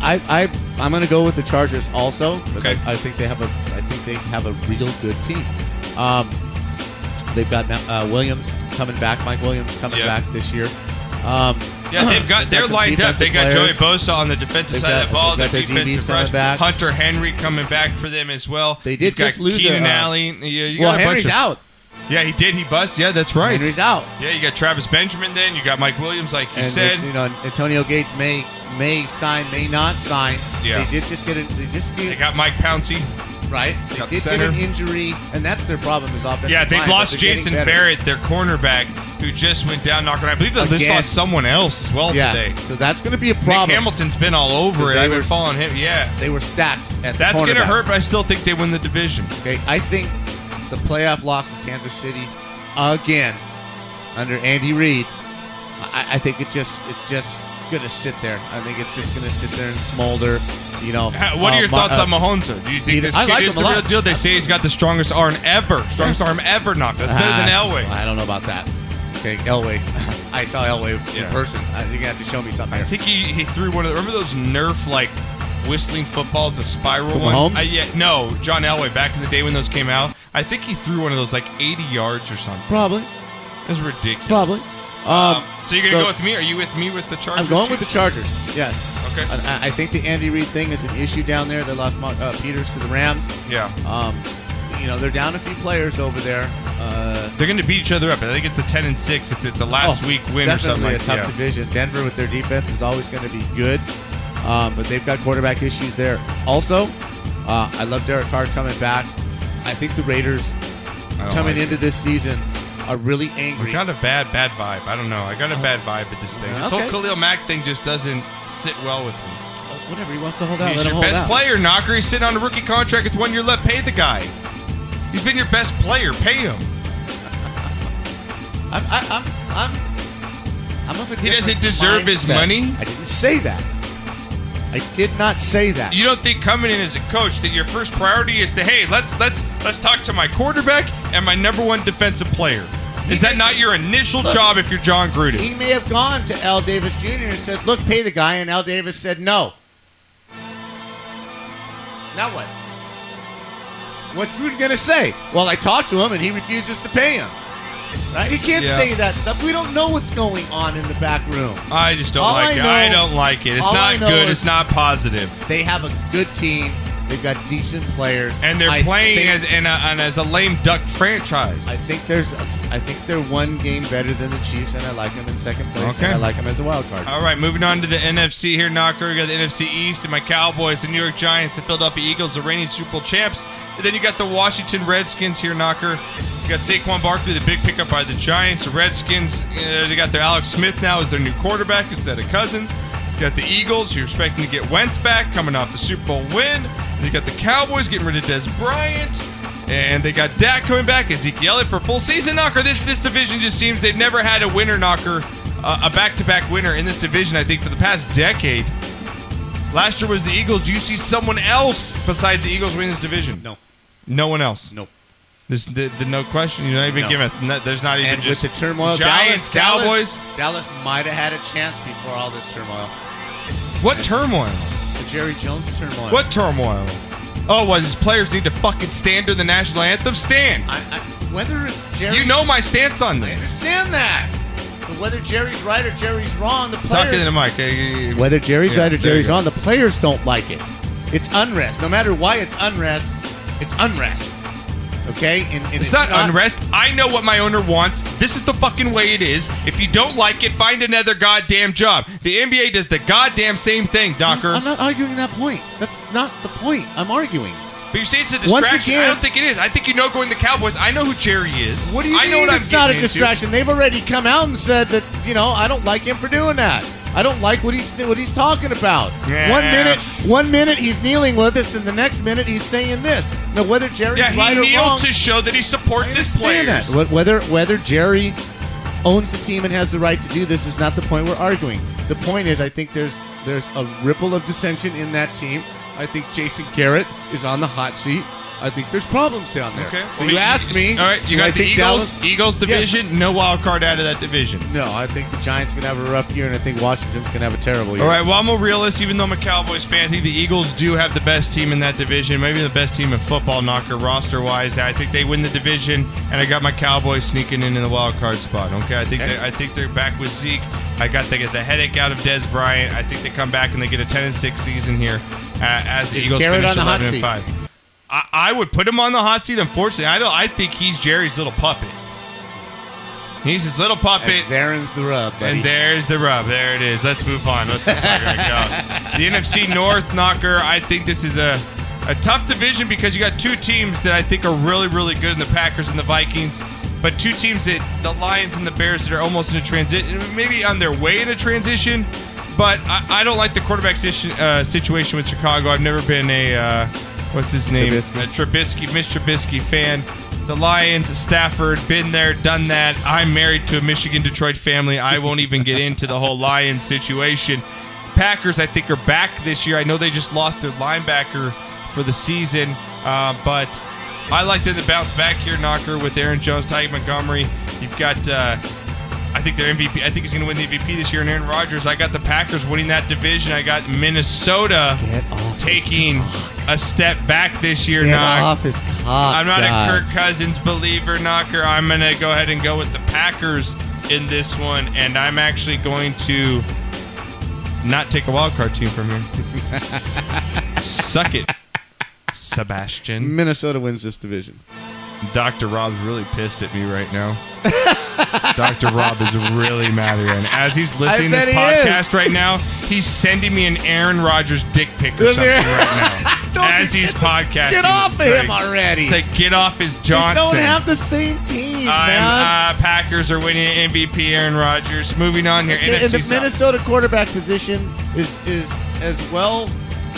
S2: I I I'm gonna go with the Chargers also.
S1: Okay.
S2: I think they have a I think they have a real good team. Um, they've got uh, Williams coming back, Mike Williams coming
S1: Yeah.
S2: back this year. Um,
S1: Yeah,
S2: [CLEARS THROAT]
S1: they've got they're
S2: some
S1: lined up. They got
S2: defensive
S1: Joey
S2: players.
S1: Bosa on the defensive
S2: They've
S1: side
S2: got-
S1: of the ball.
S2: they've
S1: The
S2: got their DBs
S1: defensive
S2: coming
S1: rush.
S2: back.
S1: Hunter Henry coming back for them as well.
S2: They did
S1: You've got
S2: just lose
S1: Keenan
S2: their, uh,
S1: Alley. You, you
S2: Well,
S1: got a bunch
S2: Henry's
S1: of-
S2: out.
S1: Yeah, he did. He bust. Yeah, that's right.
S2: Henry's out.
S1: Yeah, you got Travis Benjamin. Then you got Mike Williams, like you
S2: and
S1: said.
S2: you know Antonio Gates may may sign, may not sign.
S1: Yeah.
S2: They did just get a, they just
S1: they
S2: get,
S1: got Mike Pouncey.
S2: right. They
S1: got the
S2: did get
S1: center.
S2: an injury, and that's their problem is offensive.
S1: yeah, they've
S2: line, but
S1: lost
S2: they're getting
S1: Jason
S2: better.
S1: Barrett, their cornerback, who just went down. Knocking. I believe they just
S2: Again.
S1: lost someone else as well
S2: Yeah.
S1: today.
S2: So that's going to be a
S1: Nick
S2: problem.
S1: Hamilton's been all over
S2: 'Cause
S1: it.
S2: they
S1: I've been
S2: were-
S1: following him. Yeah,
S2: They were stacked at
S1: that's
S2: going to
S1: gonna hurt, but I still think they win the division.
S2: Okay, I think the playoff loss with Kansas City again under Andy Reid. I, I think it just it's just gonna sit there. I think it's just gonna sit there and smolder. You know.
S1: Ha- What are
S2: Uh,
S1: your
S2: Ma-
S1: thoughts
S2: uh,
S1: on Mahomes? Though? Do you
S2: you
S1: think
S2: know,
S1: this
S2: I
S1: kid
S2: like
S1: is
S2: him a
S1: the real
S2: lot.
S1: deal? They say he's got the strongest arm ever, strongest arm ever. Knock. That's better than
S2: Ah,
S1: Elway.
S2: I don't know about that. Okay, Elway. [LAUGHS] I saw Elway
S1: Yeah.
S2: in person. Uh, You're gonna have to show me something.
S1: I think he, he threw one of the, remember those Nerf like whistling footballs, the spiral
S2: To
S1: ones.
S2: Mahomes?
S1: I, yeah, no, John Elway back in the day when those came out. I think he threw one of those like 80 yards or something.
S2: probably,
S1: It was ridiculous.
S2: probably. Um,
S1: Um, so you're gonna
S2: so-
S1: go with me? Are you with me with the Chargers?
S2: I'm going with the
S1: Chiefs?
S2: Chargers. Yes.
S1: Okay.
S2: And I, I think the Andy Reid thing is an issue down there. They lost Mo- uh, Peters to the Rams.
S1: Yeah,
S2: Um, you know, they're down a few players over there. Uh,
S1: they're gonna beat each other up. I think it's a 10 and six. It's it's a last
S2: oh,
S1: week win or something.
S2: Definitely
S1: like
S2: a tough
S1: yeah.
S2: division. Denver with their defense is always going to be good, um, but they've got quarterback issues there. Also, uh, I love Derek Carr coming back. I think the Raiders
S1: I don't
S2: coming
S1: like
S2: into this season are really angry. Oh.
S1: We got a bad, bad vibe. I don't know. I got a bad vibe with this thing. This
S2: Okay.
S1: whole Khalil Mack thing just doesn't sit well with me.
S2: Oh, Whatever he wants to hold out,
S1: He's
S2: let him
S1: your
S2: hold
S1: best
S2: out.
S1: player, Knocker. He's sitting on a rookie contract with one year left. Pay the guy. He's been your best player. Pay
S2: [LAUGHS]
S1: him.
S2: I'm, I, I'm, I'm, I'm of a
S1: He doesn't
S2: different
S1: deserve his
S2: mindset.
S1: money?
S2: I didn't say that. I did not say that.
S1: You don't think coming in as a coach that your first priority is to hey let's let's let's talk to my quarterback and my number one defensive player. Is that not your initial job if you're John Gruden?
S2: He may have gone to Al Davis Jr. and said, "Look, pay the guy," and Al Davis said, "No." Now what? What's Gruden gonna say? Well, I talked to him and he refuses to pay him. Right? He can't
S1: Yeah.
S2: say that stuff. We don't know what's going on in the back room.
S1: I just don't
S2: All
S1: like
S2: I
S1: it.
S2: know-
S1: I don't like it. It's
S2: all I
S1: not
S2: know
S1: good.
S2: is-
S1: it's not positive.
S2: They have a good team. They've got decent players,
S1: And they're
S2: I
S1: playing
S2: think-
S1: as in a, and as a lame duck franchise.
S2: I think there's, I think they're one game better than the Chiefs, and I like them in second place,
S1: Okay.
S2: and I like them as a wild card.
S1: All right, moving on to the NFC here, Knocker. You got the NFC East and my Cowboys, the New York Giants, the Philadelphia Eagles, the reigning Super Bowl champs. And then you got the Washington Redskins here, Knocker. You got Saquon Barkley, the big pickup by the Giants. The Redskins, uh, they got their Alex Smith now as their new quarterback instead of Cousins. You got the Eagles, you're expecting to get Wentz back coming off the Super Bowl win. You got the Cowboys getting rid of Des Bryant. And they got Dak coming back, Ezekiel Elliott for full season knocker. This this division just seems they've never had a winner knocker, uh, a back to back winner in this division, I think, for the past decade. Last year was the Eagles. Do you see someone else besides the Eagles win this division? No. No one else? Nope. This, the, the, no question. You're not even
S2: No.
S1: giving a. no- there's not even
S2: and
S1: just.
S2: with the turmoil,
S1: Giants,
S2: Dallas,
S1: Cowboys.
S2: Dallas, Dallas might have had a chance before all this turmoil.
S1: What turmoil?
S2: The Jerry Jones turmoil.
S1: What turmoil? Oh, well, these players need to fucking stand to the national anthem. Stand.
S2: Whether it's Jerry,
S1: you know my stance on
S2: I
S1: this.
S2: understand that. But whether Jerry's right or Jerry's wrong, the
S1: Talk
S2: players [LAUGHS]
S1: into the mic. Hey, hey, hey.
S2: Whether Jerry's
S1: Yeah,
S2: right or
S1: there you
S2: Jerry's
S1: go.
S2: wrong, the players don't like it. It's unrest. No matter why it's unrest, it's unrest. Okay? And, and
S1: It's, not, unrest. I know what my owner wants. This is the fucking way it is. If you don't like it, find another goddamn job. The NBA does the goddamn same thing, Docker.
S2: I'm not arguing that point. That's not the point I'm arguing.
S1: But you say it's a
S2: Once
S1: distraction. I
S2: again-
S1: don't think it is. I think you know going to the Cowboys. I know who Jerry is.
S2: What do you
S1: I know
S2: mean
S1: what
S2: it's
S1: I'm
S2: not a
S1: getting into.
S2: distraction? They've already come out and said that, you know, I don't like him for doing that. I don't like what he's what he's talking about.
S1: Yeah.
S2: One minute, one minute he's kneeling with us, and the next minute he's saying this. Now, whether Jerry's
S1: Yeah, he
S2: right or
S1: kneeled
S2: wrong,
S1: to show that he supports his
S2: understand
S1: players.
S2: that. Wh- Whether whether Jerry owns the team and has the right to do this is not the point we're arguing. The point is, I think there's there's a ripple of dissension in that team. I think Jason Garrett is on the hot seat. I think there's problems down there.
S1: Okay.
S2: So
S1: Well,
S2: you asked me.
S1: All right, you
S2: do I
S1: got the
S2: think
S1: Eagles.
S2: Dallas-
S1: Eagles
S2: Yes.
S1: division, no wild card out of that division.
S2: No, I think the Giants gonna have a rough year, and I think Washington's gonna have a terrible year.
S1: All right, well, I'm a realist, even though I'm a Cowboys fan. I think the Eagles do have the best team in that division, maybe the best team in football, knocker roster wise. I think they win the division, and I got my Cowboys sneaking in in the wild card spot. Okay, I think
S2: Okay.
S1: They, I think they're back with Zeke. I got they get the headache out of Des Bryant. I think they come back and they get a 10 and 6 season here uh, as the
S2: Is
S1: Eagles
S2: Garrett on
S1: finish
S2: the
S1: 11
S2: hot
S1: and
S2: seat?
S1: 5. I, I would put him on the hot seat. Unfortunately, I don't. I think he's Jerry's little puppet. He's his little puppet.
S2: and there's the rub, buddy.
S1: And there's the rub. There it is. Let's move on. Let's talk about
S2: [LAUGHS]
S1: The NFC North knocker. I think this is a a tough division because you got two teams that I think are really really good in the Packers and the Vikings, but two teams that the Lions and the Bears that are almost in a transition, maybe on their way in a transition. But I, I don't like the quarterback situ- uh, situation with Chicago. I've never been a uh, what's his name
S2: Trubisky.
S1: A Trubisky, Mr. Trubisky fan. The Lions, Stafford, been there, done that. I'm married to a Michigan Detroit family. I won't even get into the whole Lions situation. Packers, I think, are back this year. I know they just lost their linebacker for the season, uh, but I like them to bounce back here, Knocker, with Aaron Jones, Ty Montgomery. You've got, uh, I think, their MVP. I think he's going to win the MVP this year, and Aaron Rodgers. I got the Packers winning that division. I got Minnesota taking a step back this year,
S2: Get
S1: Knock.
S2: off his cock.
S1: I'm not
S2: Josh.
S1: a Kirk Cousins believer knocker. I'm going to go ahead and go with the Packers in this one, and I'm actually going to not take a wild card team from
S2: [LAUGHS]
S1: here. Suck it, Sebastian.
S2: Minnesota wins this division.
S1: Dr. Rob's really pissed at me right now. [LAUGHS] Dr. Rob is really mad at me. And as he's listening to
S2: bet
S1: this
S2: he is.
S1: podcast right now, he's sending me an Aaron Rodgers dick pic or
S2: Does he?
S1: something right now.
S2: Told you,
S1: as he's
S2: get-
S1: podcasting.
S2: get off of
S1: It's
S2: him already.
S1: It's like, get off his Johnson.
S2: They don't have the same team, man.
S1: I'm, uh, Packers are winning MVP. Aaron Rodgers. Moving on here.
S2: and, and
S1: NFC
S2: the
S1: South.
S2: Minnesota quarterback position is is as well.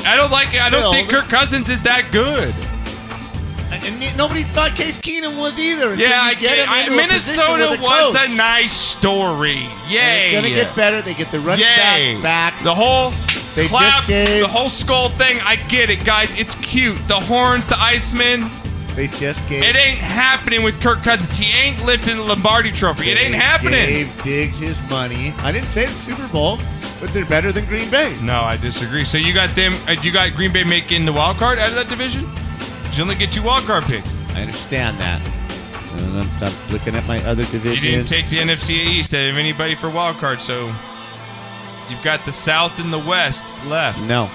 S1: I don't like. I don't think
S2: Filled.
S1: Kirk Cousins is that good.
S2: And n- nobody thought Case Keenum was either. until
S1: Yeah,
S2: you
S1: I
S2: get
S1: get.
S2: him
S1: I,
S2: into a position
S1: Minnesota
S2: with a
S1: was
S2: coach.
S1: a nice story. Yay!
S2: And It's gonna get better. They get the running
S1: Yay!
S2: back back.
S1: The whole
S2: They
S1: clap,
S2: just gave-
S1: the whole skull thing. I get it, guys. It's cute. The horns, the Iceman.
S2: they just gave.
S1: It ain't happening with Kirk Cousins. He ain't lifting the Lombardi Trophy. It
S2: they
S1: ain't happening.
S2: Gave Diggs his money. I didn't say the Super Bowl, but they're better than Green Bay.
S1: No, I disagree. So you got them. uh, You got Green Bay making the wild card out of that division. You only get two wild card picks.
S2: I understand that. And I'm, I'm looking at my other
S1: You
S2: division.
S1: didn't take the NFC East out of anybody for wild card, so you've got the South and the West left.
S2: no,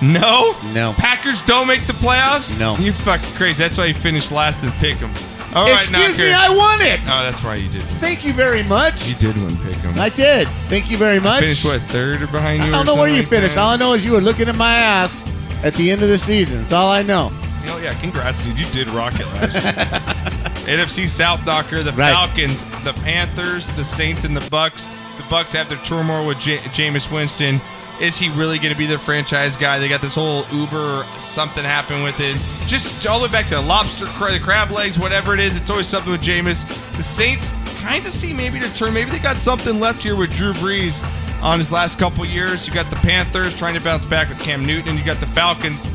S1: No,
S2: no.
S1: Packers don't make the playoffs.
S2: No.
S1: you fucking crazy. That's why you finished last and pick 'em. All right,
S2: Excuse
S1: Knocker.
S2: me, I won it.
S1: oh, that's why you did.
S2: Thank you very much.
S1: You did win pick 'em.
S2: I did. Thank you very much.
S1: Finished what third or behind
S2: I
S1: you? or
S2: don't know where
S1: something
S2: you
S1: like
S2: finished.
S1: that?
S2: All I know is you were looking at my ass at the end of the season. That's all I know.
S1: You know, yeah, congrats, dude. You did rock it last year. NFC South knocker, the
S2: Right.
S1: Falcons, the Panthers, the Saints, and the Bucks. The Bucks have their turmoil with J- Jameis Winston. Is he really going to be their franchise guy? They got this whole Uber something happened with it. Just all the way back to the lobster, cra- the crab legs, whatever it is. It's always something with Jameis. The Saints kind of see maybe to turn. Maybe they got something left here with Drew Brees on his last couple years. You got the Panthers trying to bounce back with Cam Newton, and you got the Falcons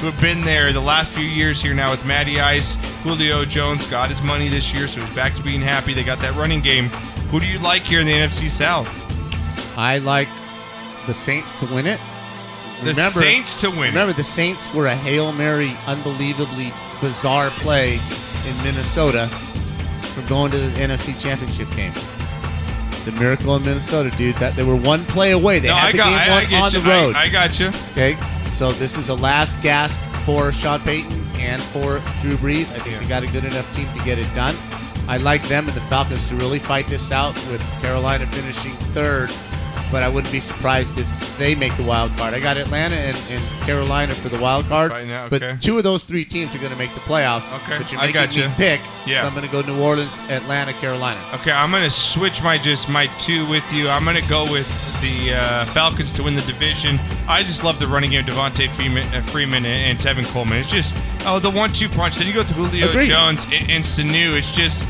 S1: who have been there the last few years here now with Matty Ice, Julio Jones got his money this year, so he's back to being happy. They got that running game. Who do you like here in the NFC South?
S2: I like the Saints to win it.
S1: The Saints to win it.
S2: Remember, the Saints were a hail mary, unbelievably bizarre play in Minnesota from going to the NFC Championship game. The miracle in Minnesota, dude. That they were one play away. They
S1: No,
S2: had
S1: I
S2: the
S1: got- I- I
S2: game
S1: get
S2: won on
S1: you.
S2: the road.
S1: I- I got you.
S2: Okay, so this is a last gasp for Sean Payton and for Drew Brees. I think they got a good enough team to get it done. I like them and the Falcons to really fight this out with Carolina finishing third, but I wouldn't be surprised if they make the wild card. I got Atlanta and, and Carolina for the wild card,
S1: Right now, okay.
S2: but two of those three teams are going to make the playoffs.
S1: Okay,
S2: but you're
S1: I
S2: making
S1: got you.
S2: me pick.
S1: Yeah.
S2: so I'm going to go New Orleans, Atlanta, Carolina.
S1: Okay, I'm gonna switch my just my two with you. I'm gonna go with the uh, Falcons to win the division. I just love the running game, of Devontae Freeman, uh, Freeman and, and Tevin Coleman. It's just oh the one-two punch. Then you go to Julio
S10: Agreed.
S1: Jones and, and Sanu. It's just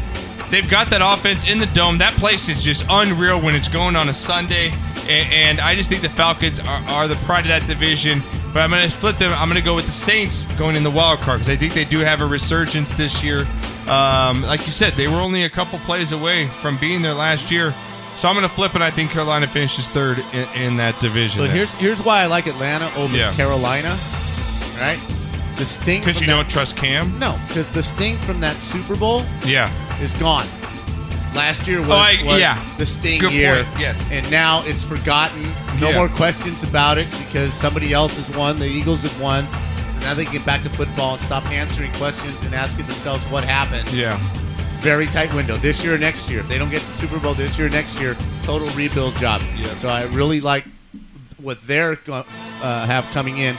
S1: they've got that offense in the dome. That place is just unreal when it's going on a Sunday. And, and I just think the Falcons are, are the pride of that division. But I'm gonna flip them. I'm gonna go with the Saints going in the wild card because I think they do have a resurgence this year. Um, like you said, they were only a couple plays away from being there last year. So I'm going to flip, and I think Carolina finishes third in, in that division.
S2: But here's here's why I like Atlanta over
S1: Yeah.
S2: Carolina, right? The sting
S1: because
S2: from
S1: you
S2: that-
S1: don't trust Cam.
S2: No, because the sting from that Super Bowl
S1: Yeah.
S2: is gone. Last year was,
S1: Oh, I-
S2: was
S1: yeah.
S2: the sting
S1: Good
S2: year.
S1: point, yes.
S2: And now it's forgotten. No
S1: Yeah.
S2: more questions about it because somebody else has won. The Eagles have won. So now they can get back to football and stop answering questions and asking themselves what happened.
S1: Yeah.
S2: Very tight window this year or next year. If they don't get the Super Bowl this year or next year, total rebuild job.
S1: Yeah.
S2: So I really like what they're going uh, have coming in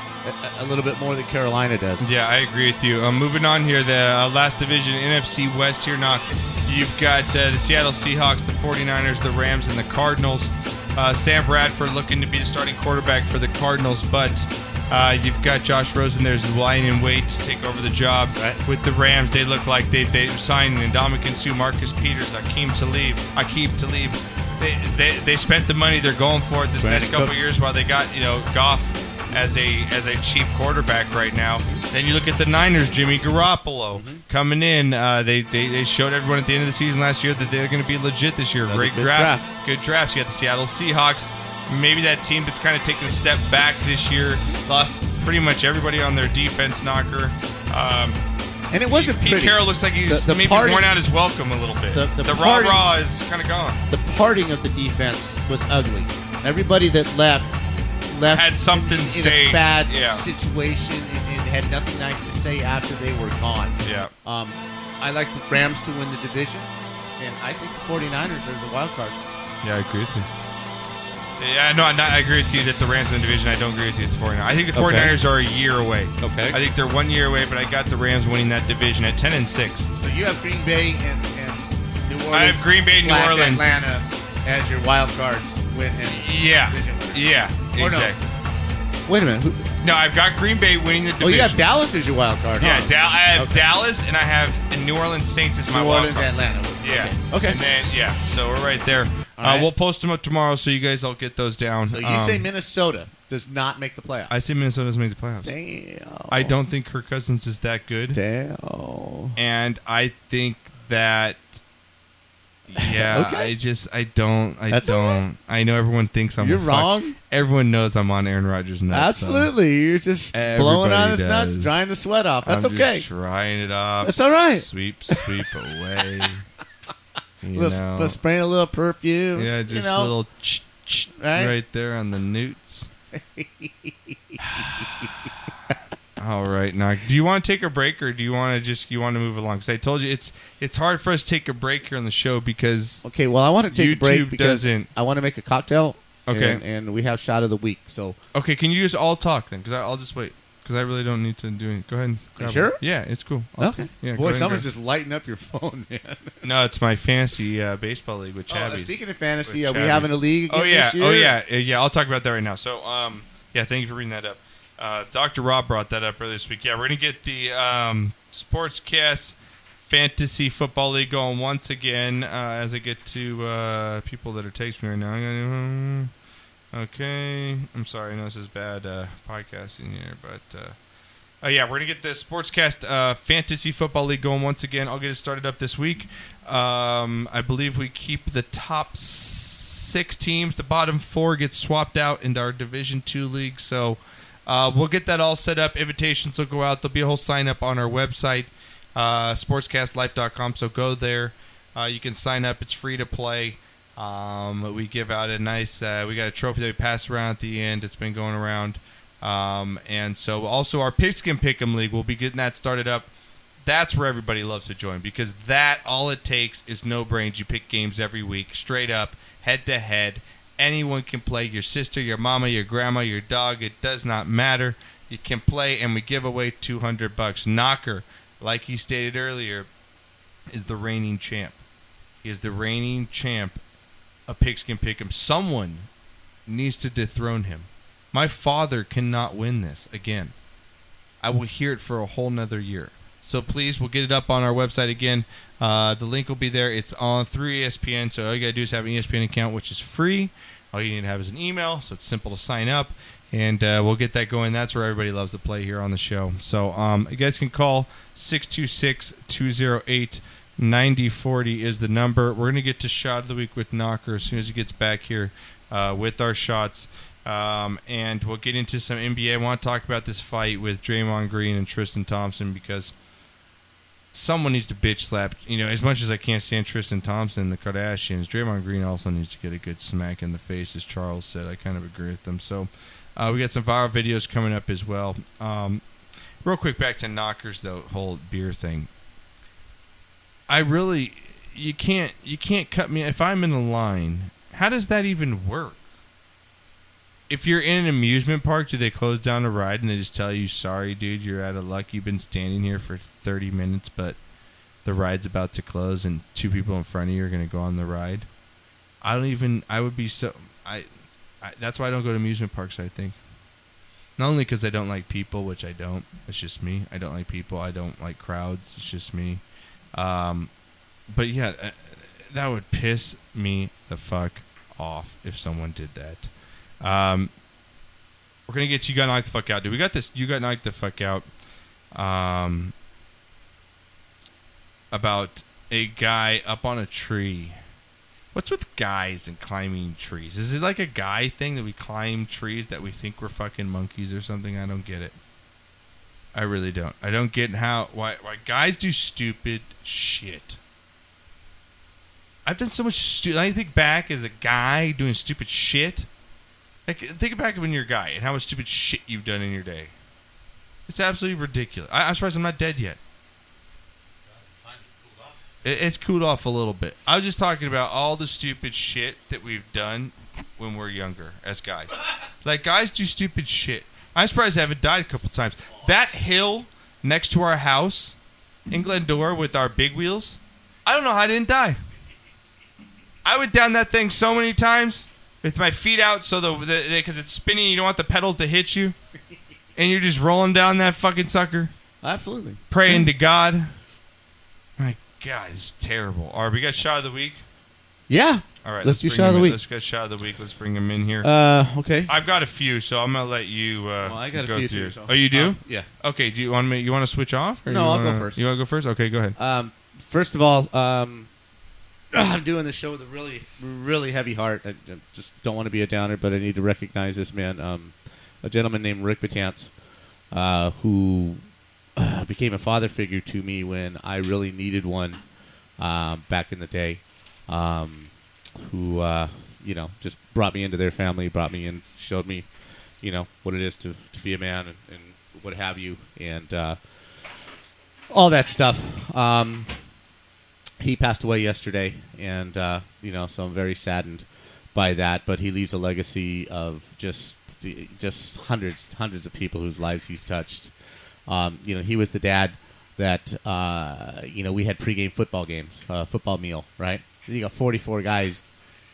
S2: a, a little bit more than Carolina does.
S1: Yeah, I agree with you. Uh, moving on here, the uh, last division, NFC West here. Now, you've got uh, the Seattle Seahawks, the 49ers, the Rams, and the Cardinals. Uh, Sam Bradford looking to be the starting quarterback for the Cardinals, but uh, you've got Josh Rosen there's lying in wait to take over the job with the Rams. They look like they they signed Ndamukong Sue, Marcus Peters, Akeem Talib, Akeem Talib. They, they, they spent the money. They're going for it this
S10: Brandon
S1: next couple
S10: Cooks.
S1: years while they got you know Goff as a as a cheap quarterback right now. Then you look at the Niners, Jimmy Garoppolo
S2: Mm-hmm.
S1: coming in. Uh, they, they they showed everyone at the end of the season last year that they're going to be legit this year. Great
S10: good
S1: draft, good drafts. You got the Seattle Seahawks, maybe that team that's kind of taken a step back this year. Lost pretty much everybody on their defense knocker. Um,
S2: And it wasn't
S1: Pete
S2: pretty.
S1: Carroll looks like he's
S2: The- the
S1: maybe
S2: party-
S1: worn out his welcome a little bit.
S2: The-
S1: The,
S2: the
S1: raw
S2: party-
S1: raw is kind of gone.
S2: the parting of the defense was ugly. Everybody that left left
S1: Had something
S2: in, in
S1: say,
S2: a bad
S1: yeah.
S2: situation and, and had nothing nice to say after they were gone.
S1: Yeah.
S2: Um, I like the Rams to win the division, and I think the 49ers are the wild card.
S1: Yeah, I agree with you. Yeah, no, I'm not, I agree with you that the Rams win the division. I don't agree with you with the 49ers. I think the
S10: Okay.
S1: 49ers are a year away.
S10: Okay.
S1: I think they're one year away, but I got the Rams winning that division at 10 and 6.
S2: So you have Green Bay and, and New Orleans.
S1: I have Green Bay, New
S2: slash
S1: Orleans.
S2: Atlanta as your wild cards win. And
S1: Yeah.
S2: division winner.
S1: Yeah,
S2: Or no.
S1: exactly.
S2: Wait a minute. Who,
S1: No. I've got Green Bay winning the division.
S2: oh, you have Dallas as your wild card.
S1: Yeah,
S2: huh?
S1: Dal- I have
S2: Okay.
S1: Dallas, and I have New Orleans Saints as my
S2: New
S1: wild
S2: Orleans,
S1: card.
S2: Atlanta.
S1: Yeah.
S2: Okay.
S1: And then, yeah, so we're right there.
S2: All right.
S1: Uh, we'll post them up tomorrow so you guys all get those down.
S2: So you
S1: Um,
S2: say Minnesota does not make the playoffs.
S1: I see Minnesota's made the playoffs.
S2: Damn.
S1: I don't think Kirk Cousins is that good.
S2: Damn. [LAUGHS]
S1: And I think that. Yeah,
S10: Okay.
S1: I just I don't I
S10: That's all
S1: don't I know everyone thinks I'm a
S10: You're
S1: fuck-
S10: wrong.
S1: Everyone knows I'm on Aaron Rodgers nuts. so
S2: Absolutely. You're just blowing
S1: uh, everybody
S2: on his nuts,
S1: does.
S2: drying the sweat off. That's
S1: I'm just
S2: okay.
S1: Drying it off.
S2: That's all right. [LAUGHS]
S1: Sweep sweep away. You
S2: Let's,
S1: know.
S2: let's spray a little perfume.
S1: yeah,
S2: you
S1: just a
S2: know? [LAUGHS]
S1: little ch- ch-
S2: Right?
S1: right? there on the newts. All right, knock. Do you want to take a break, or do you want to just you want to move along? Because I told you it's it's hard for us to take a break here on the show because
S2: Okay, well, I want to take a break
S1: YouTube
S2: because
S1: doesn't.
S2: I want to make a cocktail.
S1: Okay.
S2: And, and we have shot of the week. So
S1: Okay, can you just all talk then? Because I'll just wait. because I really don't need to do it. Go ahead. And grab it.
S2: sure?
S1: Um, Yeah, it's cool. I'll
S2: Okay.
S1: take- Yeah, go
S2: Boy,
S1: ahead and
S2: someone's
S1: grab
S2: just lighting up your [LAUGHS] phone, man.
S1: it. No, it's my fantasy uh, baseball league with
S2: Oh, uh,
S1: Chabby's.
S2: speaking of fantasy,
S1: With
S2: are we
S1: Chabby's.
S2: having a league
S1: Oh
S2: again
S1: yeah.
S2: this year?
S1: Oh yeah. Uh, Yeah. I'll talk about that right now. So um, yeah. Thank you for bringing that up. Uh, Dr. Rob brought that up earlier this week. Yeah, we're gonna get the um, sportscast fantasy football league going once again. Uh, as I get to uh, people that are texting me right now. I'm gonna. um, Okay, I'm sorry. I know this is bad uh, podcasting here, but uh, uh, yeah, we're gonna get the Sportscast uh, Fantasy Football League going once again. I'll get it started up this week. Um, I believe we keep the top six teams. The bottom four get swapped out into our Division Two league. So uh, we'll get that all set up. Invitations will go out. There'll be a whole sign up on our website, uh, sportscastlife.com. So go there. Uh, you can sign up. It's free to play. Um, we give out a nice. Uh, we got a trophy that we pass around at the end. It's been going around. Um, and so also our pigskin pick'em league, we'll be getting that started up. That's where everybody loves to join because that all it takes is no brains. You pick games every week, straight up, head to head. Anyone can play. Your sister, your mama, your grandma, your dog. It does not matter. You can play, and we give away two hundred bucks. Knocker, like he stated earlier, is the reigning champ. He is the reigning champ of pigskin pick'em. Someone needs to dethrone him. My father cannot win this again. I will hear it for a whole nother year. So please, we'll get it up on our website again. Uh, the link will be there. It's on through E ESPN. So all you gotta do is have an E ESPN account, which is free. All you need to have is an email, so it's simple to sign up, and uh, we'll get that going. That's where everybody loves to play here on the show. So um, you guys can call 626-208-9040 is the number. We're gonna get to shot of the week with Knocker as soon as he gets back here uh, with our shots. Um, and we'll get into some NBA. I want to talk about this fight with Draymond Green and Tristan Thompson because someone needs to bitch slap. You know, as much as I can't stand Tristan Thompson and the Kardashians, Draymond Green also needs to get a good smack in the face, as Charles said. I kind of agree with them. So uh, we got some viral videos coming up as well. Um, real quick, back to Knockers, the whole beer thing. I really, you can't, you can't cut me if I'm in a line. How does that even work? if you're in an amusement park, do they close down a ride and they just tell you, "Sorry, dude, you're out of luck. You've been standing here for 30 minutes, but the ride's about to close, and two people in front of you are going to go on the ride." I don't even. I would be so. I. I that's why I don't go to amusement parks. I think not only because I don't like people, which I don't. It's just me. I don't like people. I don't like crowds. It's just me. Um, but yeah, uh, that would piss me the fuck off if someone did that. Um, we're gonna get you got knocked the fuck out, dude. We got this. You got knocked the fuck out. Um, about a guy up on a tree. What's with guys and climbing trees? Is it like a guy thing that we climb trees that we think we're fucking monkeys or something? I don't get it. I really don't. I don't get how why why guys do stupid shit. I've done so much stupid. I think back as a guy doing stupid shit. Like, think back when you're a guy and how much stupid shit you've done in your day. It's absolutely ridiculous. I, I'm surprised I'm not dead yet. It, it's cooled off a little bit. I was just talking about all the stupid shit that we've done when we're younger as guys. like guys do stupid shit. I'm surprised I haven't died a couple times. That hill next to our house in Glendora with our big wheels, I don't know how I didn't die. I went down that thing so many times with my feet out, so the because it's spinning, you don't want the pedals to hit you, and you're just rolling down that fucking sucker,
S2: Absolutely.
S1: praying to God. My God, it's terrible. All right, we got shot of the week.
S2: Yeah.
S1: All right,
S2: Let's do
S1: bring
S2: shot of
S1: him
S2: the
S1: in.
S2: week.
S1: Let's get shot of the week. Let's bring him in here.
S2: Uh, okay.
S1: I've got a few, so I'm gonna let you. Uh,
S2: Well, I got a
S1: go
S2: few
S1: through.
S2: too, so-
S1: Oh, you do?
S2: Um, yeah.
S1: Okay. Do you want me? You want to switch off?
S2: No,
S1: you
S2: I'll go
S1: wanna-
S2: first.
S1: You want to go first? Okay, go ahead.
S2: Um, first of all, um, [CLEARS THROAT] I'm doing this show with a really, really heavy heart. I I just don't want to be a downer, but I need to recognize this man, um, a gentleman named Rick Batance, uh, who uh, became a father figure to me when I really needed one uh, back in the day. Um, who, uh, you know, just brought me into their family, brought me in, showed me, you know, what it is to, to be a man and, and what have you. And, uh, all that stuff. Um, he passed away yesterday, and uh, you know, so I'm very saddened by that. But he leaves a legacy of just just hundreds hundreds of people whose lives he's touched. Um, you know, he was the dad that uh, you know we had pregame football games, uh, football meal, right? You got 44 guys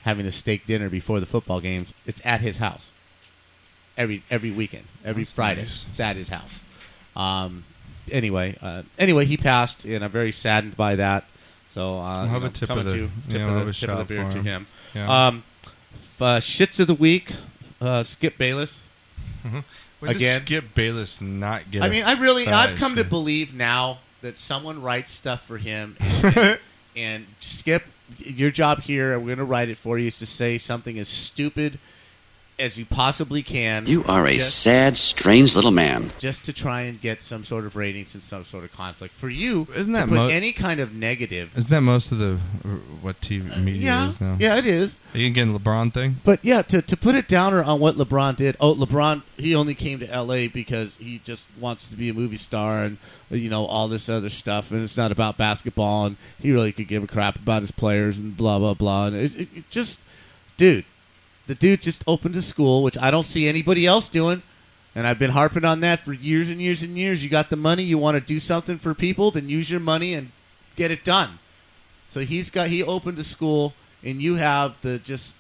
S2: having a steak dinner before the football games. It's at his house every every weekend, every
S10: That's
S2: Friday.
S10: nice.
S2: It's at his house. Um, anyway, uh, anyway, he passed, and I'm very saddened by that. So uh,
S1: We'll have
S2: you
S1: a
S2: know,
S1: tip
S2: coming
S1: of the-
S2: to, tip
S1: yeah,
S2: of
S1: we'll
S2: the,
S1: have a
S2: tip of the
S1: shot
S2: beer
S1: for
S2: to
S1: him.
S2: him.
S1: Yeah.
S2: Um, f- uh, shits of the week, uh, Skip Bayless.
S1: Mhm. Wait, does
S2: Again,
S1: Skip Bayless not get.
S2: I mean, I really,
S1: a
S2: I've
S1: prize,
S2: come to
S1: dude?
S2: believe now that someone writes stuff for him, and,
S1: [LAUGHS]
S2: and Skip, your job here, we're going to write it for you, is to say something as stupid as you possibly can.
S11: You are a
S2: just,
S11: sad, strange little man.
S2: just to try and get some sort of ratings and some sort of conflict for you.
S1: Isn't that
S2: to put
S1: mo-
S2: any kind of negative?
S1: Isn't that most of the uh, what TV media
S2: yeah.
S1: is now?
S2: Yeah, it is.
S1: Are you getting LeBron thing?
S2: But yeah, to, to put it downer on what LeBron did. Oh, LeBron, he only came to L.A. because he just wants to be a movie star and you know all this other stuff, and it's not about basketball, and he really could give a crap about his players and blah blah blah. And it, it, it just, dude, the dude just opened a school, which I don't see anybody else doing. And I've been harping on that for years and years and years. You got the money, you want to do something for people, then use your money and get it done. So he's got he opened a school, and you have the just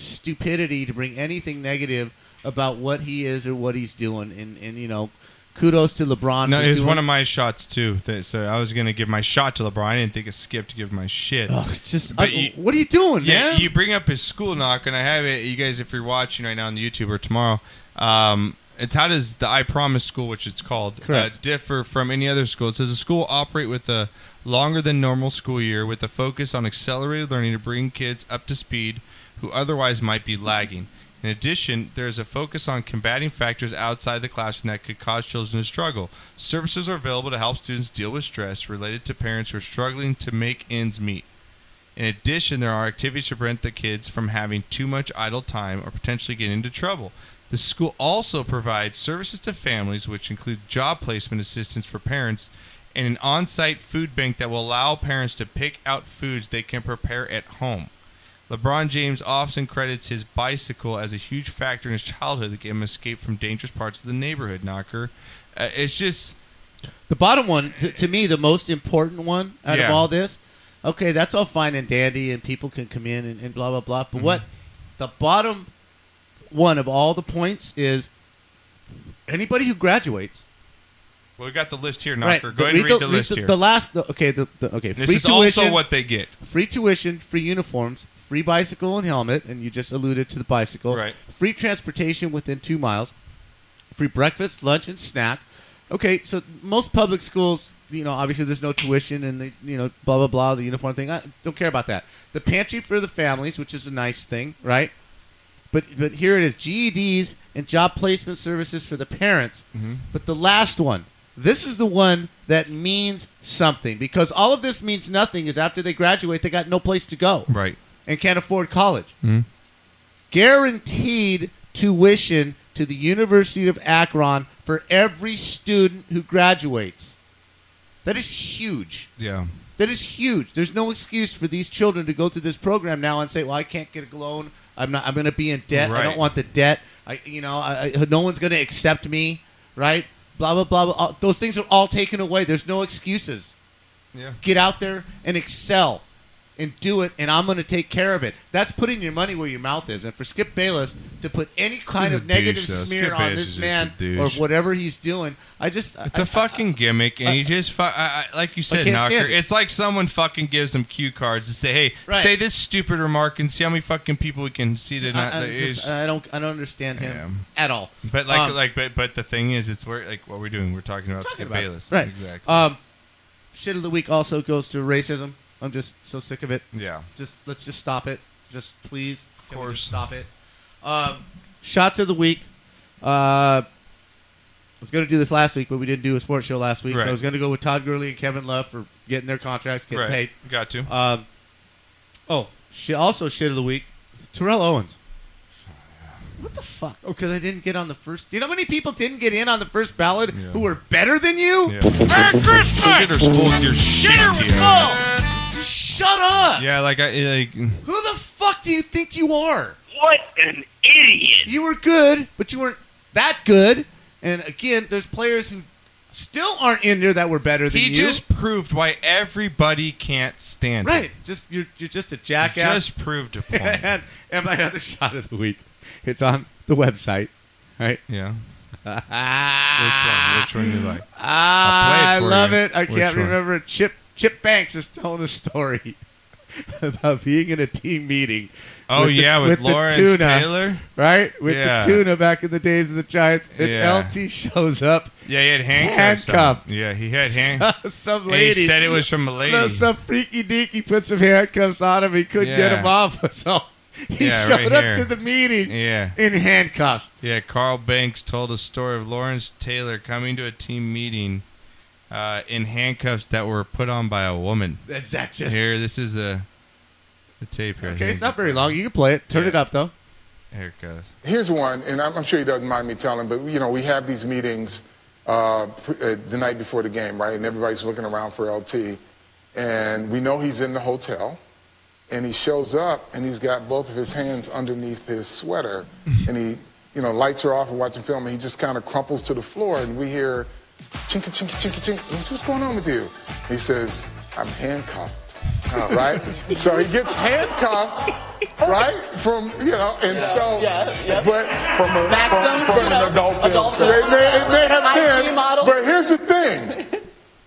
S2: stupidity to bring anything negative about what he is or what he's doing. And and you know, kudos to LeBron.
S1: No,
S2: for
S1: it's
S2: doing-
S1: one of my shots too. That- So I was gonna give my shot to LeBron. I didn't think of Skip to give my shit.
S2: it's just- I- what are you doing,
S1: yeah,
S2: man?
S1: You bring up his school knock, and I have it. You guys, if you're watching right now on YouTube or tomorrow, um, it's how does the I Promise School, which it's called,
S2: Correct.
S1: Uh, differ from any other school? It says a school operate with a longer than normal school year with a focus on accelerated learning to bring kids up to speed who otherwise might be lagging. In addition, there is a focus on combating factors outside the classroom that could cause children to struggle. Services are available to help students deal with stress related to parents who are struggling to make ends meet. In addition, there are activities to prevent the kids from having too much idle time or potentially getting into trouble. The school also provides services to families, which include job placement assistance for parents and an on site food bank that will allow parents to pick out foods they can prepare at home. LeBron James often credits his bicycle as a huge factor in his childhood to get him escape from dangerous parts of the neighborhood, knocker. Uh, it's just.
S2: The bottom one, t- to me, the most important one out
S1: Yeah.
S2: of all this. Okay, that's all fine and dandy, and people can come in and, and blah blah blah. But what the bottom one of all the points is anybody who graduates.
S1: Well, we got the list here, knocker. Go ahead
S2: read
S1: and read the, list
S2: the,
S1: here.
S2: The last, the, okay, the, the okay.
S1: This
S2: free
S1: is
S2: tuition,
S1: also what they get.
S2: Free tuition, free uniforms, free bicycle and helmet, and you just alluded to the bicycle. Right. Free transportation within two miles, free breakfast, lunch, and snack. Okay, so most public schools, you know, obviously there's no tuition and they, you know, blah blah blah, the uniform thing. I don't care about that. The pantry for the families, which is a nice thing, right? But but here it is: GEDs and job placement services for the parents.
S1: mm-hmm.
S2: But the last one, this is the one that means something because all of this means nothing is after they graduate, they got no place to go.
S1: Right.
S2: And can't afford college. Guaranteed tuition to the University of Akron for every student who graduates. That is huge.
S1: Yeah.
S2: That is huge. There's no excuse for these children to go through this program now and say, "Well, I can't get a loan. I'm not. I'm going to be in debt. I
S10: Right.
S2: don't want the debt. I, you know, I, I, no one's going to accept me, right? Blah blah blah. blah. All- Those things are all taken away. There's no excuses.
S1: Yeah.
S2: Get out there and excel, and do it. And I'm going to take care of it. That's putting your money where your mouth is. And for Skip Bayless to put any kind
S1: He's
S2: of
S1: a
S2: negative
S1: douche, though.
S2: smear
S1: Skip
S2: on
S1: Bayless
S2: this
S1: is just a
S2: man or
S1: douche.
S2: whatever he's doing, I just
S1: It's a fucking gimmick, and you just fu- I, I, like you said,
S2: can't stand
S1: knocker.
S2: it.
S1: It's like someone fucking gives them cue cards and say, "Hey,
S2: Right.
S1: say this stupid remark and see how many fucking people we can see to not."
S2: I, I'm
S1: it's-
S2: just- I don't. I don't understand him at all.
S1: but like,
S2: Um,
S1: like, but but the thing is, it's where like what we're doing. We're talking about Skip
S2: about it.
S1: Bayless,
S2: Right.
S1: Exactly.
S2: Um, shit of the week also goes to racism. I'm just so sick of it.
S1: Yeah.
S2: Just let's just stop it. Just please. Of
S1: course.
S2: Stop it. Um, shots of the week. Uh, I was going to do this last week, but we didn't do a sports show last week, so
S1: Right.
S2: I was going to go with Todd Gurley and Kevin Love for getting their contracts, getting
S1: Right.
S2: paid.
S1: Got to.
S2: Um, oh, shit, also shit of the week. Terrell Owens. What the fuck? Oh, because I didn't get on the first. Do you know how many people didn't get in on the first ballot who were better than you? Merry Christmas!
S1: your shit here.
S2: Oh, shut up!
S1: Yeah, like I like.
S2: Who the fuck do you think you are?
S10: What an idiot!
S2: You were good, but you weren't that good. And again, there's players who still aren't in there that were better than
S1: He
S2: you.
S1: just proved why everybody can't stand him.
S2: right, just you're you're just a jackass.
S1: Just proved a point.
S2: [LAUGHS] and, and my other shot of the week, it's on the website, right? [LAUGHS]
S1: Yeah.
S2: which
S1: one? Which one you
S2: [GASPS]
S1: like?
S2: I,
S1: I'll play it for
S2: love
S1: you.
S2: it. Ah, I
S1: Which
S2: can't
S1: one?
S2: remember it. Chip Chip Banks is telling a story [LAUGHS] about being in a team meeting.
S1: Oh,
S2: the-
S1: yeah, with
S2: the
S1: Lawrence
S2: tuna,
S1: Taylor?
S2: right? With
S1: Yeah.
S2: the tuna back in the days of the Giants, and
S1: Yeah.
S2: LT shows up.
S1: Yeah, he had handcuffs. on.
S2: Handcuffed.
S1: Yeah, he had
S2: [LAUGHS]
S1: handcuffs.
S2: some lady
S1: He said it was from a lady.
S2: No, some freaky deek. He put some handcuffs on him. He couldn't get
S1: Yeah.
S2: him off, [LAUGHS] so he
S1: Yeah,
S2: showed
S1: right
S2: up
S1: here.
S2: to the meeting
S1: Yeah.
S2: in handcuffs.
S1: Yeah, Carl Banks told a story of Lawrence Taylor coming to a team meeting uh, in handcuffs that were put on by a woman.
S2: That's- that just-
S1: here. This is the the tape here.
S2: Okay, it's not very long. You can play it. Turn it up though.
S1: Here it goes.
S12: Here's one, and I'm I'm sure he doesn't mind me telling, but you know, we have these meetings uh, pr- uh, the night before the game, right? And everybody's looking around for LT, and we know he's in the hotel, and he shows up, and he's got both of his hands underneath his sweater, and he, you know, lights are off and watching film, and he just kind of crumples to the floor, and we hear, chinka chinka chinka chink. What's what's going on with you? He says, I'm handcuffed. Uh, right? so he gets handcuffed, right? From you know, and so but from a
S13: Maxim, from- from an you know, adult film. adult film.
S12: It may, it may have
S13: IP
S12: been,
S13: model.
S12: but here's the thing.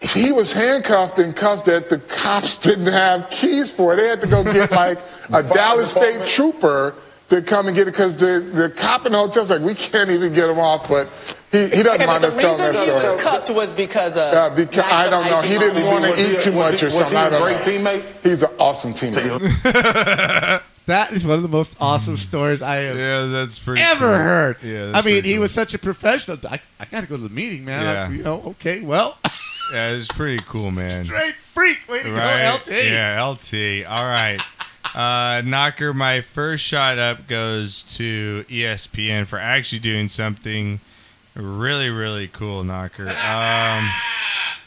S12: He was handcuffed and cuffed that the cops didn't have keys for. They had to
S10: [LAUGHS]
S12: go get like a Dallas State trooper to come and get it because the, the cop in the hotel's like, we can't even get him off, but he, he doesn't
S10: Okay, but
S12: mind
S10: the
S12: us telling that
S10: reason he
S12: story.
S10: was cuffed was because of.
S12: Uh, because, I don't know. He didn't want to
S10: Was he-
S12: eat too
S10: was
S12: much
S10: he-
S12: or
S10: was
S12: something.
S10: he a
S12: I don't
S10: great
S12: know. He's an awesome teammate.
S2: That is one of the most awesome stories I have
S1: Mm. yeah, that's pretty
S2: ever
S1: cool.
S2: heard.
S1: Yeah, that's
S2: I mean,
S1: pretty
S2: he
S1: cool.
S2: was such a professional. I, I got to go to the meeting, man. I-
S1: Yeah.
S2: you know, okay, well, [LAUGHS]
S1: Yeah, it's pretty cool, man.
S2: straight freak. Way to
S1: Right?
S2: go, LT.
S1: Yeah, LT. All right. Uh, Knocker, my first shot up goes to E ESPN for actually doing something really, really cool, Knocker. Um,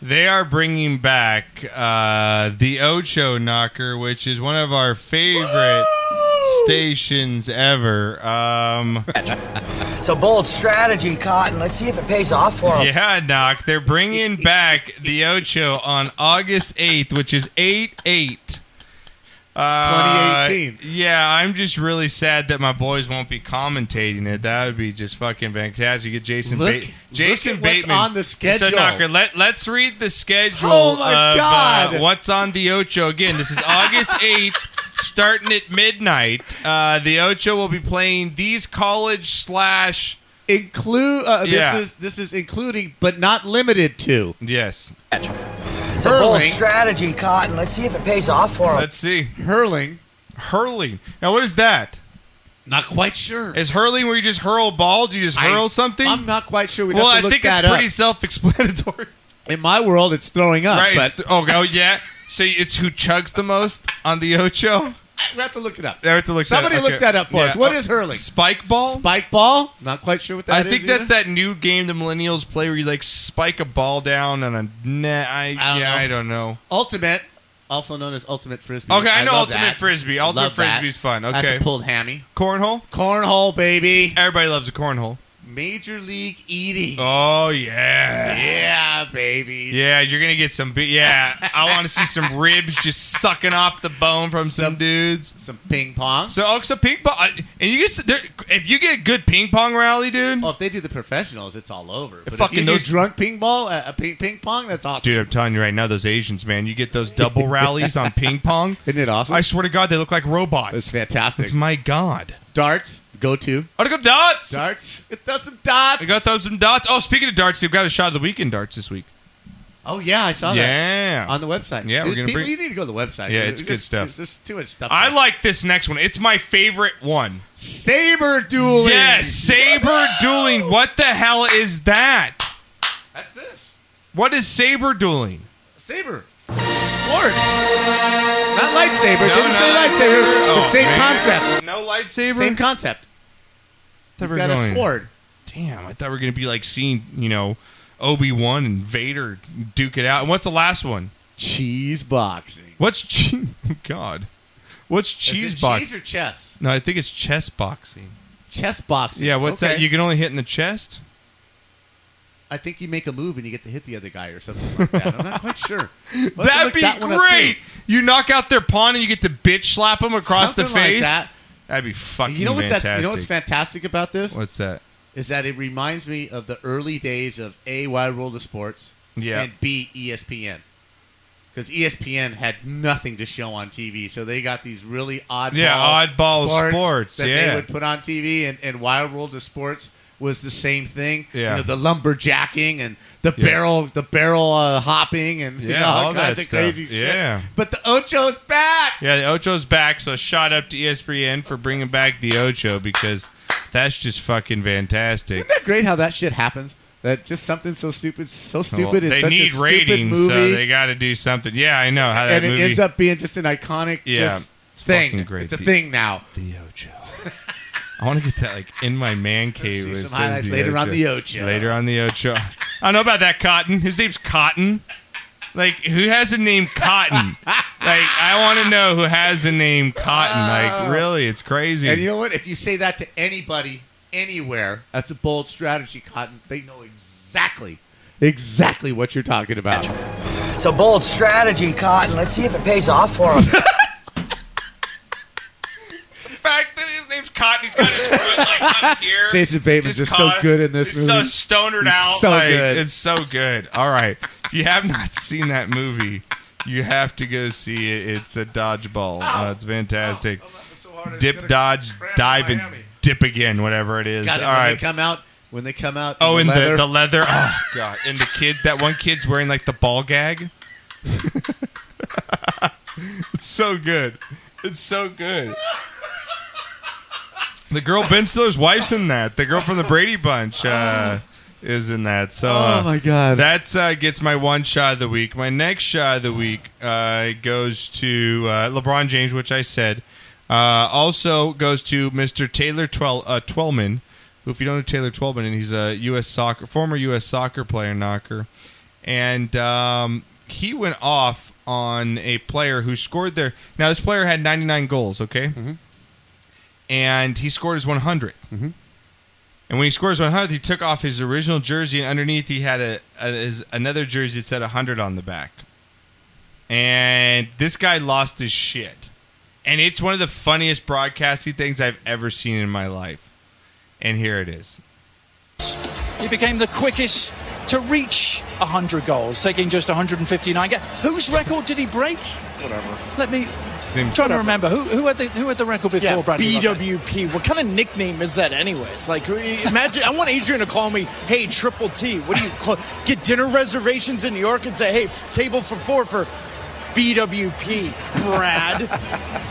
S1: they are bringing back uh, the Ocho Knocker, which is one of our favorite stations ever. Um,
S14: It's a bold strategy, Cotton. Let's see if it pays off for him.
S1: Yeah, Knock. They're bringing back the Ocho on August 8th, which is 8 8. Uh,
S2: 2018.
S1: Yeah, I'm just really sad that my boys won't be commentating it. That would be just fucking fantastic. Get Jason
S2: Look-
S1: Ba-
S2: look
S1: Jason
S2: at what's
S1: Bateman
S2: on the schedule.
S1: So, Knocker, let, let's read the schedule.
S2: Oh, my
S1: of, uh,
S2: God.
S1: what's on the Ocho again? This is
S2: [LAUGHS]
S1: August 8th. Starting at midnight, uh, the Ocho will be playing these college slash
S2: include. Uh, this
S1: Yeah.
S2: is this is including, but not limited to.
S1: Yes,
S14: It's a bold
S2: hurling.
S14: strategy, Cotton. Let's see if it pays off for him.
S1: Let's see.
S2: Hurling.
S1: Hurling. Now, what is that?
S2: Not quite sure.
S1: Is hurling where you just hurl balls? You just hurl
S2: I-
S1: something?
S2: I'm not quite sure. We'd
S1: well,
S2: have
S1: I
S2: to look
S1: think
S2: that
S1: it's pretty
S2: up.
S1: self-explanatory.
S2: In my world, it's throwing up.
S1: right.
S2: But
S1: it's- oh, oh, yeah. So it's who chugs the most on the Ocho?
S2: [LAUGHS]
S1: [LAUGHS]
S2: we have to look it up.
S1: I have to look that
S2: Somebody
S1: up.
S2: look
S1: Okay.
S2: that up for
S1: Yeah.
S2: us. What
S1: Oh,
S2: is hurling?
S1: Spike ball?
S2: Spike ball? Not quite sure what that
S1: I
S2: is
S1: think that's
S2: either.
S1: that new game the millennials play where you like spike a ball down on a net. I,
S2: don't
S1: yeah,
S2: know.
S1: I don't know.
S2: Ultimate, also known as ultimate frisbee.
S1: Okay, I know
S2: love
S1: ultimate
S2: that.
S1: frisbee. Ultimate
S2: Love that.
S1: frisbee's fun.
S2: That's a
S1: Okay.
S2: pulled hammy.
S1: Cornhole?
S2: Cornhole, baby.
S1: Everybody loves a cornhole.
S2: Major League Eating.
S1: Oh yeah.
S2: Yeah, Ah, baby.
S1: Yeah, you're gonna get some. Be- yeah, I want to see
S2: [LAUGHS]
S1: some ribs just sucking off the bone from some, dudes.
S2: Some ping pong.
S1: So, oh, so ping pong. I- And you get s- there, if you get a good ping pong rally, dude.
S2: Well, if they do the professionals, it's all over. But
S1: fucking
S2: if you do
S1: those-
S2: drunk ping ball, uh, a ping ping pong, that's awesome.
S1: Dude, I'm telling you right now, those Asians, man, you get those
S2: [LAUGHS]
S1: double rallies on ping pong.
S2: Isn't it awesome?
S1: I swear to God, they look like robots.
S2: It's fantastic.
S1: It's my God.
S2: Darts, go to.
S1: Oh, they go darts.
S2: Darts. It does some dots.
S1: I got those some darts. Oh, speaking of darts, they've got a shot of the weekend darts this week.
S2: Oh yeah, I saw
S1: Yeah.
S2: that. on the website.
S1: Yeah,
S2: Dude,
S1: we're gonna
S2: people,
S1: bring-
S2: you need to go to the website.
S1: Yeah,
S2: Dude,
S1: it's good
S2: just-
S1: stuff.
S2: There's just too much stuff.
S1: I like this next one. It's my favorite one.
S2: saber dueling.
S1: Yes, saber dueling. What the hell is that?
S2: that's this
S1: What is saber dueling?
S2: saber. Swords. Not lightsaber.
S1: No,
S2: Didn't
S1: not
S2: say lightsaber.
S1: lightsaber.
S2: but
S1: Oh,
S2: same
S1: man.
S2: concept.
S1: No lightsaber.
S2: Same concept.
S1: They've
S2: You've got a sword.
S1: Damn, I thought we were gonna be like seeing you know Obi Wan and Vader duke it out. And what's [LAUGHS] the last one?
S2: Cheese boxing.
S1: What's che- God? What's
S2: Is
S1: cheese
S2: it
S1: box?
S2: Cheese or chess?
S1: No, I think it's chess boxing.
S2: Chess boxing.
S1: Yeah, what's that?
S2: Okay.
S1: You can only hit in the chest.
S2: I think you make a move and you get to hit the other guy or something like that. I'm not quite
S1: [LAUGHS]
S2: sure. Let's
S1: That'd
S2: look
S1: be
S2: that one up,
S1: great. You knock out their pawn and you get to bitch slap them across the
S2: Something like
S1: face.
S2: that.
S1: That'd be fucking.
S2: You know what?
S1: Fantastic.
S2: That's you know what's fantastic about this
S1: What's that?
S2: is that it reminds me of the early days of a Wild World of Sports,
S1: Yeah.
S2: and b E ESPN, because ESPN had nothing to show on TV, so they got these really oddball
S1: Yeah, oddball sports,
S2: that
S1: yeah.
S2: they would put on TV, and, and Wild World of Sports was the same thing. you
S1: Yeah.
S2: know, the lumberjacking and the
S1: Yeah.
S2: barrel the barrel uh, hopping and you
S1: Yeah,
S2: know, all,
S1: all that
S2: kinds of
S1: stuff.
S2: crazy shit.
S1: Yeah.
S2: But the Ocho's back.
S1: Yeah, the Ocho's back, so shout up to E ESPN for bringing back the Ocho because that's just fucking fantastic.
S2: Isn't that great how that shit happens? That just something so stupid, so stupid.
S1: Well,
S2: it's
S1: they
S2: such
S1: need
S2: a stupid
S1: ratings,
S2: movie,
S1: so they got to do something. Yeah, I know how that
S2: and it
S1: movie
S2: ends up being just an iconic
S1: Yeah,
S2: just
S1: it's
S2: thing.
S1: fucking great.
S2: It's a
S1: The-
S2: thing now.
S1: The Ocho. [LAUGHS] I want to get that like in my man cave.
S2: see
S1: where it
S2: some
S1: says
S2: highlights later on the Ocho.
S1: Later on the Ocho. I don't know about that Cotton. His name's Cotton. Like who has a name
S2: [LAUGHS]
S1: Cotton? like I want to know who has a name Cotton. Like really, it's crazy.
S2: And you know what? If you say that to anybody, anywhere, that's a bold strategy, Cotton. They know exactly, exactly what you're talking about.
S14: It's a bold strategy, Cotton. Let's see if it pays off for
S1: [LAUGHS]
S14: him.
S1: fact that his name's Cotton, he's got his foot like up here.
S2: [LAUGHS] Jason Bateman's just so
S1: caught-
S2: good in this
S1: he's
S2: movie.
S1: So stonered
S2: He's
S1: out.
S2: so
S1: like,
S2: good.
S1: It's so good. All right. If you have not seen that movie, you have to go see it. It's a dodgeball. Uh, it's fantastic. dip, dodge, dive, and dip again. Whatever it is.
S2: Got it.
S1: All
S2: when
S1: right.
S2: they come out, when they come out.
S1: Oh,
S2: in
S1: and
S2: the leather,
S1: the, the leather.
S2: [LAUGHS]
S1: Oh god. And the kid. That one kid's wearing like the ball gag. [LAUGHS] it's so good. It's so good. The girl Ben Stiller's wife's in that. The girl from the Brady Bunch uh, is in that. So, uh,
S2: Oh, my God.
S1: that's uh, gets my one shot of the week. My next shot of the week uh, goes to uh, LeBron James, which I said. Uh, also goes to Mr. Taylor Twel- uh, Twelman, who, if you don't know Taylor Twelman, and he's a U.S. soccer former U.S. soccer player knocker, and um, he went off on a player who scored their. Now this player had 99 goals. Okay and he scored his 100. And when he scores 100, he took off his original jersey, and underneath he had a, a his, another jersey that said 100 on the back. And this guy lost his shit. And it's one of the funniest broadcasting things I've ever seen in my life. And here it is.
S15: He became the quickest to reach 100 goals, taking just 159. Ga- Whose record did he break? Whatever. Let me.
S1: I'm
S15: trying to remember who, who had the who had the record before
S16: Yeah,
S15: Bradley. Buffett?
S16: BWP. What kind of nickname is that, anyways? Like, imagine. I want Adrian to call me, "Hey, Triple T." What do you call? Get dinner reservations in New York and say, "Hey, f- table for four for BWP." Brad,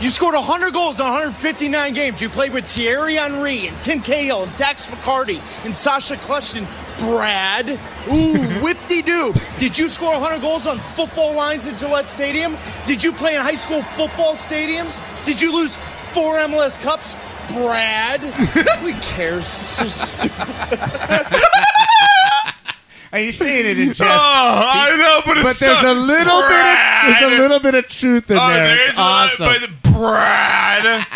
S16: [LAUGHS] you scored 100 goals in 159 games. You played with Thierry Henry and Tim Cahill and Dax McCarty and Sasha Clutchton. Brad, ooh, [LAUGHS] whip-de-doo. Did you score 100 goals on football lines at Gillette Stadium? Did you play in high school football stadiums? Did you lose four MLS Cups?
S2: [LAUGHS]
S16: Brad, who cares? So stupid.
S2: Are you saying
S1: [LAUGHS]
S2: it in jest?
S16: Oh, I know, but it's
S2: there's
S16: so-
S2: a little bit. Of, there's a little bit of truth in
S1: Oh,
S2: there.
S1: there
S2: It's
S1: is a lot,
S2: awesome.
S1: but Brad,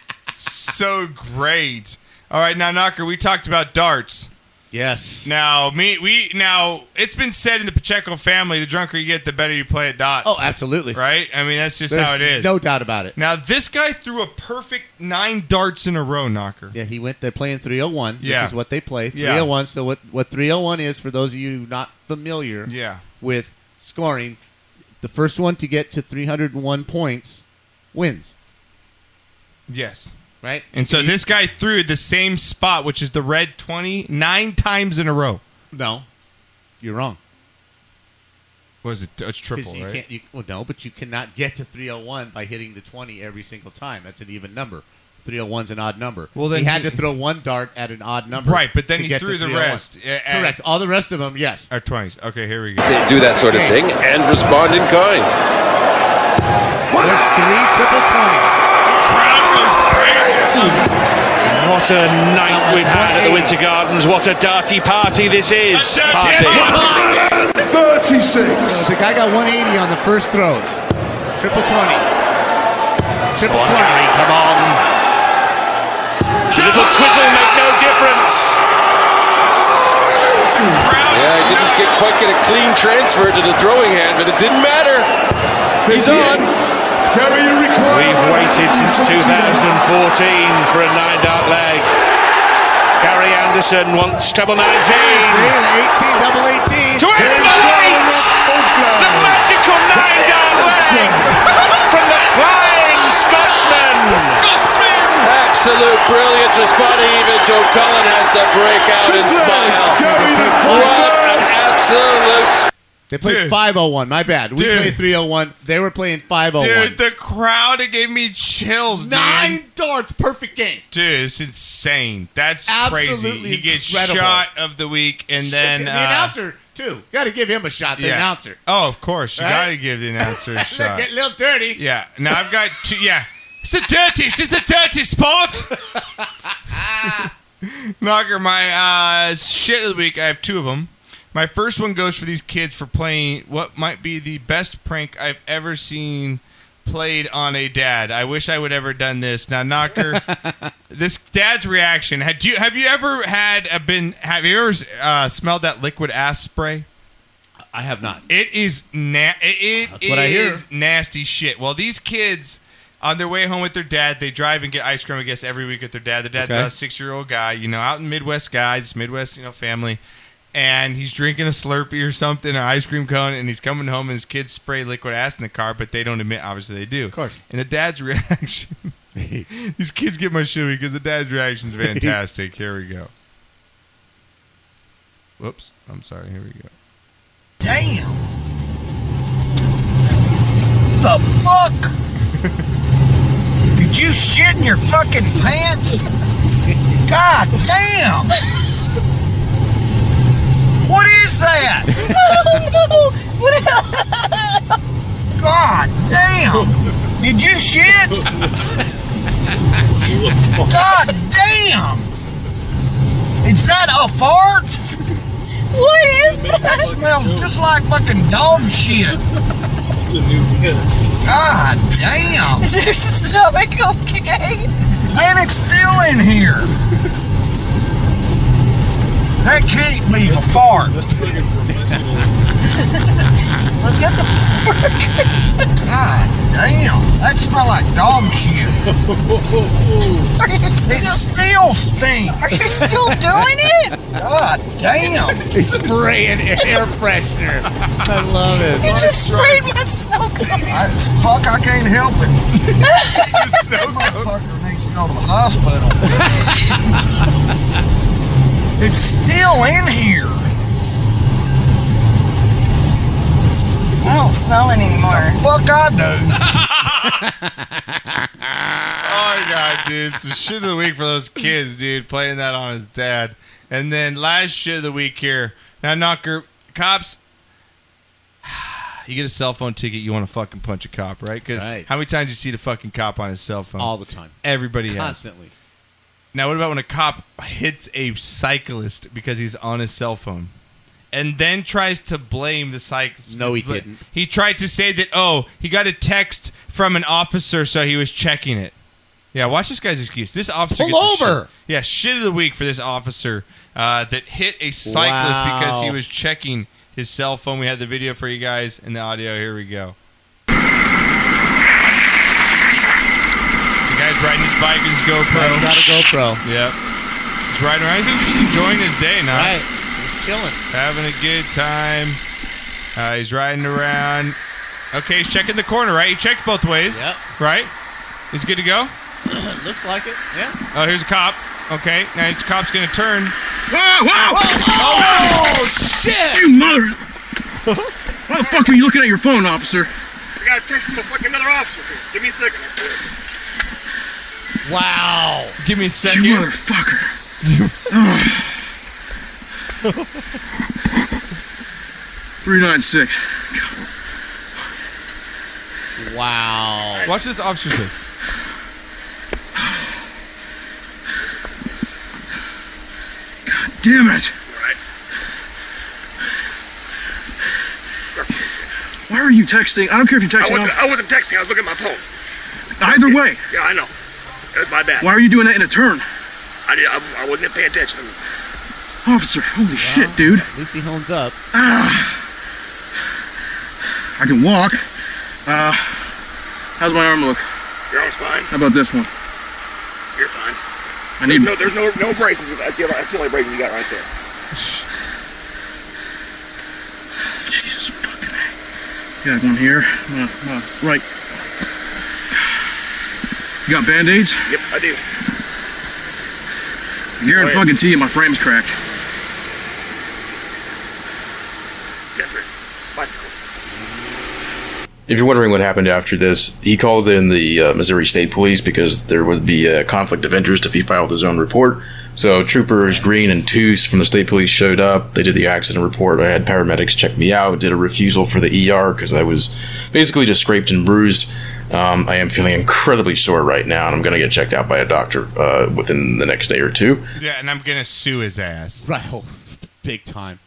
S1: [LAUGHS] so great. All right, now Knocker, we talked about darts.
S2: Yes.
S1: Now me we now it's been said in the Pacheco family, the drunker you get, the better you play at dots.
S2: Oh, absolutely.
S1: Right? I mean, that's just
S2: There's
S1: how it is.
S2: No doubt about it.
S1: Now this guy threw a perfect nine darts in a row, Knocker.
S2: Yeah, he went. They're playing 301.
S1: Yeah.
S2: This is what they play.
S1: Yeah.
S2: 301. So what what 301 is for those of you not familiar
S1: Yeah.
S2: with scoring, the first one to get to 301 points wins,
S1: Yes.
S2: right?
S1: And so this guy threw the same spot, which is the red twenty, nine times in a row.
S2: No, you're wrong.
S1: Was it? It's
S2: 'Cause
S1: triple,
S2: you
S1: right?
S2: Can't, you, well, no, but you cannot get to 301 by hitting the 20 every single time. That's an even number. 301's an odd number.
S1: Well, then
S2: he had
S1: he-
S2: to throw one dart at an odd number.
S1: Right, but then
S2: to
S1: he
S2: get to
S1: threw the
S2: 301.
S1: rest a- at-
S2: Correct. All the rest of them, yes.
S1: Or twenties. Okay, here we go.
S17: They [LAUGHS] do that sort of thing and respond in kind.
S2: There's three triple 20s.
S18: What a night we've had at the Winter Gardens. What a darty party this is. Party.
S2: 36. So the guy got 180 on the first throws. Triple 20. Triple
S18: on,
S2: 20.
S18: Harry, come on. A little twizzle make no difference.
S17: Yeah, he didn't get, quite get a clean transfer to the throwing hand, but it didn't matter. He's on.
S18: We've waited since 2014 for a nine dart leg. Gary Anderson wants double 19.
S2: See, the 18, double 18.
S18: To end the night! The magical nine dart leg from the flying Scotsman.
S17: Scotsman! Absolute brilliance responding even to Cullen has to break out and smile. What an absolute s-
S2: They played
S1: Dude.
S2: 501. My bad. We
S1: Dude.
S2: played 301. They were playing 501.
S1: Dude, the crowd, it gave me chills.
S2: Nine
S1: dude.
S2: darts, perfect game.
S1: Dude, it's insane. That's crazy.
S2: Absolutely
S1: He gets
S2: incredible.
S1: shot of the week, and then
S2: the
S1: uh,
S2: announcer too. Got to give him a shot. The
S1: yeah.
S2: announcer.
S1: Oh, of course, you
S2: Right?
S1: got to give the
S2: [LAUGHS]
S1: announcer a shot.
S2: Get a little dirty.
S1: Yeah. Now
S2: [LAUGHS]
S1: I've got two. Yeah. It's a dirty. It's just a dirty spot. Knocker, my uh, shit of the week. I have two of them. My first one goes for these kids for playing what might be the best prank I've ever seen played on a dad. I wish I would ever done this. Now, Knocker, this dad's reaction. Had you have you ever had a been have you ever uh, smelled that liquid ass spray?
S19: I have not.
S1: It is na- it, it
S19: That's what I hear.
S1: is nasty shit. Well, these kids on their way home with their dad, they drive and get ice cream. I guess every week with their dad. Their dad's
S19: Okay.
S1: about a six-year-old guy, you know, out in Midwest guy, just Midwest, you know, family. And he's drinking a Slurpee or something, an ice cream cone, and he's coming home, and his kids spray liquid ass in the car, but they don't admit, obviously, they do. Of course. And the dad's [LAUGHS] reaction. [LAUGHS]
S19: [LAUGHS]
S1: these kids get my shoey because the dad's
S18: [LAUGHS]
S1: reaction's fantastic. Here we go. Whoops. I'm sorry. Here we go.
S14: Damn. The fuck? Did you shit in your fucking pants? God damn! What is [LAUGHS] that? God damn! Did you shit? God damn! Is that a fart? What is that? That smells just like fucking dog shit. God [LAUGHS] damn. Is your stomach okay? And it's still in here. That can't be a fart. Let's get the pork. God damn. That smells like dog shit. it still stinks. Are you
S20: still doing it?
S14: God
S2: [LAUGHS]
S14: damn.
S2: Spraying air freshener. I love it.
S14: You just sprayed my snow cone. I, fuck, I can't help [LAUGHS] it. snow cone. needs to go to the hospital. it's still in here. I don't smell it anymore. fuck I do.
S1: Oh my god, dude! It's the shit of the week for those kids, dude. Playing that on his dad, and then last shit of the week here. Now, knocker cops. [SIGHS] You get a cell phone ticket, you want to fucking punch a cop, right? Because
S2: Right.
S1: how many times you see the fucking cop on his cell phone?
S2: All the time.
S1: Everybody has.
S2: Constantly.
S1: Now, what about when a cop hits a cyclist because he's on his cell phone? And then tries to blame the cyclist. No, he didn't. He tried to say that, oh, he got a text from an officer, so he was checking it. Yeah, watch this guy's excuse. This officer
S2: Pull
S1: gets the
S2: over.
S1: shit- Yeah, shit of the week for this officer uh, that hit a cyclist
S2: Wow.
S1: because he was checking his cell phone. We had the video for you guys and the audio. Here we go. The guy's riding his bike with his GoPro.
S2: Guy's got a GoPro.
S1: Yep. He's riding around. He's just enjoying his day now.
S2: Right. He's chilling.
S1: Having a good time. Uh, he's riding around. Okay, he's checking the corner, right? He checked both ways.
S2: Yep.
S1: Right? He's good to go?
S2: Looks like it. Yeah.
S14: [LAUGHS]
S1: Oh, here's a cop. Okay, now the cop's gonna turn.
S2: Oh, shit!
S21: You mother! Why the fuck were you looking at your phone, officer?
S22: I got a text from the fucking another officer here. Give me a second.
S2: Wow.
S1: Give me a second.
S21: You motherfucker.
S1: [SIGHS]
S21: Three nine six.
S2: Wow.
S1: Watch this officer say.
S21: Damn it! Why are you texting? I don't care if you text.
S22: I wasn't,
S21: off-
S22: I wasn't texting. I was looking at my phone.
S21: Either way.
S22: Yeah, I know. That was my bad.
S21: Why are you doing that in a turn?
S22: I, did, I, I wasn't paying attention.
S21: Officer, holy shit, dude.
S2: Lucy hones up.
S21: Ah. I can walk. Uh, how's my arm look?
S22: Your arm's fine.
S21: How about this one?
S22: You're fine.
S21: I need-
S22: no. There's no no braces. That's the, that's the only braces you got right there.
S21: Got one here. Uh, uh, right. You got band-aids?
S22: Yep, I do.
S21: I guarantee fucking to you my frame's cracked.
S22: Different bicycles.
S23: If you're wondering what happened after this, he called in the uh, Missouri State Police because there would be a conflict of interest if he filed his own report. So troopers Green and Toos from the state police showed up. They did the accident report. I had paramedics check me out. Did a refusal for the ER because I was basically just scraped and bruised. Um, I am feeling incredibly sore right now, and I'm going to get checked out by a doctor uh, within the next day or two.
S1: Yeah, and I'm gonna sue his ass.
S2: Right, oh, big time,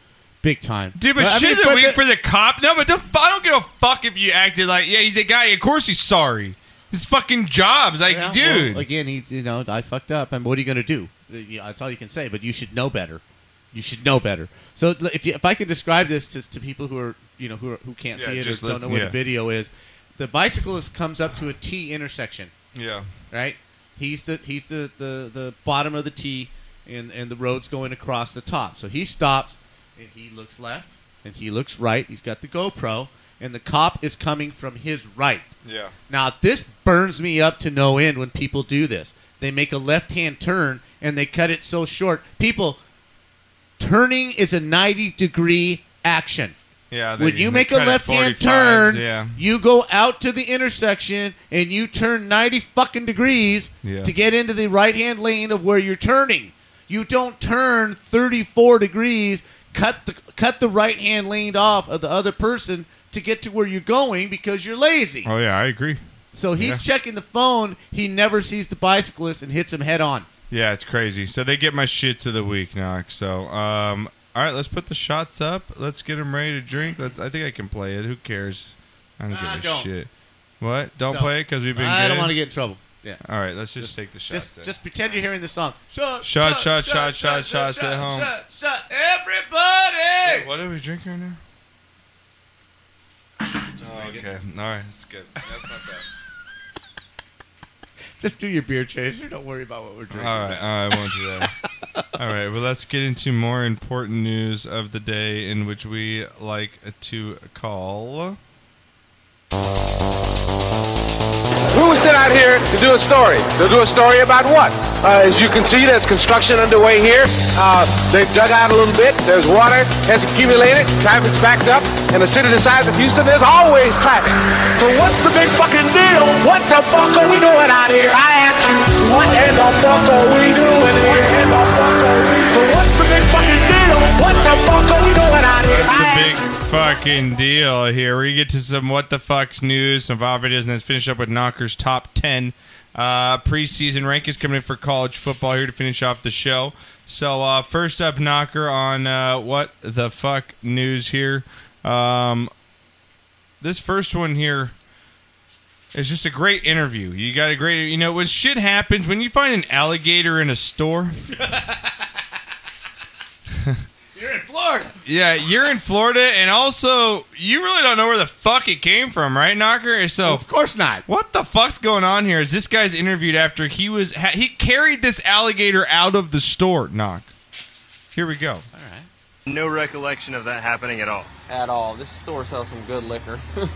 S2: big time.
S1: Dude, but
S2: I
S1: shit
S2: mean,
S1: the
S2: but
S1: week
S2: the-
S1: for the cop. No, but the, f- I don't give a fuck if you acted like yeah, the guy. Of course he's sorry. His fucking job's like,
S2: Yeah,
S1: dude.
S2: well, again, he's you know I fucked up, and what are you gonna do? Uh, yeah, That's all you can say. But you should know better. You should know better. So l- if you, if I could describe this to, to people who are you know who are, who can't
S1: Yeah,
S2: see it or
S1: just
S2: don't know
S1: listen,
S2: what
S1: yeah.
S2: the video is, the bicyclist comes up to a T intersection.
S1: Yeah.
S2: Right. He's the he's the the, the bottom of the T, and and the road's going across the top. So he stops and he looks left and he looks right. He's got the GoPro, and the cop is coming from his right.
S1: Yeah.
S2: Now this burns me up to no end when people do this. They make a left-hand turn and they cut it so short. People, turning is a ninety-degree action.
S1: yeah. they-
S2: When you
S1: they
S2: make a
S1: cut it
S2: left-hand
S1: 45s,
S2: turn,
S1: yeah.
S2: you go out to the intersection and you turn 90 fucking degrees
S1: Yeah.
S2: to get into the right-hand lane of where you're turning. You don't turn 34 degrees, cut the cut the right-hand lane off of the other person to get to where you're going because you're lazy.
S1: Oh yeah, I agree.
S2: So he's
S1: Yeah.
S2: checking the phone, he never sees the bicyclist and hits him head on.
S1: Yeah, it's crazy. So they get my shits of the week, Knock. So, um, all right, let's put the shots up. Let's get them ready to drink. Let's. I think I can play it. Who cares? I don't
S2: Nah,
S1: give a
S2: don't.
S1: shit. What? Don't,
S2: Don't.
S1: play it because we've been.
S2: I don't
S1: good?
S2: wanna get in trouble. Yeah.
S1: All right, let's just, take the shots.
S2: just
S1: then.
S2: just pretend you're hearing the song. Shut
S1: Shot, shot, shot, shot, shots at home.
S2: Shut, shut, everybody!
S1: What are we drinking right now? Oh, okay. All right, [LAUGHS] that's good. That's not bad.
S2: Just do your beer chaser. Don't worry about what we're drinking.
S1: all right, all right, I won't do that.
S2: [LAUGHS]
S1: all right, well, let's get into more important news of the day, in which we like to call.
S17: We would sit out here to do a story. To do a story about what? Uh, as you can see, there's construction underway here. Uh, they've dug out a little bit. There's water has accumulated. Traffic's backed up. In a city the size of Houston, there's always traffic. So what's the big fucking deal? What the fuck are we doing out here? I ask you, what in the fuck are we doing here? What in the fuck are we So what's the big fucking deal? What the fuck are we doing out here? I ask
S1: Big fucking deal here. We get to some what the fuck news, some viral videos, and then finish up with Knocker's top 10 uh, preseason rankings coming in for college football here to finish off the show. So, uh, first up, Knocker on uh, what the fuck news here. Um, this first one here is just a great interview. You got a great, you know, when shit happens, when you find an alligator in a store.
S2: You're in Florida.
S1: Yeah, you're in Florida, and also you really don't know where the fuck it came from, right, Knocker? So of
S2: course not.
S1: What the fuck's going on here? Is this guy's interviewed after he was ha- he carried this alligator out of the store? Knock. Here we go.
S2: All right.
S19: No recollection of that happening at all.
S20: At all. This store sells some good liquor. [LAUGHS]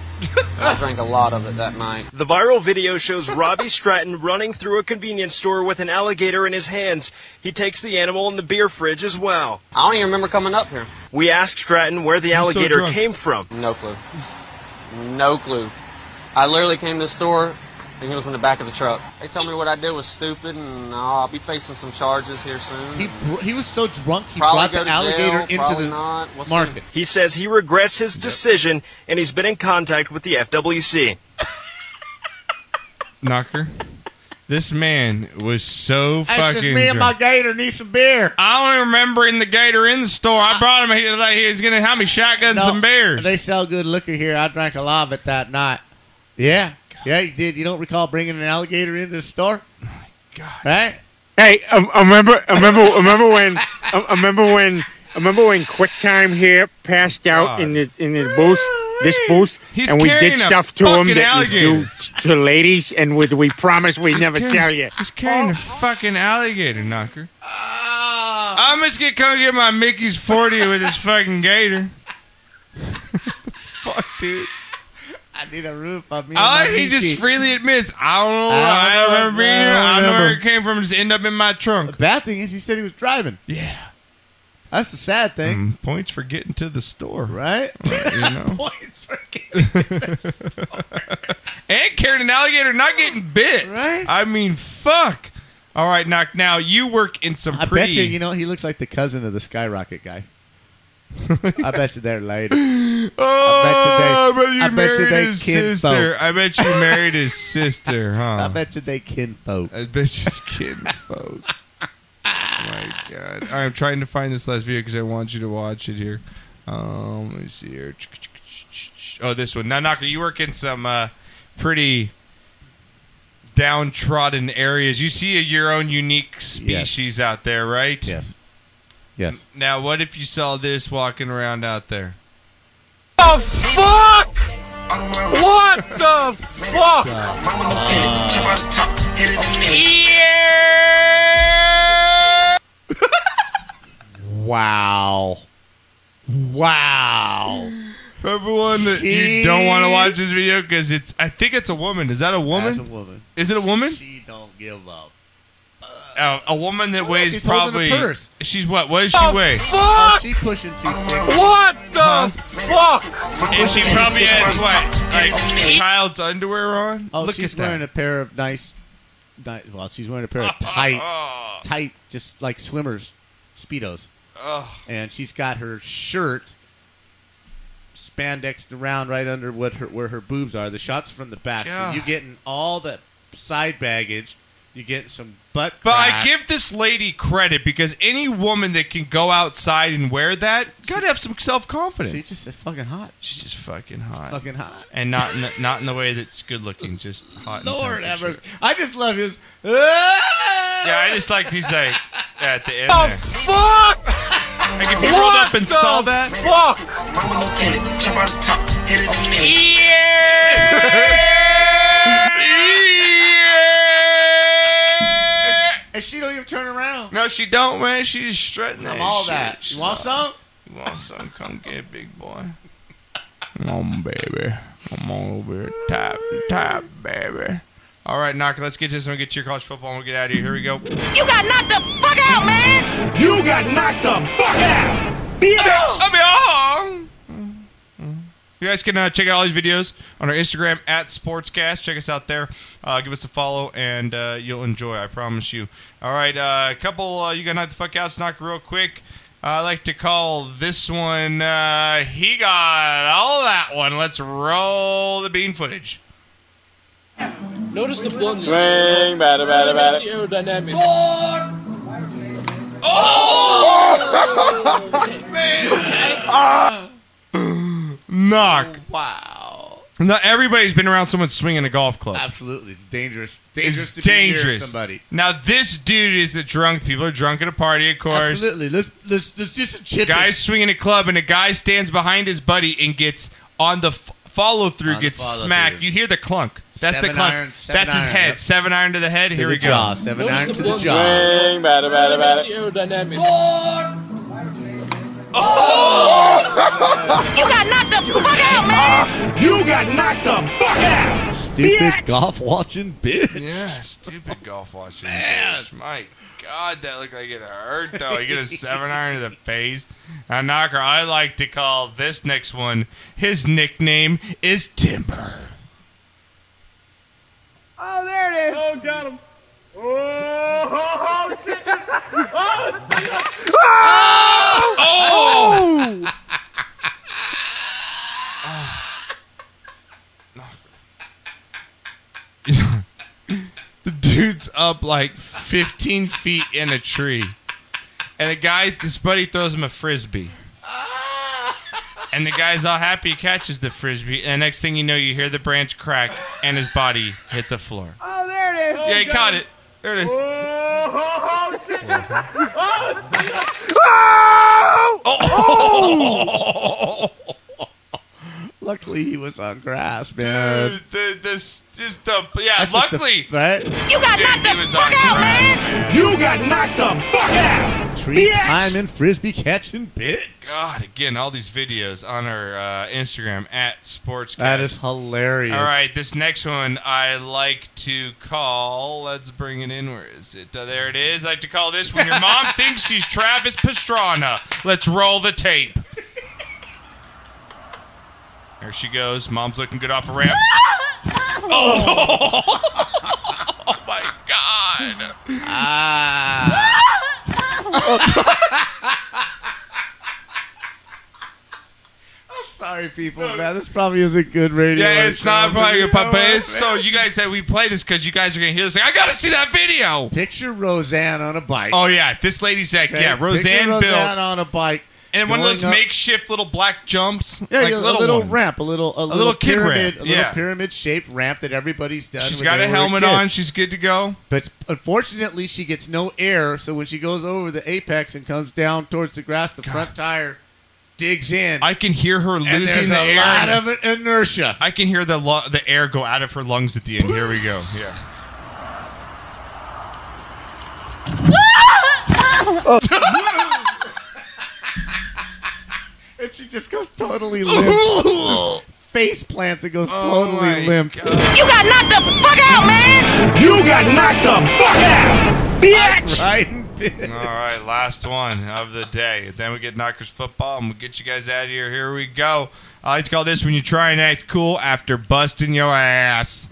S20: I drank a lot of it that night.
S19: The viral video shows Robbie Stratton running through a convenience store with an alligator in his hands. He takes the animal in the beer fridge as well. I don't even remember coming up here. We asked Stratton where the
S20: so
S19: alligator
S20: drunk.
S19: came from.
S20: No clue. No clue. I literally came to the store and he was in the back of the truck. They told me what I did was stupid and uh, I'll be facing some charges here soon.
S2: He br- he was so drunk he
S20: Probably
S2: brought
S20: go
S2: the
S20: to
S2: alligator
S20: jail, probably
S2: into the
S20: not. We'll see.
S2: market.
S19: He says he regrets his decision and he's been in contact with the FWC.
S1: Knocker. This man was so
S2: That's
S1: fucking.
S2: just me and my
S1: drunk.
S2: gator need some beer.
S1: I don't remember in the gator in the store. I brought him here like he was gonna help me shotgun some bears.
S2: They sell good liquor here. I drank a lot of it that night. Yeah. Yeah, you did. You don't recall bringing an alligator into the store? Oh my
S1: God.
S2: Right?
S3: Hey, I, I remember, I remember, I remember when, I, I
S2: [LAUGHS]
S3: remember when, I remember when QuickTime here passed out in the in the booth, this booth,
S1: He's
S3: and we
S1: carrying
S3: did
S1: a
S3: stuff to him
S1: fucking
S3: that you do
S1: alligator.
S3: t- to ladies, and we, we promise we
S1: He's
S3: never
S1: carrying-
S3: tell you.
S1: He's carrying a fucking alligator knocker.
S2: Oh, uh.
S1: I'm just gonna come get my Mickey's 40 with his fucking gator. Fuck, dude.
S2: I need a roof. I
S3: Oh,
S2: mean,
S1: I like he just freely admits, I don't know. I don't, remember being here. I don't know where it came from. Just end up in my trunk.
S2: The bad thing is, he said he was driving.
S1: Yeah.
S2: That's the sad thing.
S1: Mm, points for getting to the store,
S2: right?
S1: [LAUGHS]
S3: [LAUGHS]
S1: you know.
S2: [LAUGHS] Points for
S1: [LAUGHS]
S2: getting to the store.
S1: and carrying an alligator, not getting bit.
S2: Right?
S1: I mean, fuck. All right, knock. Now you work in some.
S2: I
S1: pretty,
S2: bet you, you know, he looks like the cousin of the skyrocket guy. I bet you they're
S1: [LAUGHS]
S2: related. I
S1: Oh,
S2: bet you they,
S1: I bet you married his
S2: kinfolk.
S1: sister. I bet you married his sister, huh?
S2: I bet you they kinfolk.
S1: I bet
S2: [LAUGHS]
S1: you's kinfolk. My God, All right, I'm trying to find this last video because I want you to watch it here. Um, let me see here. Oh, this one. Now, Knocker, you work in some uh, pretty downtrodden areas. You see your own unique species out there, right? Yes.
S2: Yes.
S1: Now, what if you saw this walking around out there?
S14: The fuck? What the fuck? yeah!
S2: Wow. Wow.
S1: Everyone that you don't want to watch this video because it's. I think it's a woman. Is that a woman?
S2: That's a woman.
S1: Is it a woman?
S2: She don't give up.
S1: Uh, a woman that weighs
S2: she's holding a
S1: probably.
S2: purse.
S1: She's what? What does she
S2: The
S1: weigh?
S2: fuck? Oh, she pushing 260.
S14: What the
S1: fuck? And she probably has what? Like child's underwear on?
S2: Oh,
S1: Look
S2: she's
S1: at that.
S2: wearing a pair of nice, ni- well, she's wearing a pair
S1: [LAUGHS]
S2: of tight, tight, just like swimmers, speedos,
S1: Ugh.
S2: and she's got her shirt spandexed around right under what her where her boobs are. The shots from the back,
S1: Yeah.
S2: so you getting all the side baggage. You getting some butt.
S1: But I
S2: crack.
S1: give this lady credit because any woman that can go outside and wear that gotta have some self confidence.
S2: She's just fucking hot.
S1: She's just fucking hot.
S2: fucking hot.
S1: and not in the, not in the way that's good looking, just hot. in
S2: Lord,
S1: temperature.
S2: ever. I just love [LAUGHS] his.
S1: Yeah, I just like he's like at the end.
S14: The
S1: there.
S14: fuck?
S1: Like if you rolled up and saw that.
S14: Fuck!
S2: And she don't even turn around.
S1: No, she don't, man. She just strutting that
S2: I'm all
S1: shit.
S2: that.
S1: She's
S2: You want
S1: like,
S2: some?
S1: You want some? Come get it, big boy. Come on, baby. Come on over here. Tap, tap, baby. All right, Knocker, let's get to this. I'm going to get to your college football and we'll get out of here. Here we go.
S14: You got knocked the fuck out, man! You got knocked the fuck out!
S1: [LAUGHS] You guys can uh, check out all these videos on our Instagram at Sportscast. Check us out there. Uh, give us a follow, and uh, you'll enjoy. I promise you. All right, uh, a couple. Uh, you gonna knock the fuck out. Knock real quick. I like to call this one. Uh, he got all that one. Let's roll the bean footage.
S14: Notice the blunt.
S1: Swing, batter, batter, batter.
S14: Notice the aerodynamic.
S1: [LAUGHS]
S14: Oh!
S1: Ah.
S14: man!
S1: [SIGHS] Knock.
S2: Wow.
S1: Not everybody's been around someone swinging a golf club.
S2: Absolutely, it's dangerous. Dangerous to
S1: it's dangerous.
S2: be near somebody.
S1: Now this dude is the drunk. People are drunk at a party, of course.
S2: Absolutely. Let's let's let's just chip it.
S1: Guy's swinging a club, and a guy stands behind his buddy and gets on the f- follow through,
S2: On the
S1: gets
S2: follow-through.
S1: smacked. You hear the clunk. That's the
S2: Seven
S1: clunk.
S2: iron, seven
S1: That's his
S2: iron,
S1: head.
S2: yep.
S1: Seven iron to the head.
S2: To
S1: Here
S2: the
S1: we go.
S2: jaw, seven Notice iron the to the blood jaw.
S1: Swing, batter, batter, batter.
S14: aerodynamic. Oh! you got knocked the fuck out, man! You got knocked the fuck out!
S2: Stupid golf watching bitch.
S1: Yeah, stupid
S2: [LAUGHS]
S1: golf watching. Gosh, my God, that looked like it hurt though. You get a seven iron to the face. Now, knocker, I like to call this next one. His nickname is Timber.
S14: Oh, there it is. Oh, got him. Oh, oh, shit. Oh, shit.
S1: Oh! The dude's up like 15 feet in a tree. And the guy, this buddy, throws him a frisbee. and the guy's all happy. He catches the frisbee, and next thing you know, you hear the branch crack, and his body hit the floor.
S14: Oh, there it is.
S1: Yeah, he caught it. There it is.
S14: Oh,
S1: Oh!
S14: Oh!
S2: Luckily, he was on grass, man.
S1: Dude, the, this just the yeah.
S2: That's just the-
S1: luckily,
S2: right?
S14: You got knocked the fuck out, man. You got knocked the fuck out.
S2: Tree climbing, frisbee catching, bitch.
S1: God, again, all these videos on our uh, Instagram at Sports.
S2: That is hilarious.
S1: All right, this next one I like to call. Let's bring it in. Where is it? Uh, there it is. I like to call this when
S2: [LAUGHS]
S1: your mom thinks she's Travis Pastrana. Let's roll the tape. There she goes. Mom's looking good off a ramp. oh, oh my God.
S2: [LAUGHS]
S1: [LAUGHS]
S2: I'm sorry, people, man. This probably isn't good radio.
S1: Yeah, it's not
S2: probably
S1: probably good, but, but it's so you guys that we play this because you guys are gonna hear this. Like, I gotta see that video.
S2: Picture Roseanne on a bike.
S1: Oh yeah, this lady's like,
S2: Okay,
S1: yeah,
S2: picture
S1: Roseanne,
S2: Roseanne
S1: built
S2: on a bike,
S1: and one of
S2: going
S1: those
S2: up-
S1: makeshift little black jumps,
S2: Yeah,
S1: like
S2: yeah, a little
S1: one.
S2: ramp, a little a,
S1: little kid
S2: pyramid,
S1: ramp,
S2: a little
S1: yeah.
S2: pyramid shaped ramp that everybody's done.
S1: She's
S2: when
S1: got
S2: they
S1: a
S2: were
S1: helmet
S2: kid.
S1: on. She's good to go.
S2: But unfortunately, she gets no air, so when she goes over the apex and comes down towards the grass, the front tire digs in.
S1: I can hear her losing
S2: there's
S1: the
S2: a
S1: air.
S2: lot of inertia.
S1: I can hear the lo- the air go out of her lungs at the end. Here we go. Yeah. Oh, [LAUGHS]
S2: and she just goes totally limp. [LAUGHS] Just face plants and goes
S1: Oh
S2: totally limp.
S14: You got knocked the fuck out, man. You got knocked the fuck out, bitch.
S1: All right, last one of the day. Then we get Knockers football, and we'll get you guys out of here. Here we go. I like to call this when you try and act cool after busting your ass.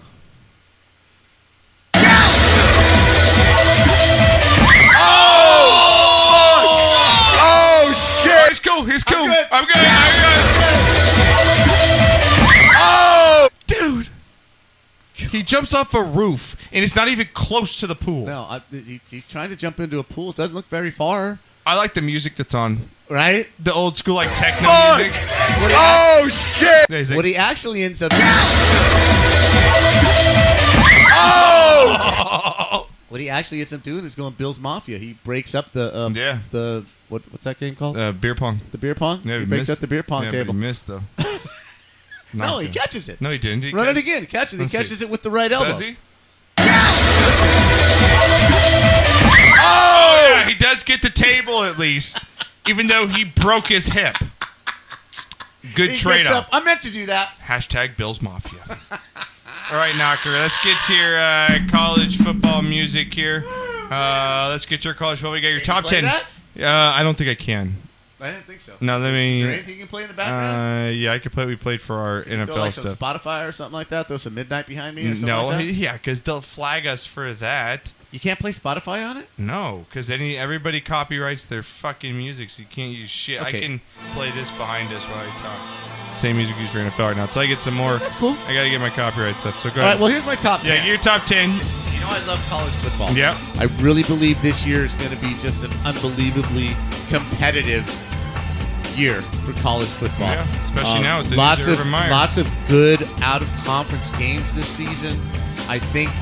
S14: Oh, shit.
S1: It's cool. It's cool. I'm
S14: good.
S1: I'm good.
S14: Oh,
S1: dude. He jumps off a roof, and it's not even close to the pool.
S2: No, I, he, he's trying to jump into a pool. It doesn't look very far.
S1: I like the music that's on.
S2: Right?
S1: The old school, like, techno
S2: Fuck.
S1: music.
S2: Oh,
S1: shit!
S2: What he actually ends up
S14: uh.
S1: Oh! [LAUGHS]
S2: What he actually ends up doing is going Bill's Mafia. He breaks up the um,
S1: yeah
S2: the what what's that game called?
S1: Uh, beer pong.
S2: The beer pong.
S1: Yeah,
S2: he breaks
S1: missed-
S2: up the beer pong
S1: yeah, but
S2: table.
S1: He missed
S2: [LAUGHS]
S1: though.
S2: No,
S1: Knocked
S2: he
S1: him.
S2: catches it.
S1: No, he didn't. He
S2: Run
S1: catch-
S2: it again. He catches it. He
S1: Let's see.
S2: catches it with the right elbow.
S1: Does he? Oh! Yeah, he does get the table
S2: [LAUGHS]
S1: at least, even though he broke his hip. Good
S2: He
S1: trade
S2: gets
S1: off.
S2: up. I meant to do that.
S1: Hashtag Bills Mafia. All right, Knocker, let's get to your uh, college football music here. Uh, let's get your college football. We got your top
S2: play
S1: ten.
S2: that?
S1: Uh, I don't think I can.
S2: I didn't think so.
S1: No, let me.
S2: Is there anything you can play in the background?
S1: Uh, yeah, I could play. what We played for our
S2: Throw,
S1: NFL
S2: like some
S1: stuff.
S2: Spotify or something like that. Throw some Midnight behind me or something
S1: No,
S2: like that.
S1: yeah, because they'll flag us for that.
S2: You can't play Spotify on it.
S1: No, because any everybody copyrights their fucking music, so you can't use shit. I
S2: Okay.
S1: can play this behind us while I talk. Same music used for NFL right now, so I get some more. That's cool. I gotta get my copyright stuff. So
S2: All
S1: go. ahead.
S2: right. Well, here's my top
S1: Yeah,
S2: ten.
S1: your top ten.
S2: You know I love college football.
S1: Yep.
S2: I really believe this year is going to be just an unbelievably competitive year for college football. Um,
S1: Yeah, especially now with the
S2: lots
S1: news of
S2: of
S1: Urban Meyer.
S2: lots of good out of conference games this season. I think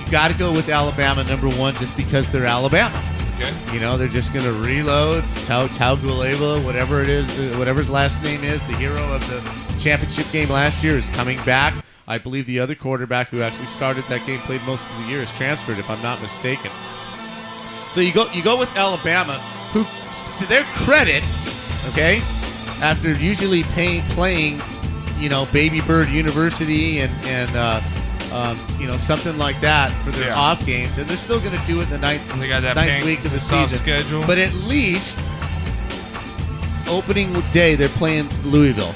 S2: you got to go with Alabama number one just because they're Alabama.
S1: Okay.
S2: You know they're just going to reload Tau Tagovailoa, whatever it is, uh, whatever his last name is, the hero of the championship game last year is coming back. I believe the other quarterback who actually started that game played most of the year is transferred, if I'm not mistaken. So you go you go with Alabama, who to their credit, okay, after usually pay, playing, you know, Baby Bird University and and uh, um, you know something like that for their
S1: Yeah.
S2: off games, and they're still going to do it in the ninth,
S1: They got that
S2: ninth
S1: pink
S2: week of the
S1: soft
S2: season
S1: schedule.
S2: But at least opening day they're playing Louisville.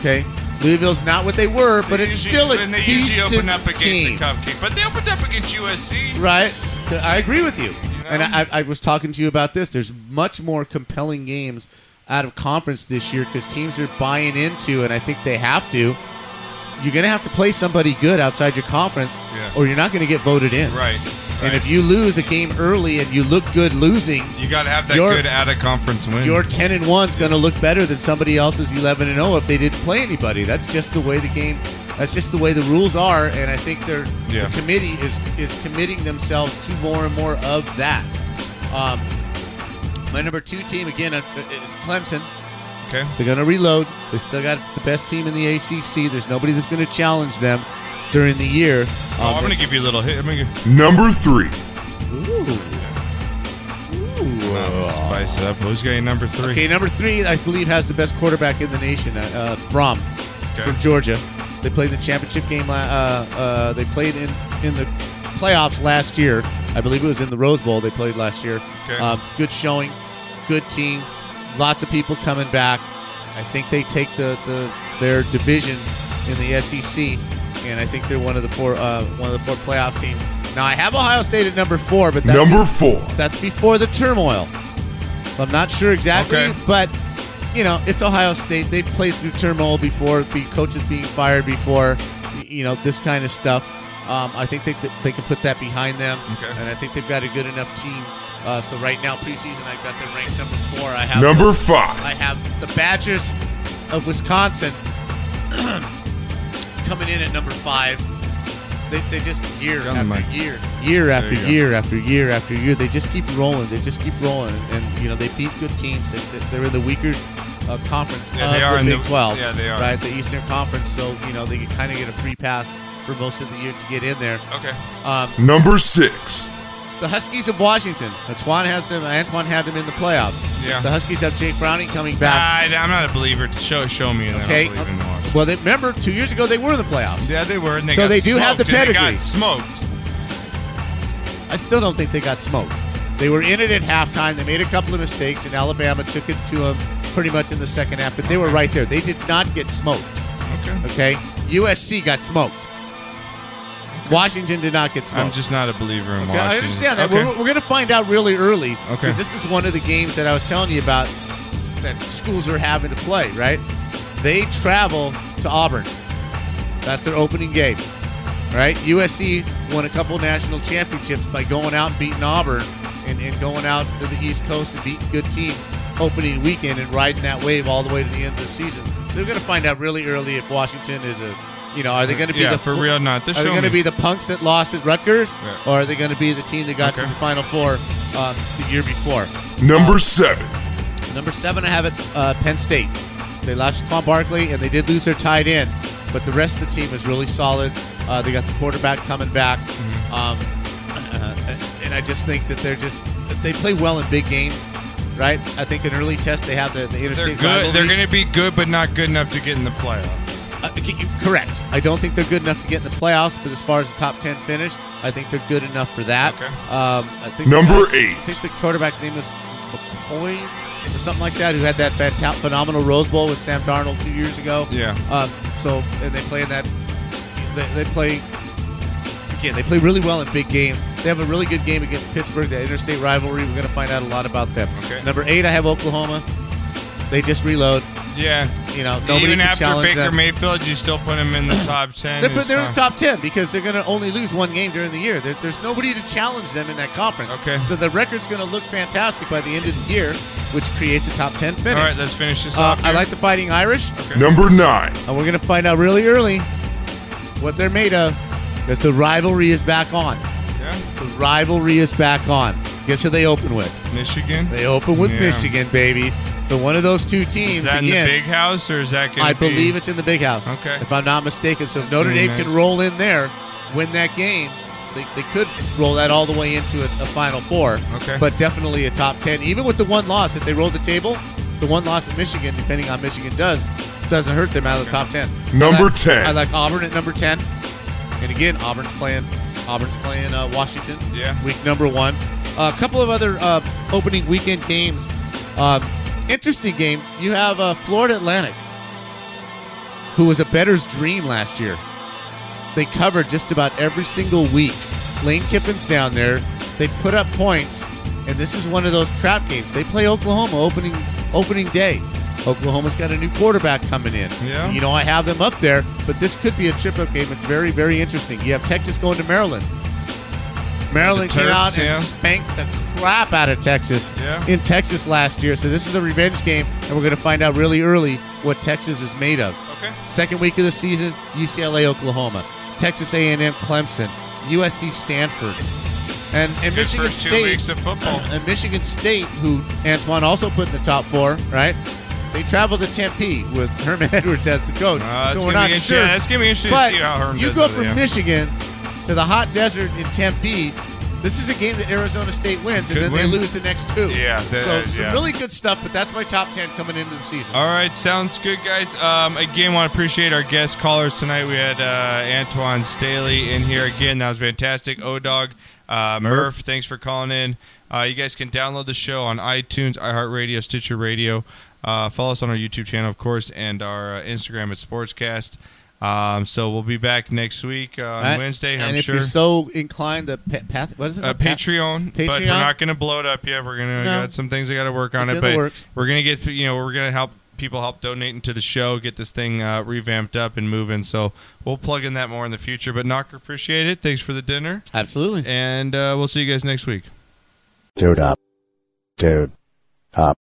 S2: Okay, Louisville's not what they were, but
S1: They
S2: it's
S1: usually-
S2: still a
S1: and they usually
S2: decent
S1: open up against
S2: team.
S1: the cupcake, but they opened up against USC.
S2: Right. So I agree with you. And I, I was talking to you about this. There's much more compelling games out of conference this year because teams are buying into, and I think they have to. You're going to have to play somebody good outside your conference,
S1: Yeah.
S2: or you're not going to get voted in.
S1: Right.
S2: And if you lose a game early and you look good losing,
S1: You got to have that
S2: Your-
S1: good out of conference win.
S2: your 10 and 1 is going to look better than somebody else's 11 and 0 if they didn't play anybody. That's just the way the game that's just the way the rules are and I think they're
S1: Yeah.
S2: the committee is is committing themselves to more and more of that. Um, my number 2 team again uh, is Clemson.
S1: Okay.
S2: They're going to reload. They still got the best team in the ACC. There's nobody that's going to challenge them during the year.
S1: Oh,
S2: Um,
S1: I'm going to give you a little hit. I'm gonna give-
S4: Number three.
S2: uh,
S1: Oh, spice it up. Who's got your number three?
S2: Okay, number three, I believe, has the best quarterback in the nation uh, uh, from
S1: Okay.
S2: from Georgia. They played the championship game. la- Uh, uh, they played in in the playoffs last year. I believe it was in the Rose Bowl. They played last year.
S1: Okay.
S2: Um, good showing, good team, lots of people coming back. I think they take the, the their division in the SEC, and I think they're one of the four uh, one of the four playoff teams. Now I have Ohio State at number four, but that's
S4: Number four.
S2: that's before the turmoil. So I'm not sure exactly, but you know, it's Ohio State. They've played through turmoil before, be coaches being fired before, y- you know, this kind of stuff. Um, I think they, they can put that behind them, and I think they've got a good enough team. Uh, so right now, preseason, I've got them ranked number four. I have
S4: Number five.
S2: I have the Badgers of Wisconsin [CLEARS THROAT] coming in at number five. They, they just year
S1: Got
S2: after
S1: my-
S2: year, year after
S1: There you go.
S2: year after year after year. They just keep rolling. They just keep rolling, and you know they beat good teams. They, they- they're in the weaker uh, conference
S1: Yeah,
S2: of
S1: they are
S2: the
S1: in
S2: Big
S1: the-
S2: Twelve.
S1: yeah, they are.
S2: right. The Eastern Conference, so you know they kind of get a free pass for most of the year to get in there.
S1: Okay.
S2: Um,
S4: Number six.
S2: the Huskies of Washington. Antoine has them. Antoine had them in the playoffs.
S1: Yeah.
S2: The Huskies have Jake Browning coming back.
S1: I, am not a believer. Show, show me. And
S2: Okay.
S1: I don't believe in Washington.
S2: Well, they, remember two years ago they were in the playoffs.
S1: Yeah, they were. And they
S2: so
S1: got
S2: they do have the
S1: smoked, and
S2: pedigree.
S1: they got smoked.
S2: I still don't think they got smoked. They were in it at halftime. They made a couple of mistakes, and Alabama took it to them pretty much in the second half. But they were right there. They did not get smoked. Okay. Okay. USC got smoked. Washington did not get smoked.
S1: I'm just not a believer in
S2: Okay,
S1: Washington.
S2: I understand that.
S1: Okay.
S2: We're, we're going to find out really early.
S1: Okay.
S2: 'cause This is one of the games that I was telling you about that schools are having to play, right? They travel to Auburn. That's their opening game, right? USC won a couple national championships by going out and beating Auburn and, and going out to the East Coast and beating good teams opening weekend and riding that wave all the way to the end of the season. So we're going to find out really early if Washington is a, you know, are they going to be
S1: Yeah,
S2: the
S1: for real or not.
S2: Are
S1: Just
S2: they
S1: show
S2: going to
S1: me.
S2: be the punks that lost at Rutgers,
S1: Yeah.
S2: or are they going to be the team that got to the Final Four uh, the year before?
S4: Number seven.
S2: Number seven, I have it uh, Penn State. They lost Quan Barkley, and they did lose their tight end, but the rest of the team is really solid. Uh, they got the quarterback coming back,
S1: Mm-hmm.
S2: um, [CLEARS THROAT] and I just think that they're just they play well in big games, right? I think an early test they have the, the
S1: They're
S2: interstate
S1: good.
S2: rivalry.
S1: They're going to be good, but not good enough to get in the playoff.
S2: Uh, okay, you- correct. I don't think they're good enough to get in the playoffs, but as far as the top ten finish, I think they're good enough for that. Um, I think
S4: Number
S2: the-
S4: eight.
S2: I think the quarterback's name is McCoy or something like that, who had that phanta- phenomenal Rose Bowl with Sam Darnold two years ago.
S1: Yeah.
S2: Um, so and they play in that. They, they play again. They play really well in big games. They have a really good game against Pittsburgh, that interstate rivalry. We're going to find out a lot about them.
S1: Okay.
S2: Number eight, I have Oklahoma. They just reload.
S1: Yeah.
S2: You know, nobody
S1: Even
S2: can
S1: after
S2: challenge
S1: Baker
S2: them.
S1: Mayfield, you still put him
S2: [CLEARS THROAT]
S1: in the top ten.
S2: They put,
S1: It's
S2: they're in the
S1: fine.
S2: top 10 because they're going to only lose one game during the year. There, there's nobody to challenge them in that conference. Okay. So the record's going to look fantastic by the end of the year, which creates a top 10 finish.
S1: All right, let's finish this
S2: Uh,
S1: off.
S2: I
S1: here.
S2: like the Fighting Irish.
S4: Number nine.
S2: And we're going to find out really early what they're made of because the rivalry is back on.
S1: Yeah.
S2: The rivalry is back on. Guess who they open with?
S1: Michigan.
S2: They open with
S1: Yeah.
S2: Michigan, baby. So one of those two
S1: Is
S2: teams
S1: that in
S2: again.
S1: the big house or is that going
S2: I believe it's in the big house. Okay. If I'm not mistaken. So if Notre
S1: really
S2: Dame can
S1: nice.
S2: roll in there, win that game. They, they could roll that all the way into a, a Final Four.
S1: Okay.
S2: But definitely a top 10. Even with the one loss, if they roll the table, the one loss at Michigan, depending on Michigan does, doesn't hurt them out of the top 10.
S4: Number
S2: I like-
S4: 10.
S2: I like Auburn at number 10. And again, Auburn's playing. Auburn's playing uh, Washington.
S1: Yeah.
S2: Week number one. A couple of other uh, opening weekend games. Um, interesting game. You have uh, Florida Atlantic who was a better's dream last year. They covered just about every single week. Lane Kiffin's down there. They put up points, and this is one of those trap games. They play Oklahoma opening opening day. Oklahoma's got a new quarterback coming in.
S1: Yeah.
S2: You know, I have them up there, but this could be a trip up game. It's very, very interesting. You have Texas going to Maryland. Maryland came
S1: Terps,
S2: out
S1: yeah.
S2: and spanked the crap out of Texas
S1: Yeah.
S2: in Texas last year. So this is a revenge game, and we're going to find out really early what Texas is made of.
S1: Okay.
S2: Second week of the season, UCLA, Oklahoma, Texas A&M, Clemson, USC, Stanford, and and Michigan
S1: first two
S2: State.
S1: weeks of football.
S2: [CLEARS THROAT] And Michigan State, who Antoine also put in the top four, right? They travel to Tempe with [LAUGHS] Herman Edwards as the coach.
S1: Uh, it's
S2: so we're not
S1: gonna be inter-
S2: sure.
S1: yeah, it's gonna be interesting to
S2: But
S1: see how Herm
S2: you
S1: does
S2: go
S1: over
S2: from
S1: there.
S2: Michigan to the hot desert in Tempe. This is a game that Arizona State wins, and
S1: Could
S2: then
S1: win.
S2: they lose the next two.
S1: Yeah, that-
S2: so
S1: uh,
S2: some
S1: yeah.
S2: really good stuff. But that's my top ten coming into the season.
S1: All right, sounds good, guys. Um, again, want to appreciate our guest callers tonight. We had uh, Antoine Staley in here again. That was fantastic. O Dog, uh, Murph, thanks for calling in. Uh, you guys can download the show on iTunes, iHeartRadio, Stitcher Radio. Uh, follow us on our YouTube channel, of course, and our uh, Instagram at Sportscast. Um, so we'll be back next week uh, on
S2: Right?
S1: Wednesday. I'm
S2: and if
S1: sure.
S2: you're so inclined to pa- path, what is it?
S1: uh,
S2: called? Path-
S1: Patreon,
S2: Patreon.
S1: but we're not going to blow it up yet. We're going to
S2: No.
S1: got some things I got to work on
S2: It's
S1: it,
S2: in the
S1: but
S2: works.
S1: we're going to get through. You know, we're going to help people help donate into the show, get this thing uh, revamped up and moving. So we'll plug in that more in the future. But Knocker, appreciate it. Thanks for the dinner,
S2: absolutely,
S1: and uh, we'll see you guys next week.
S5: Dude up. Dude up.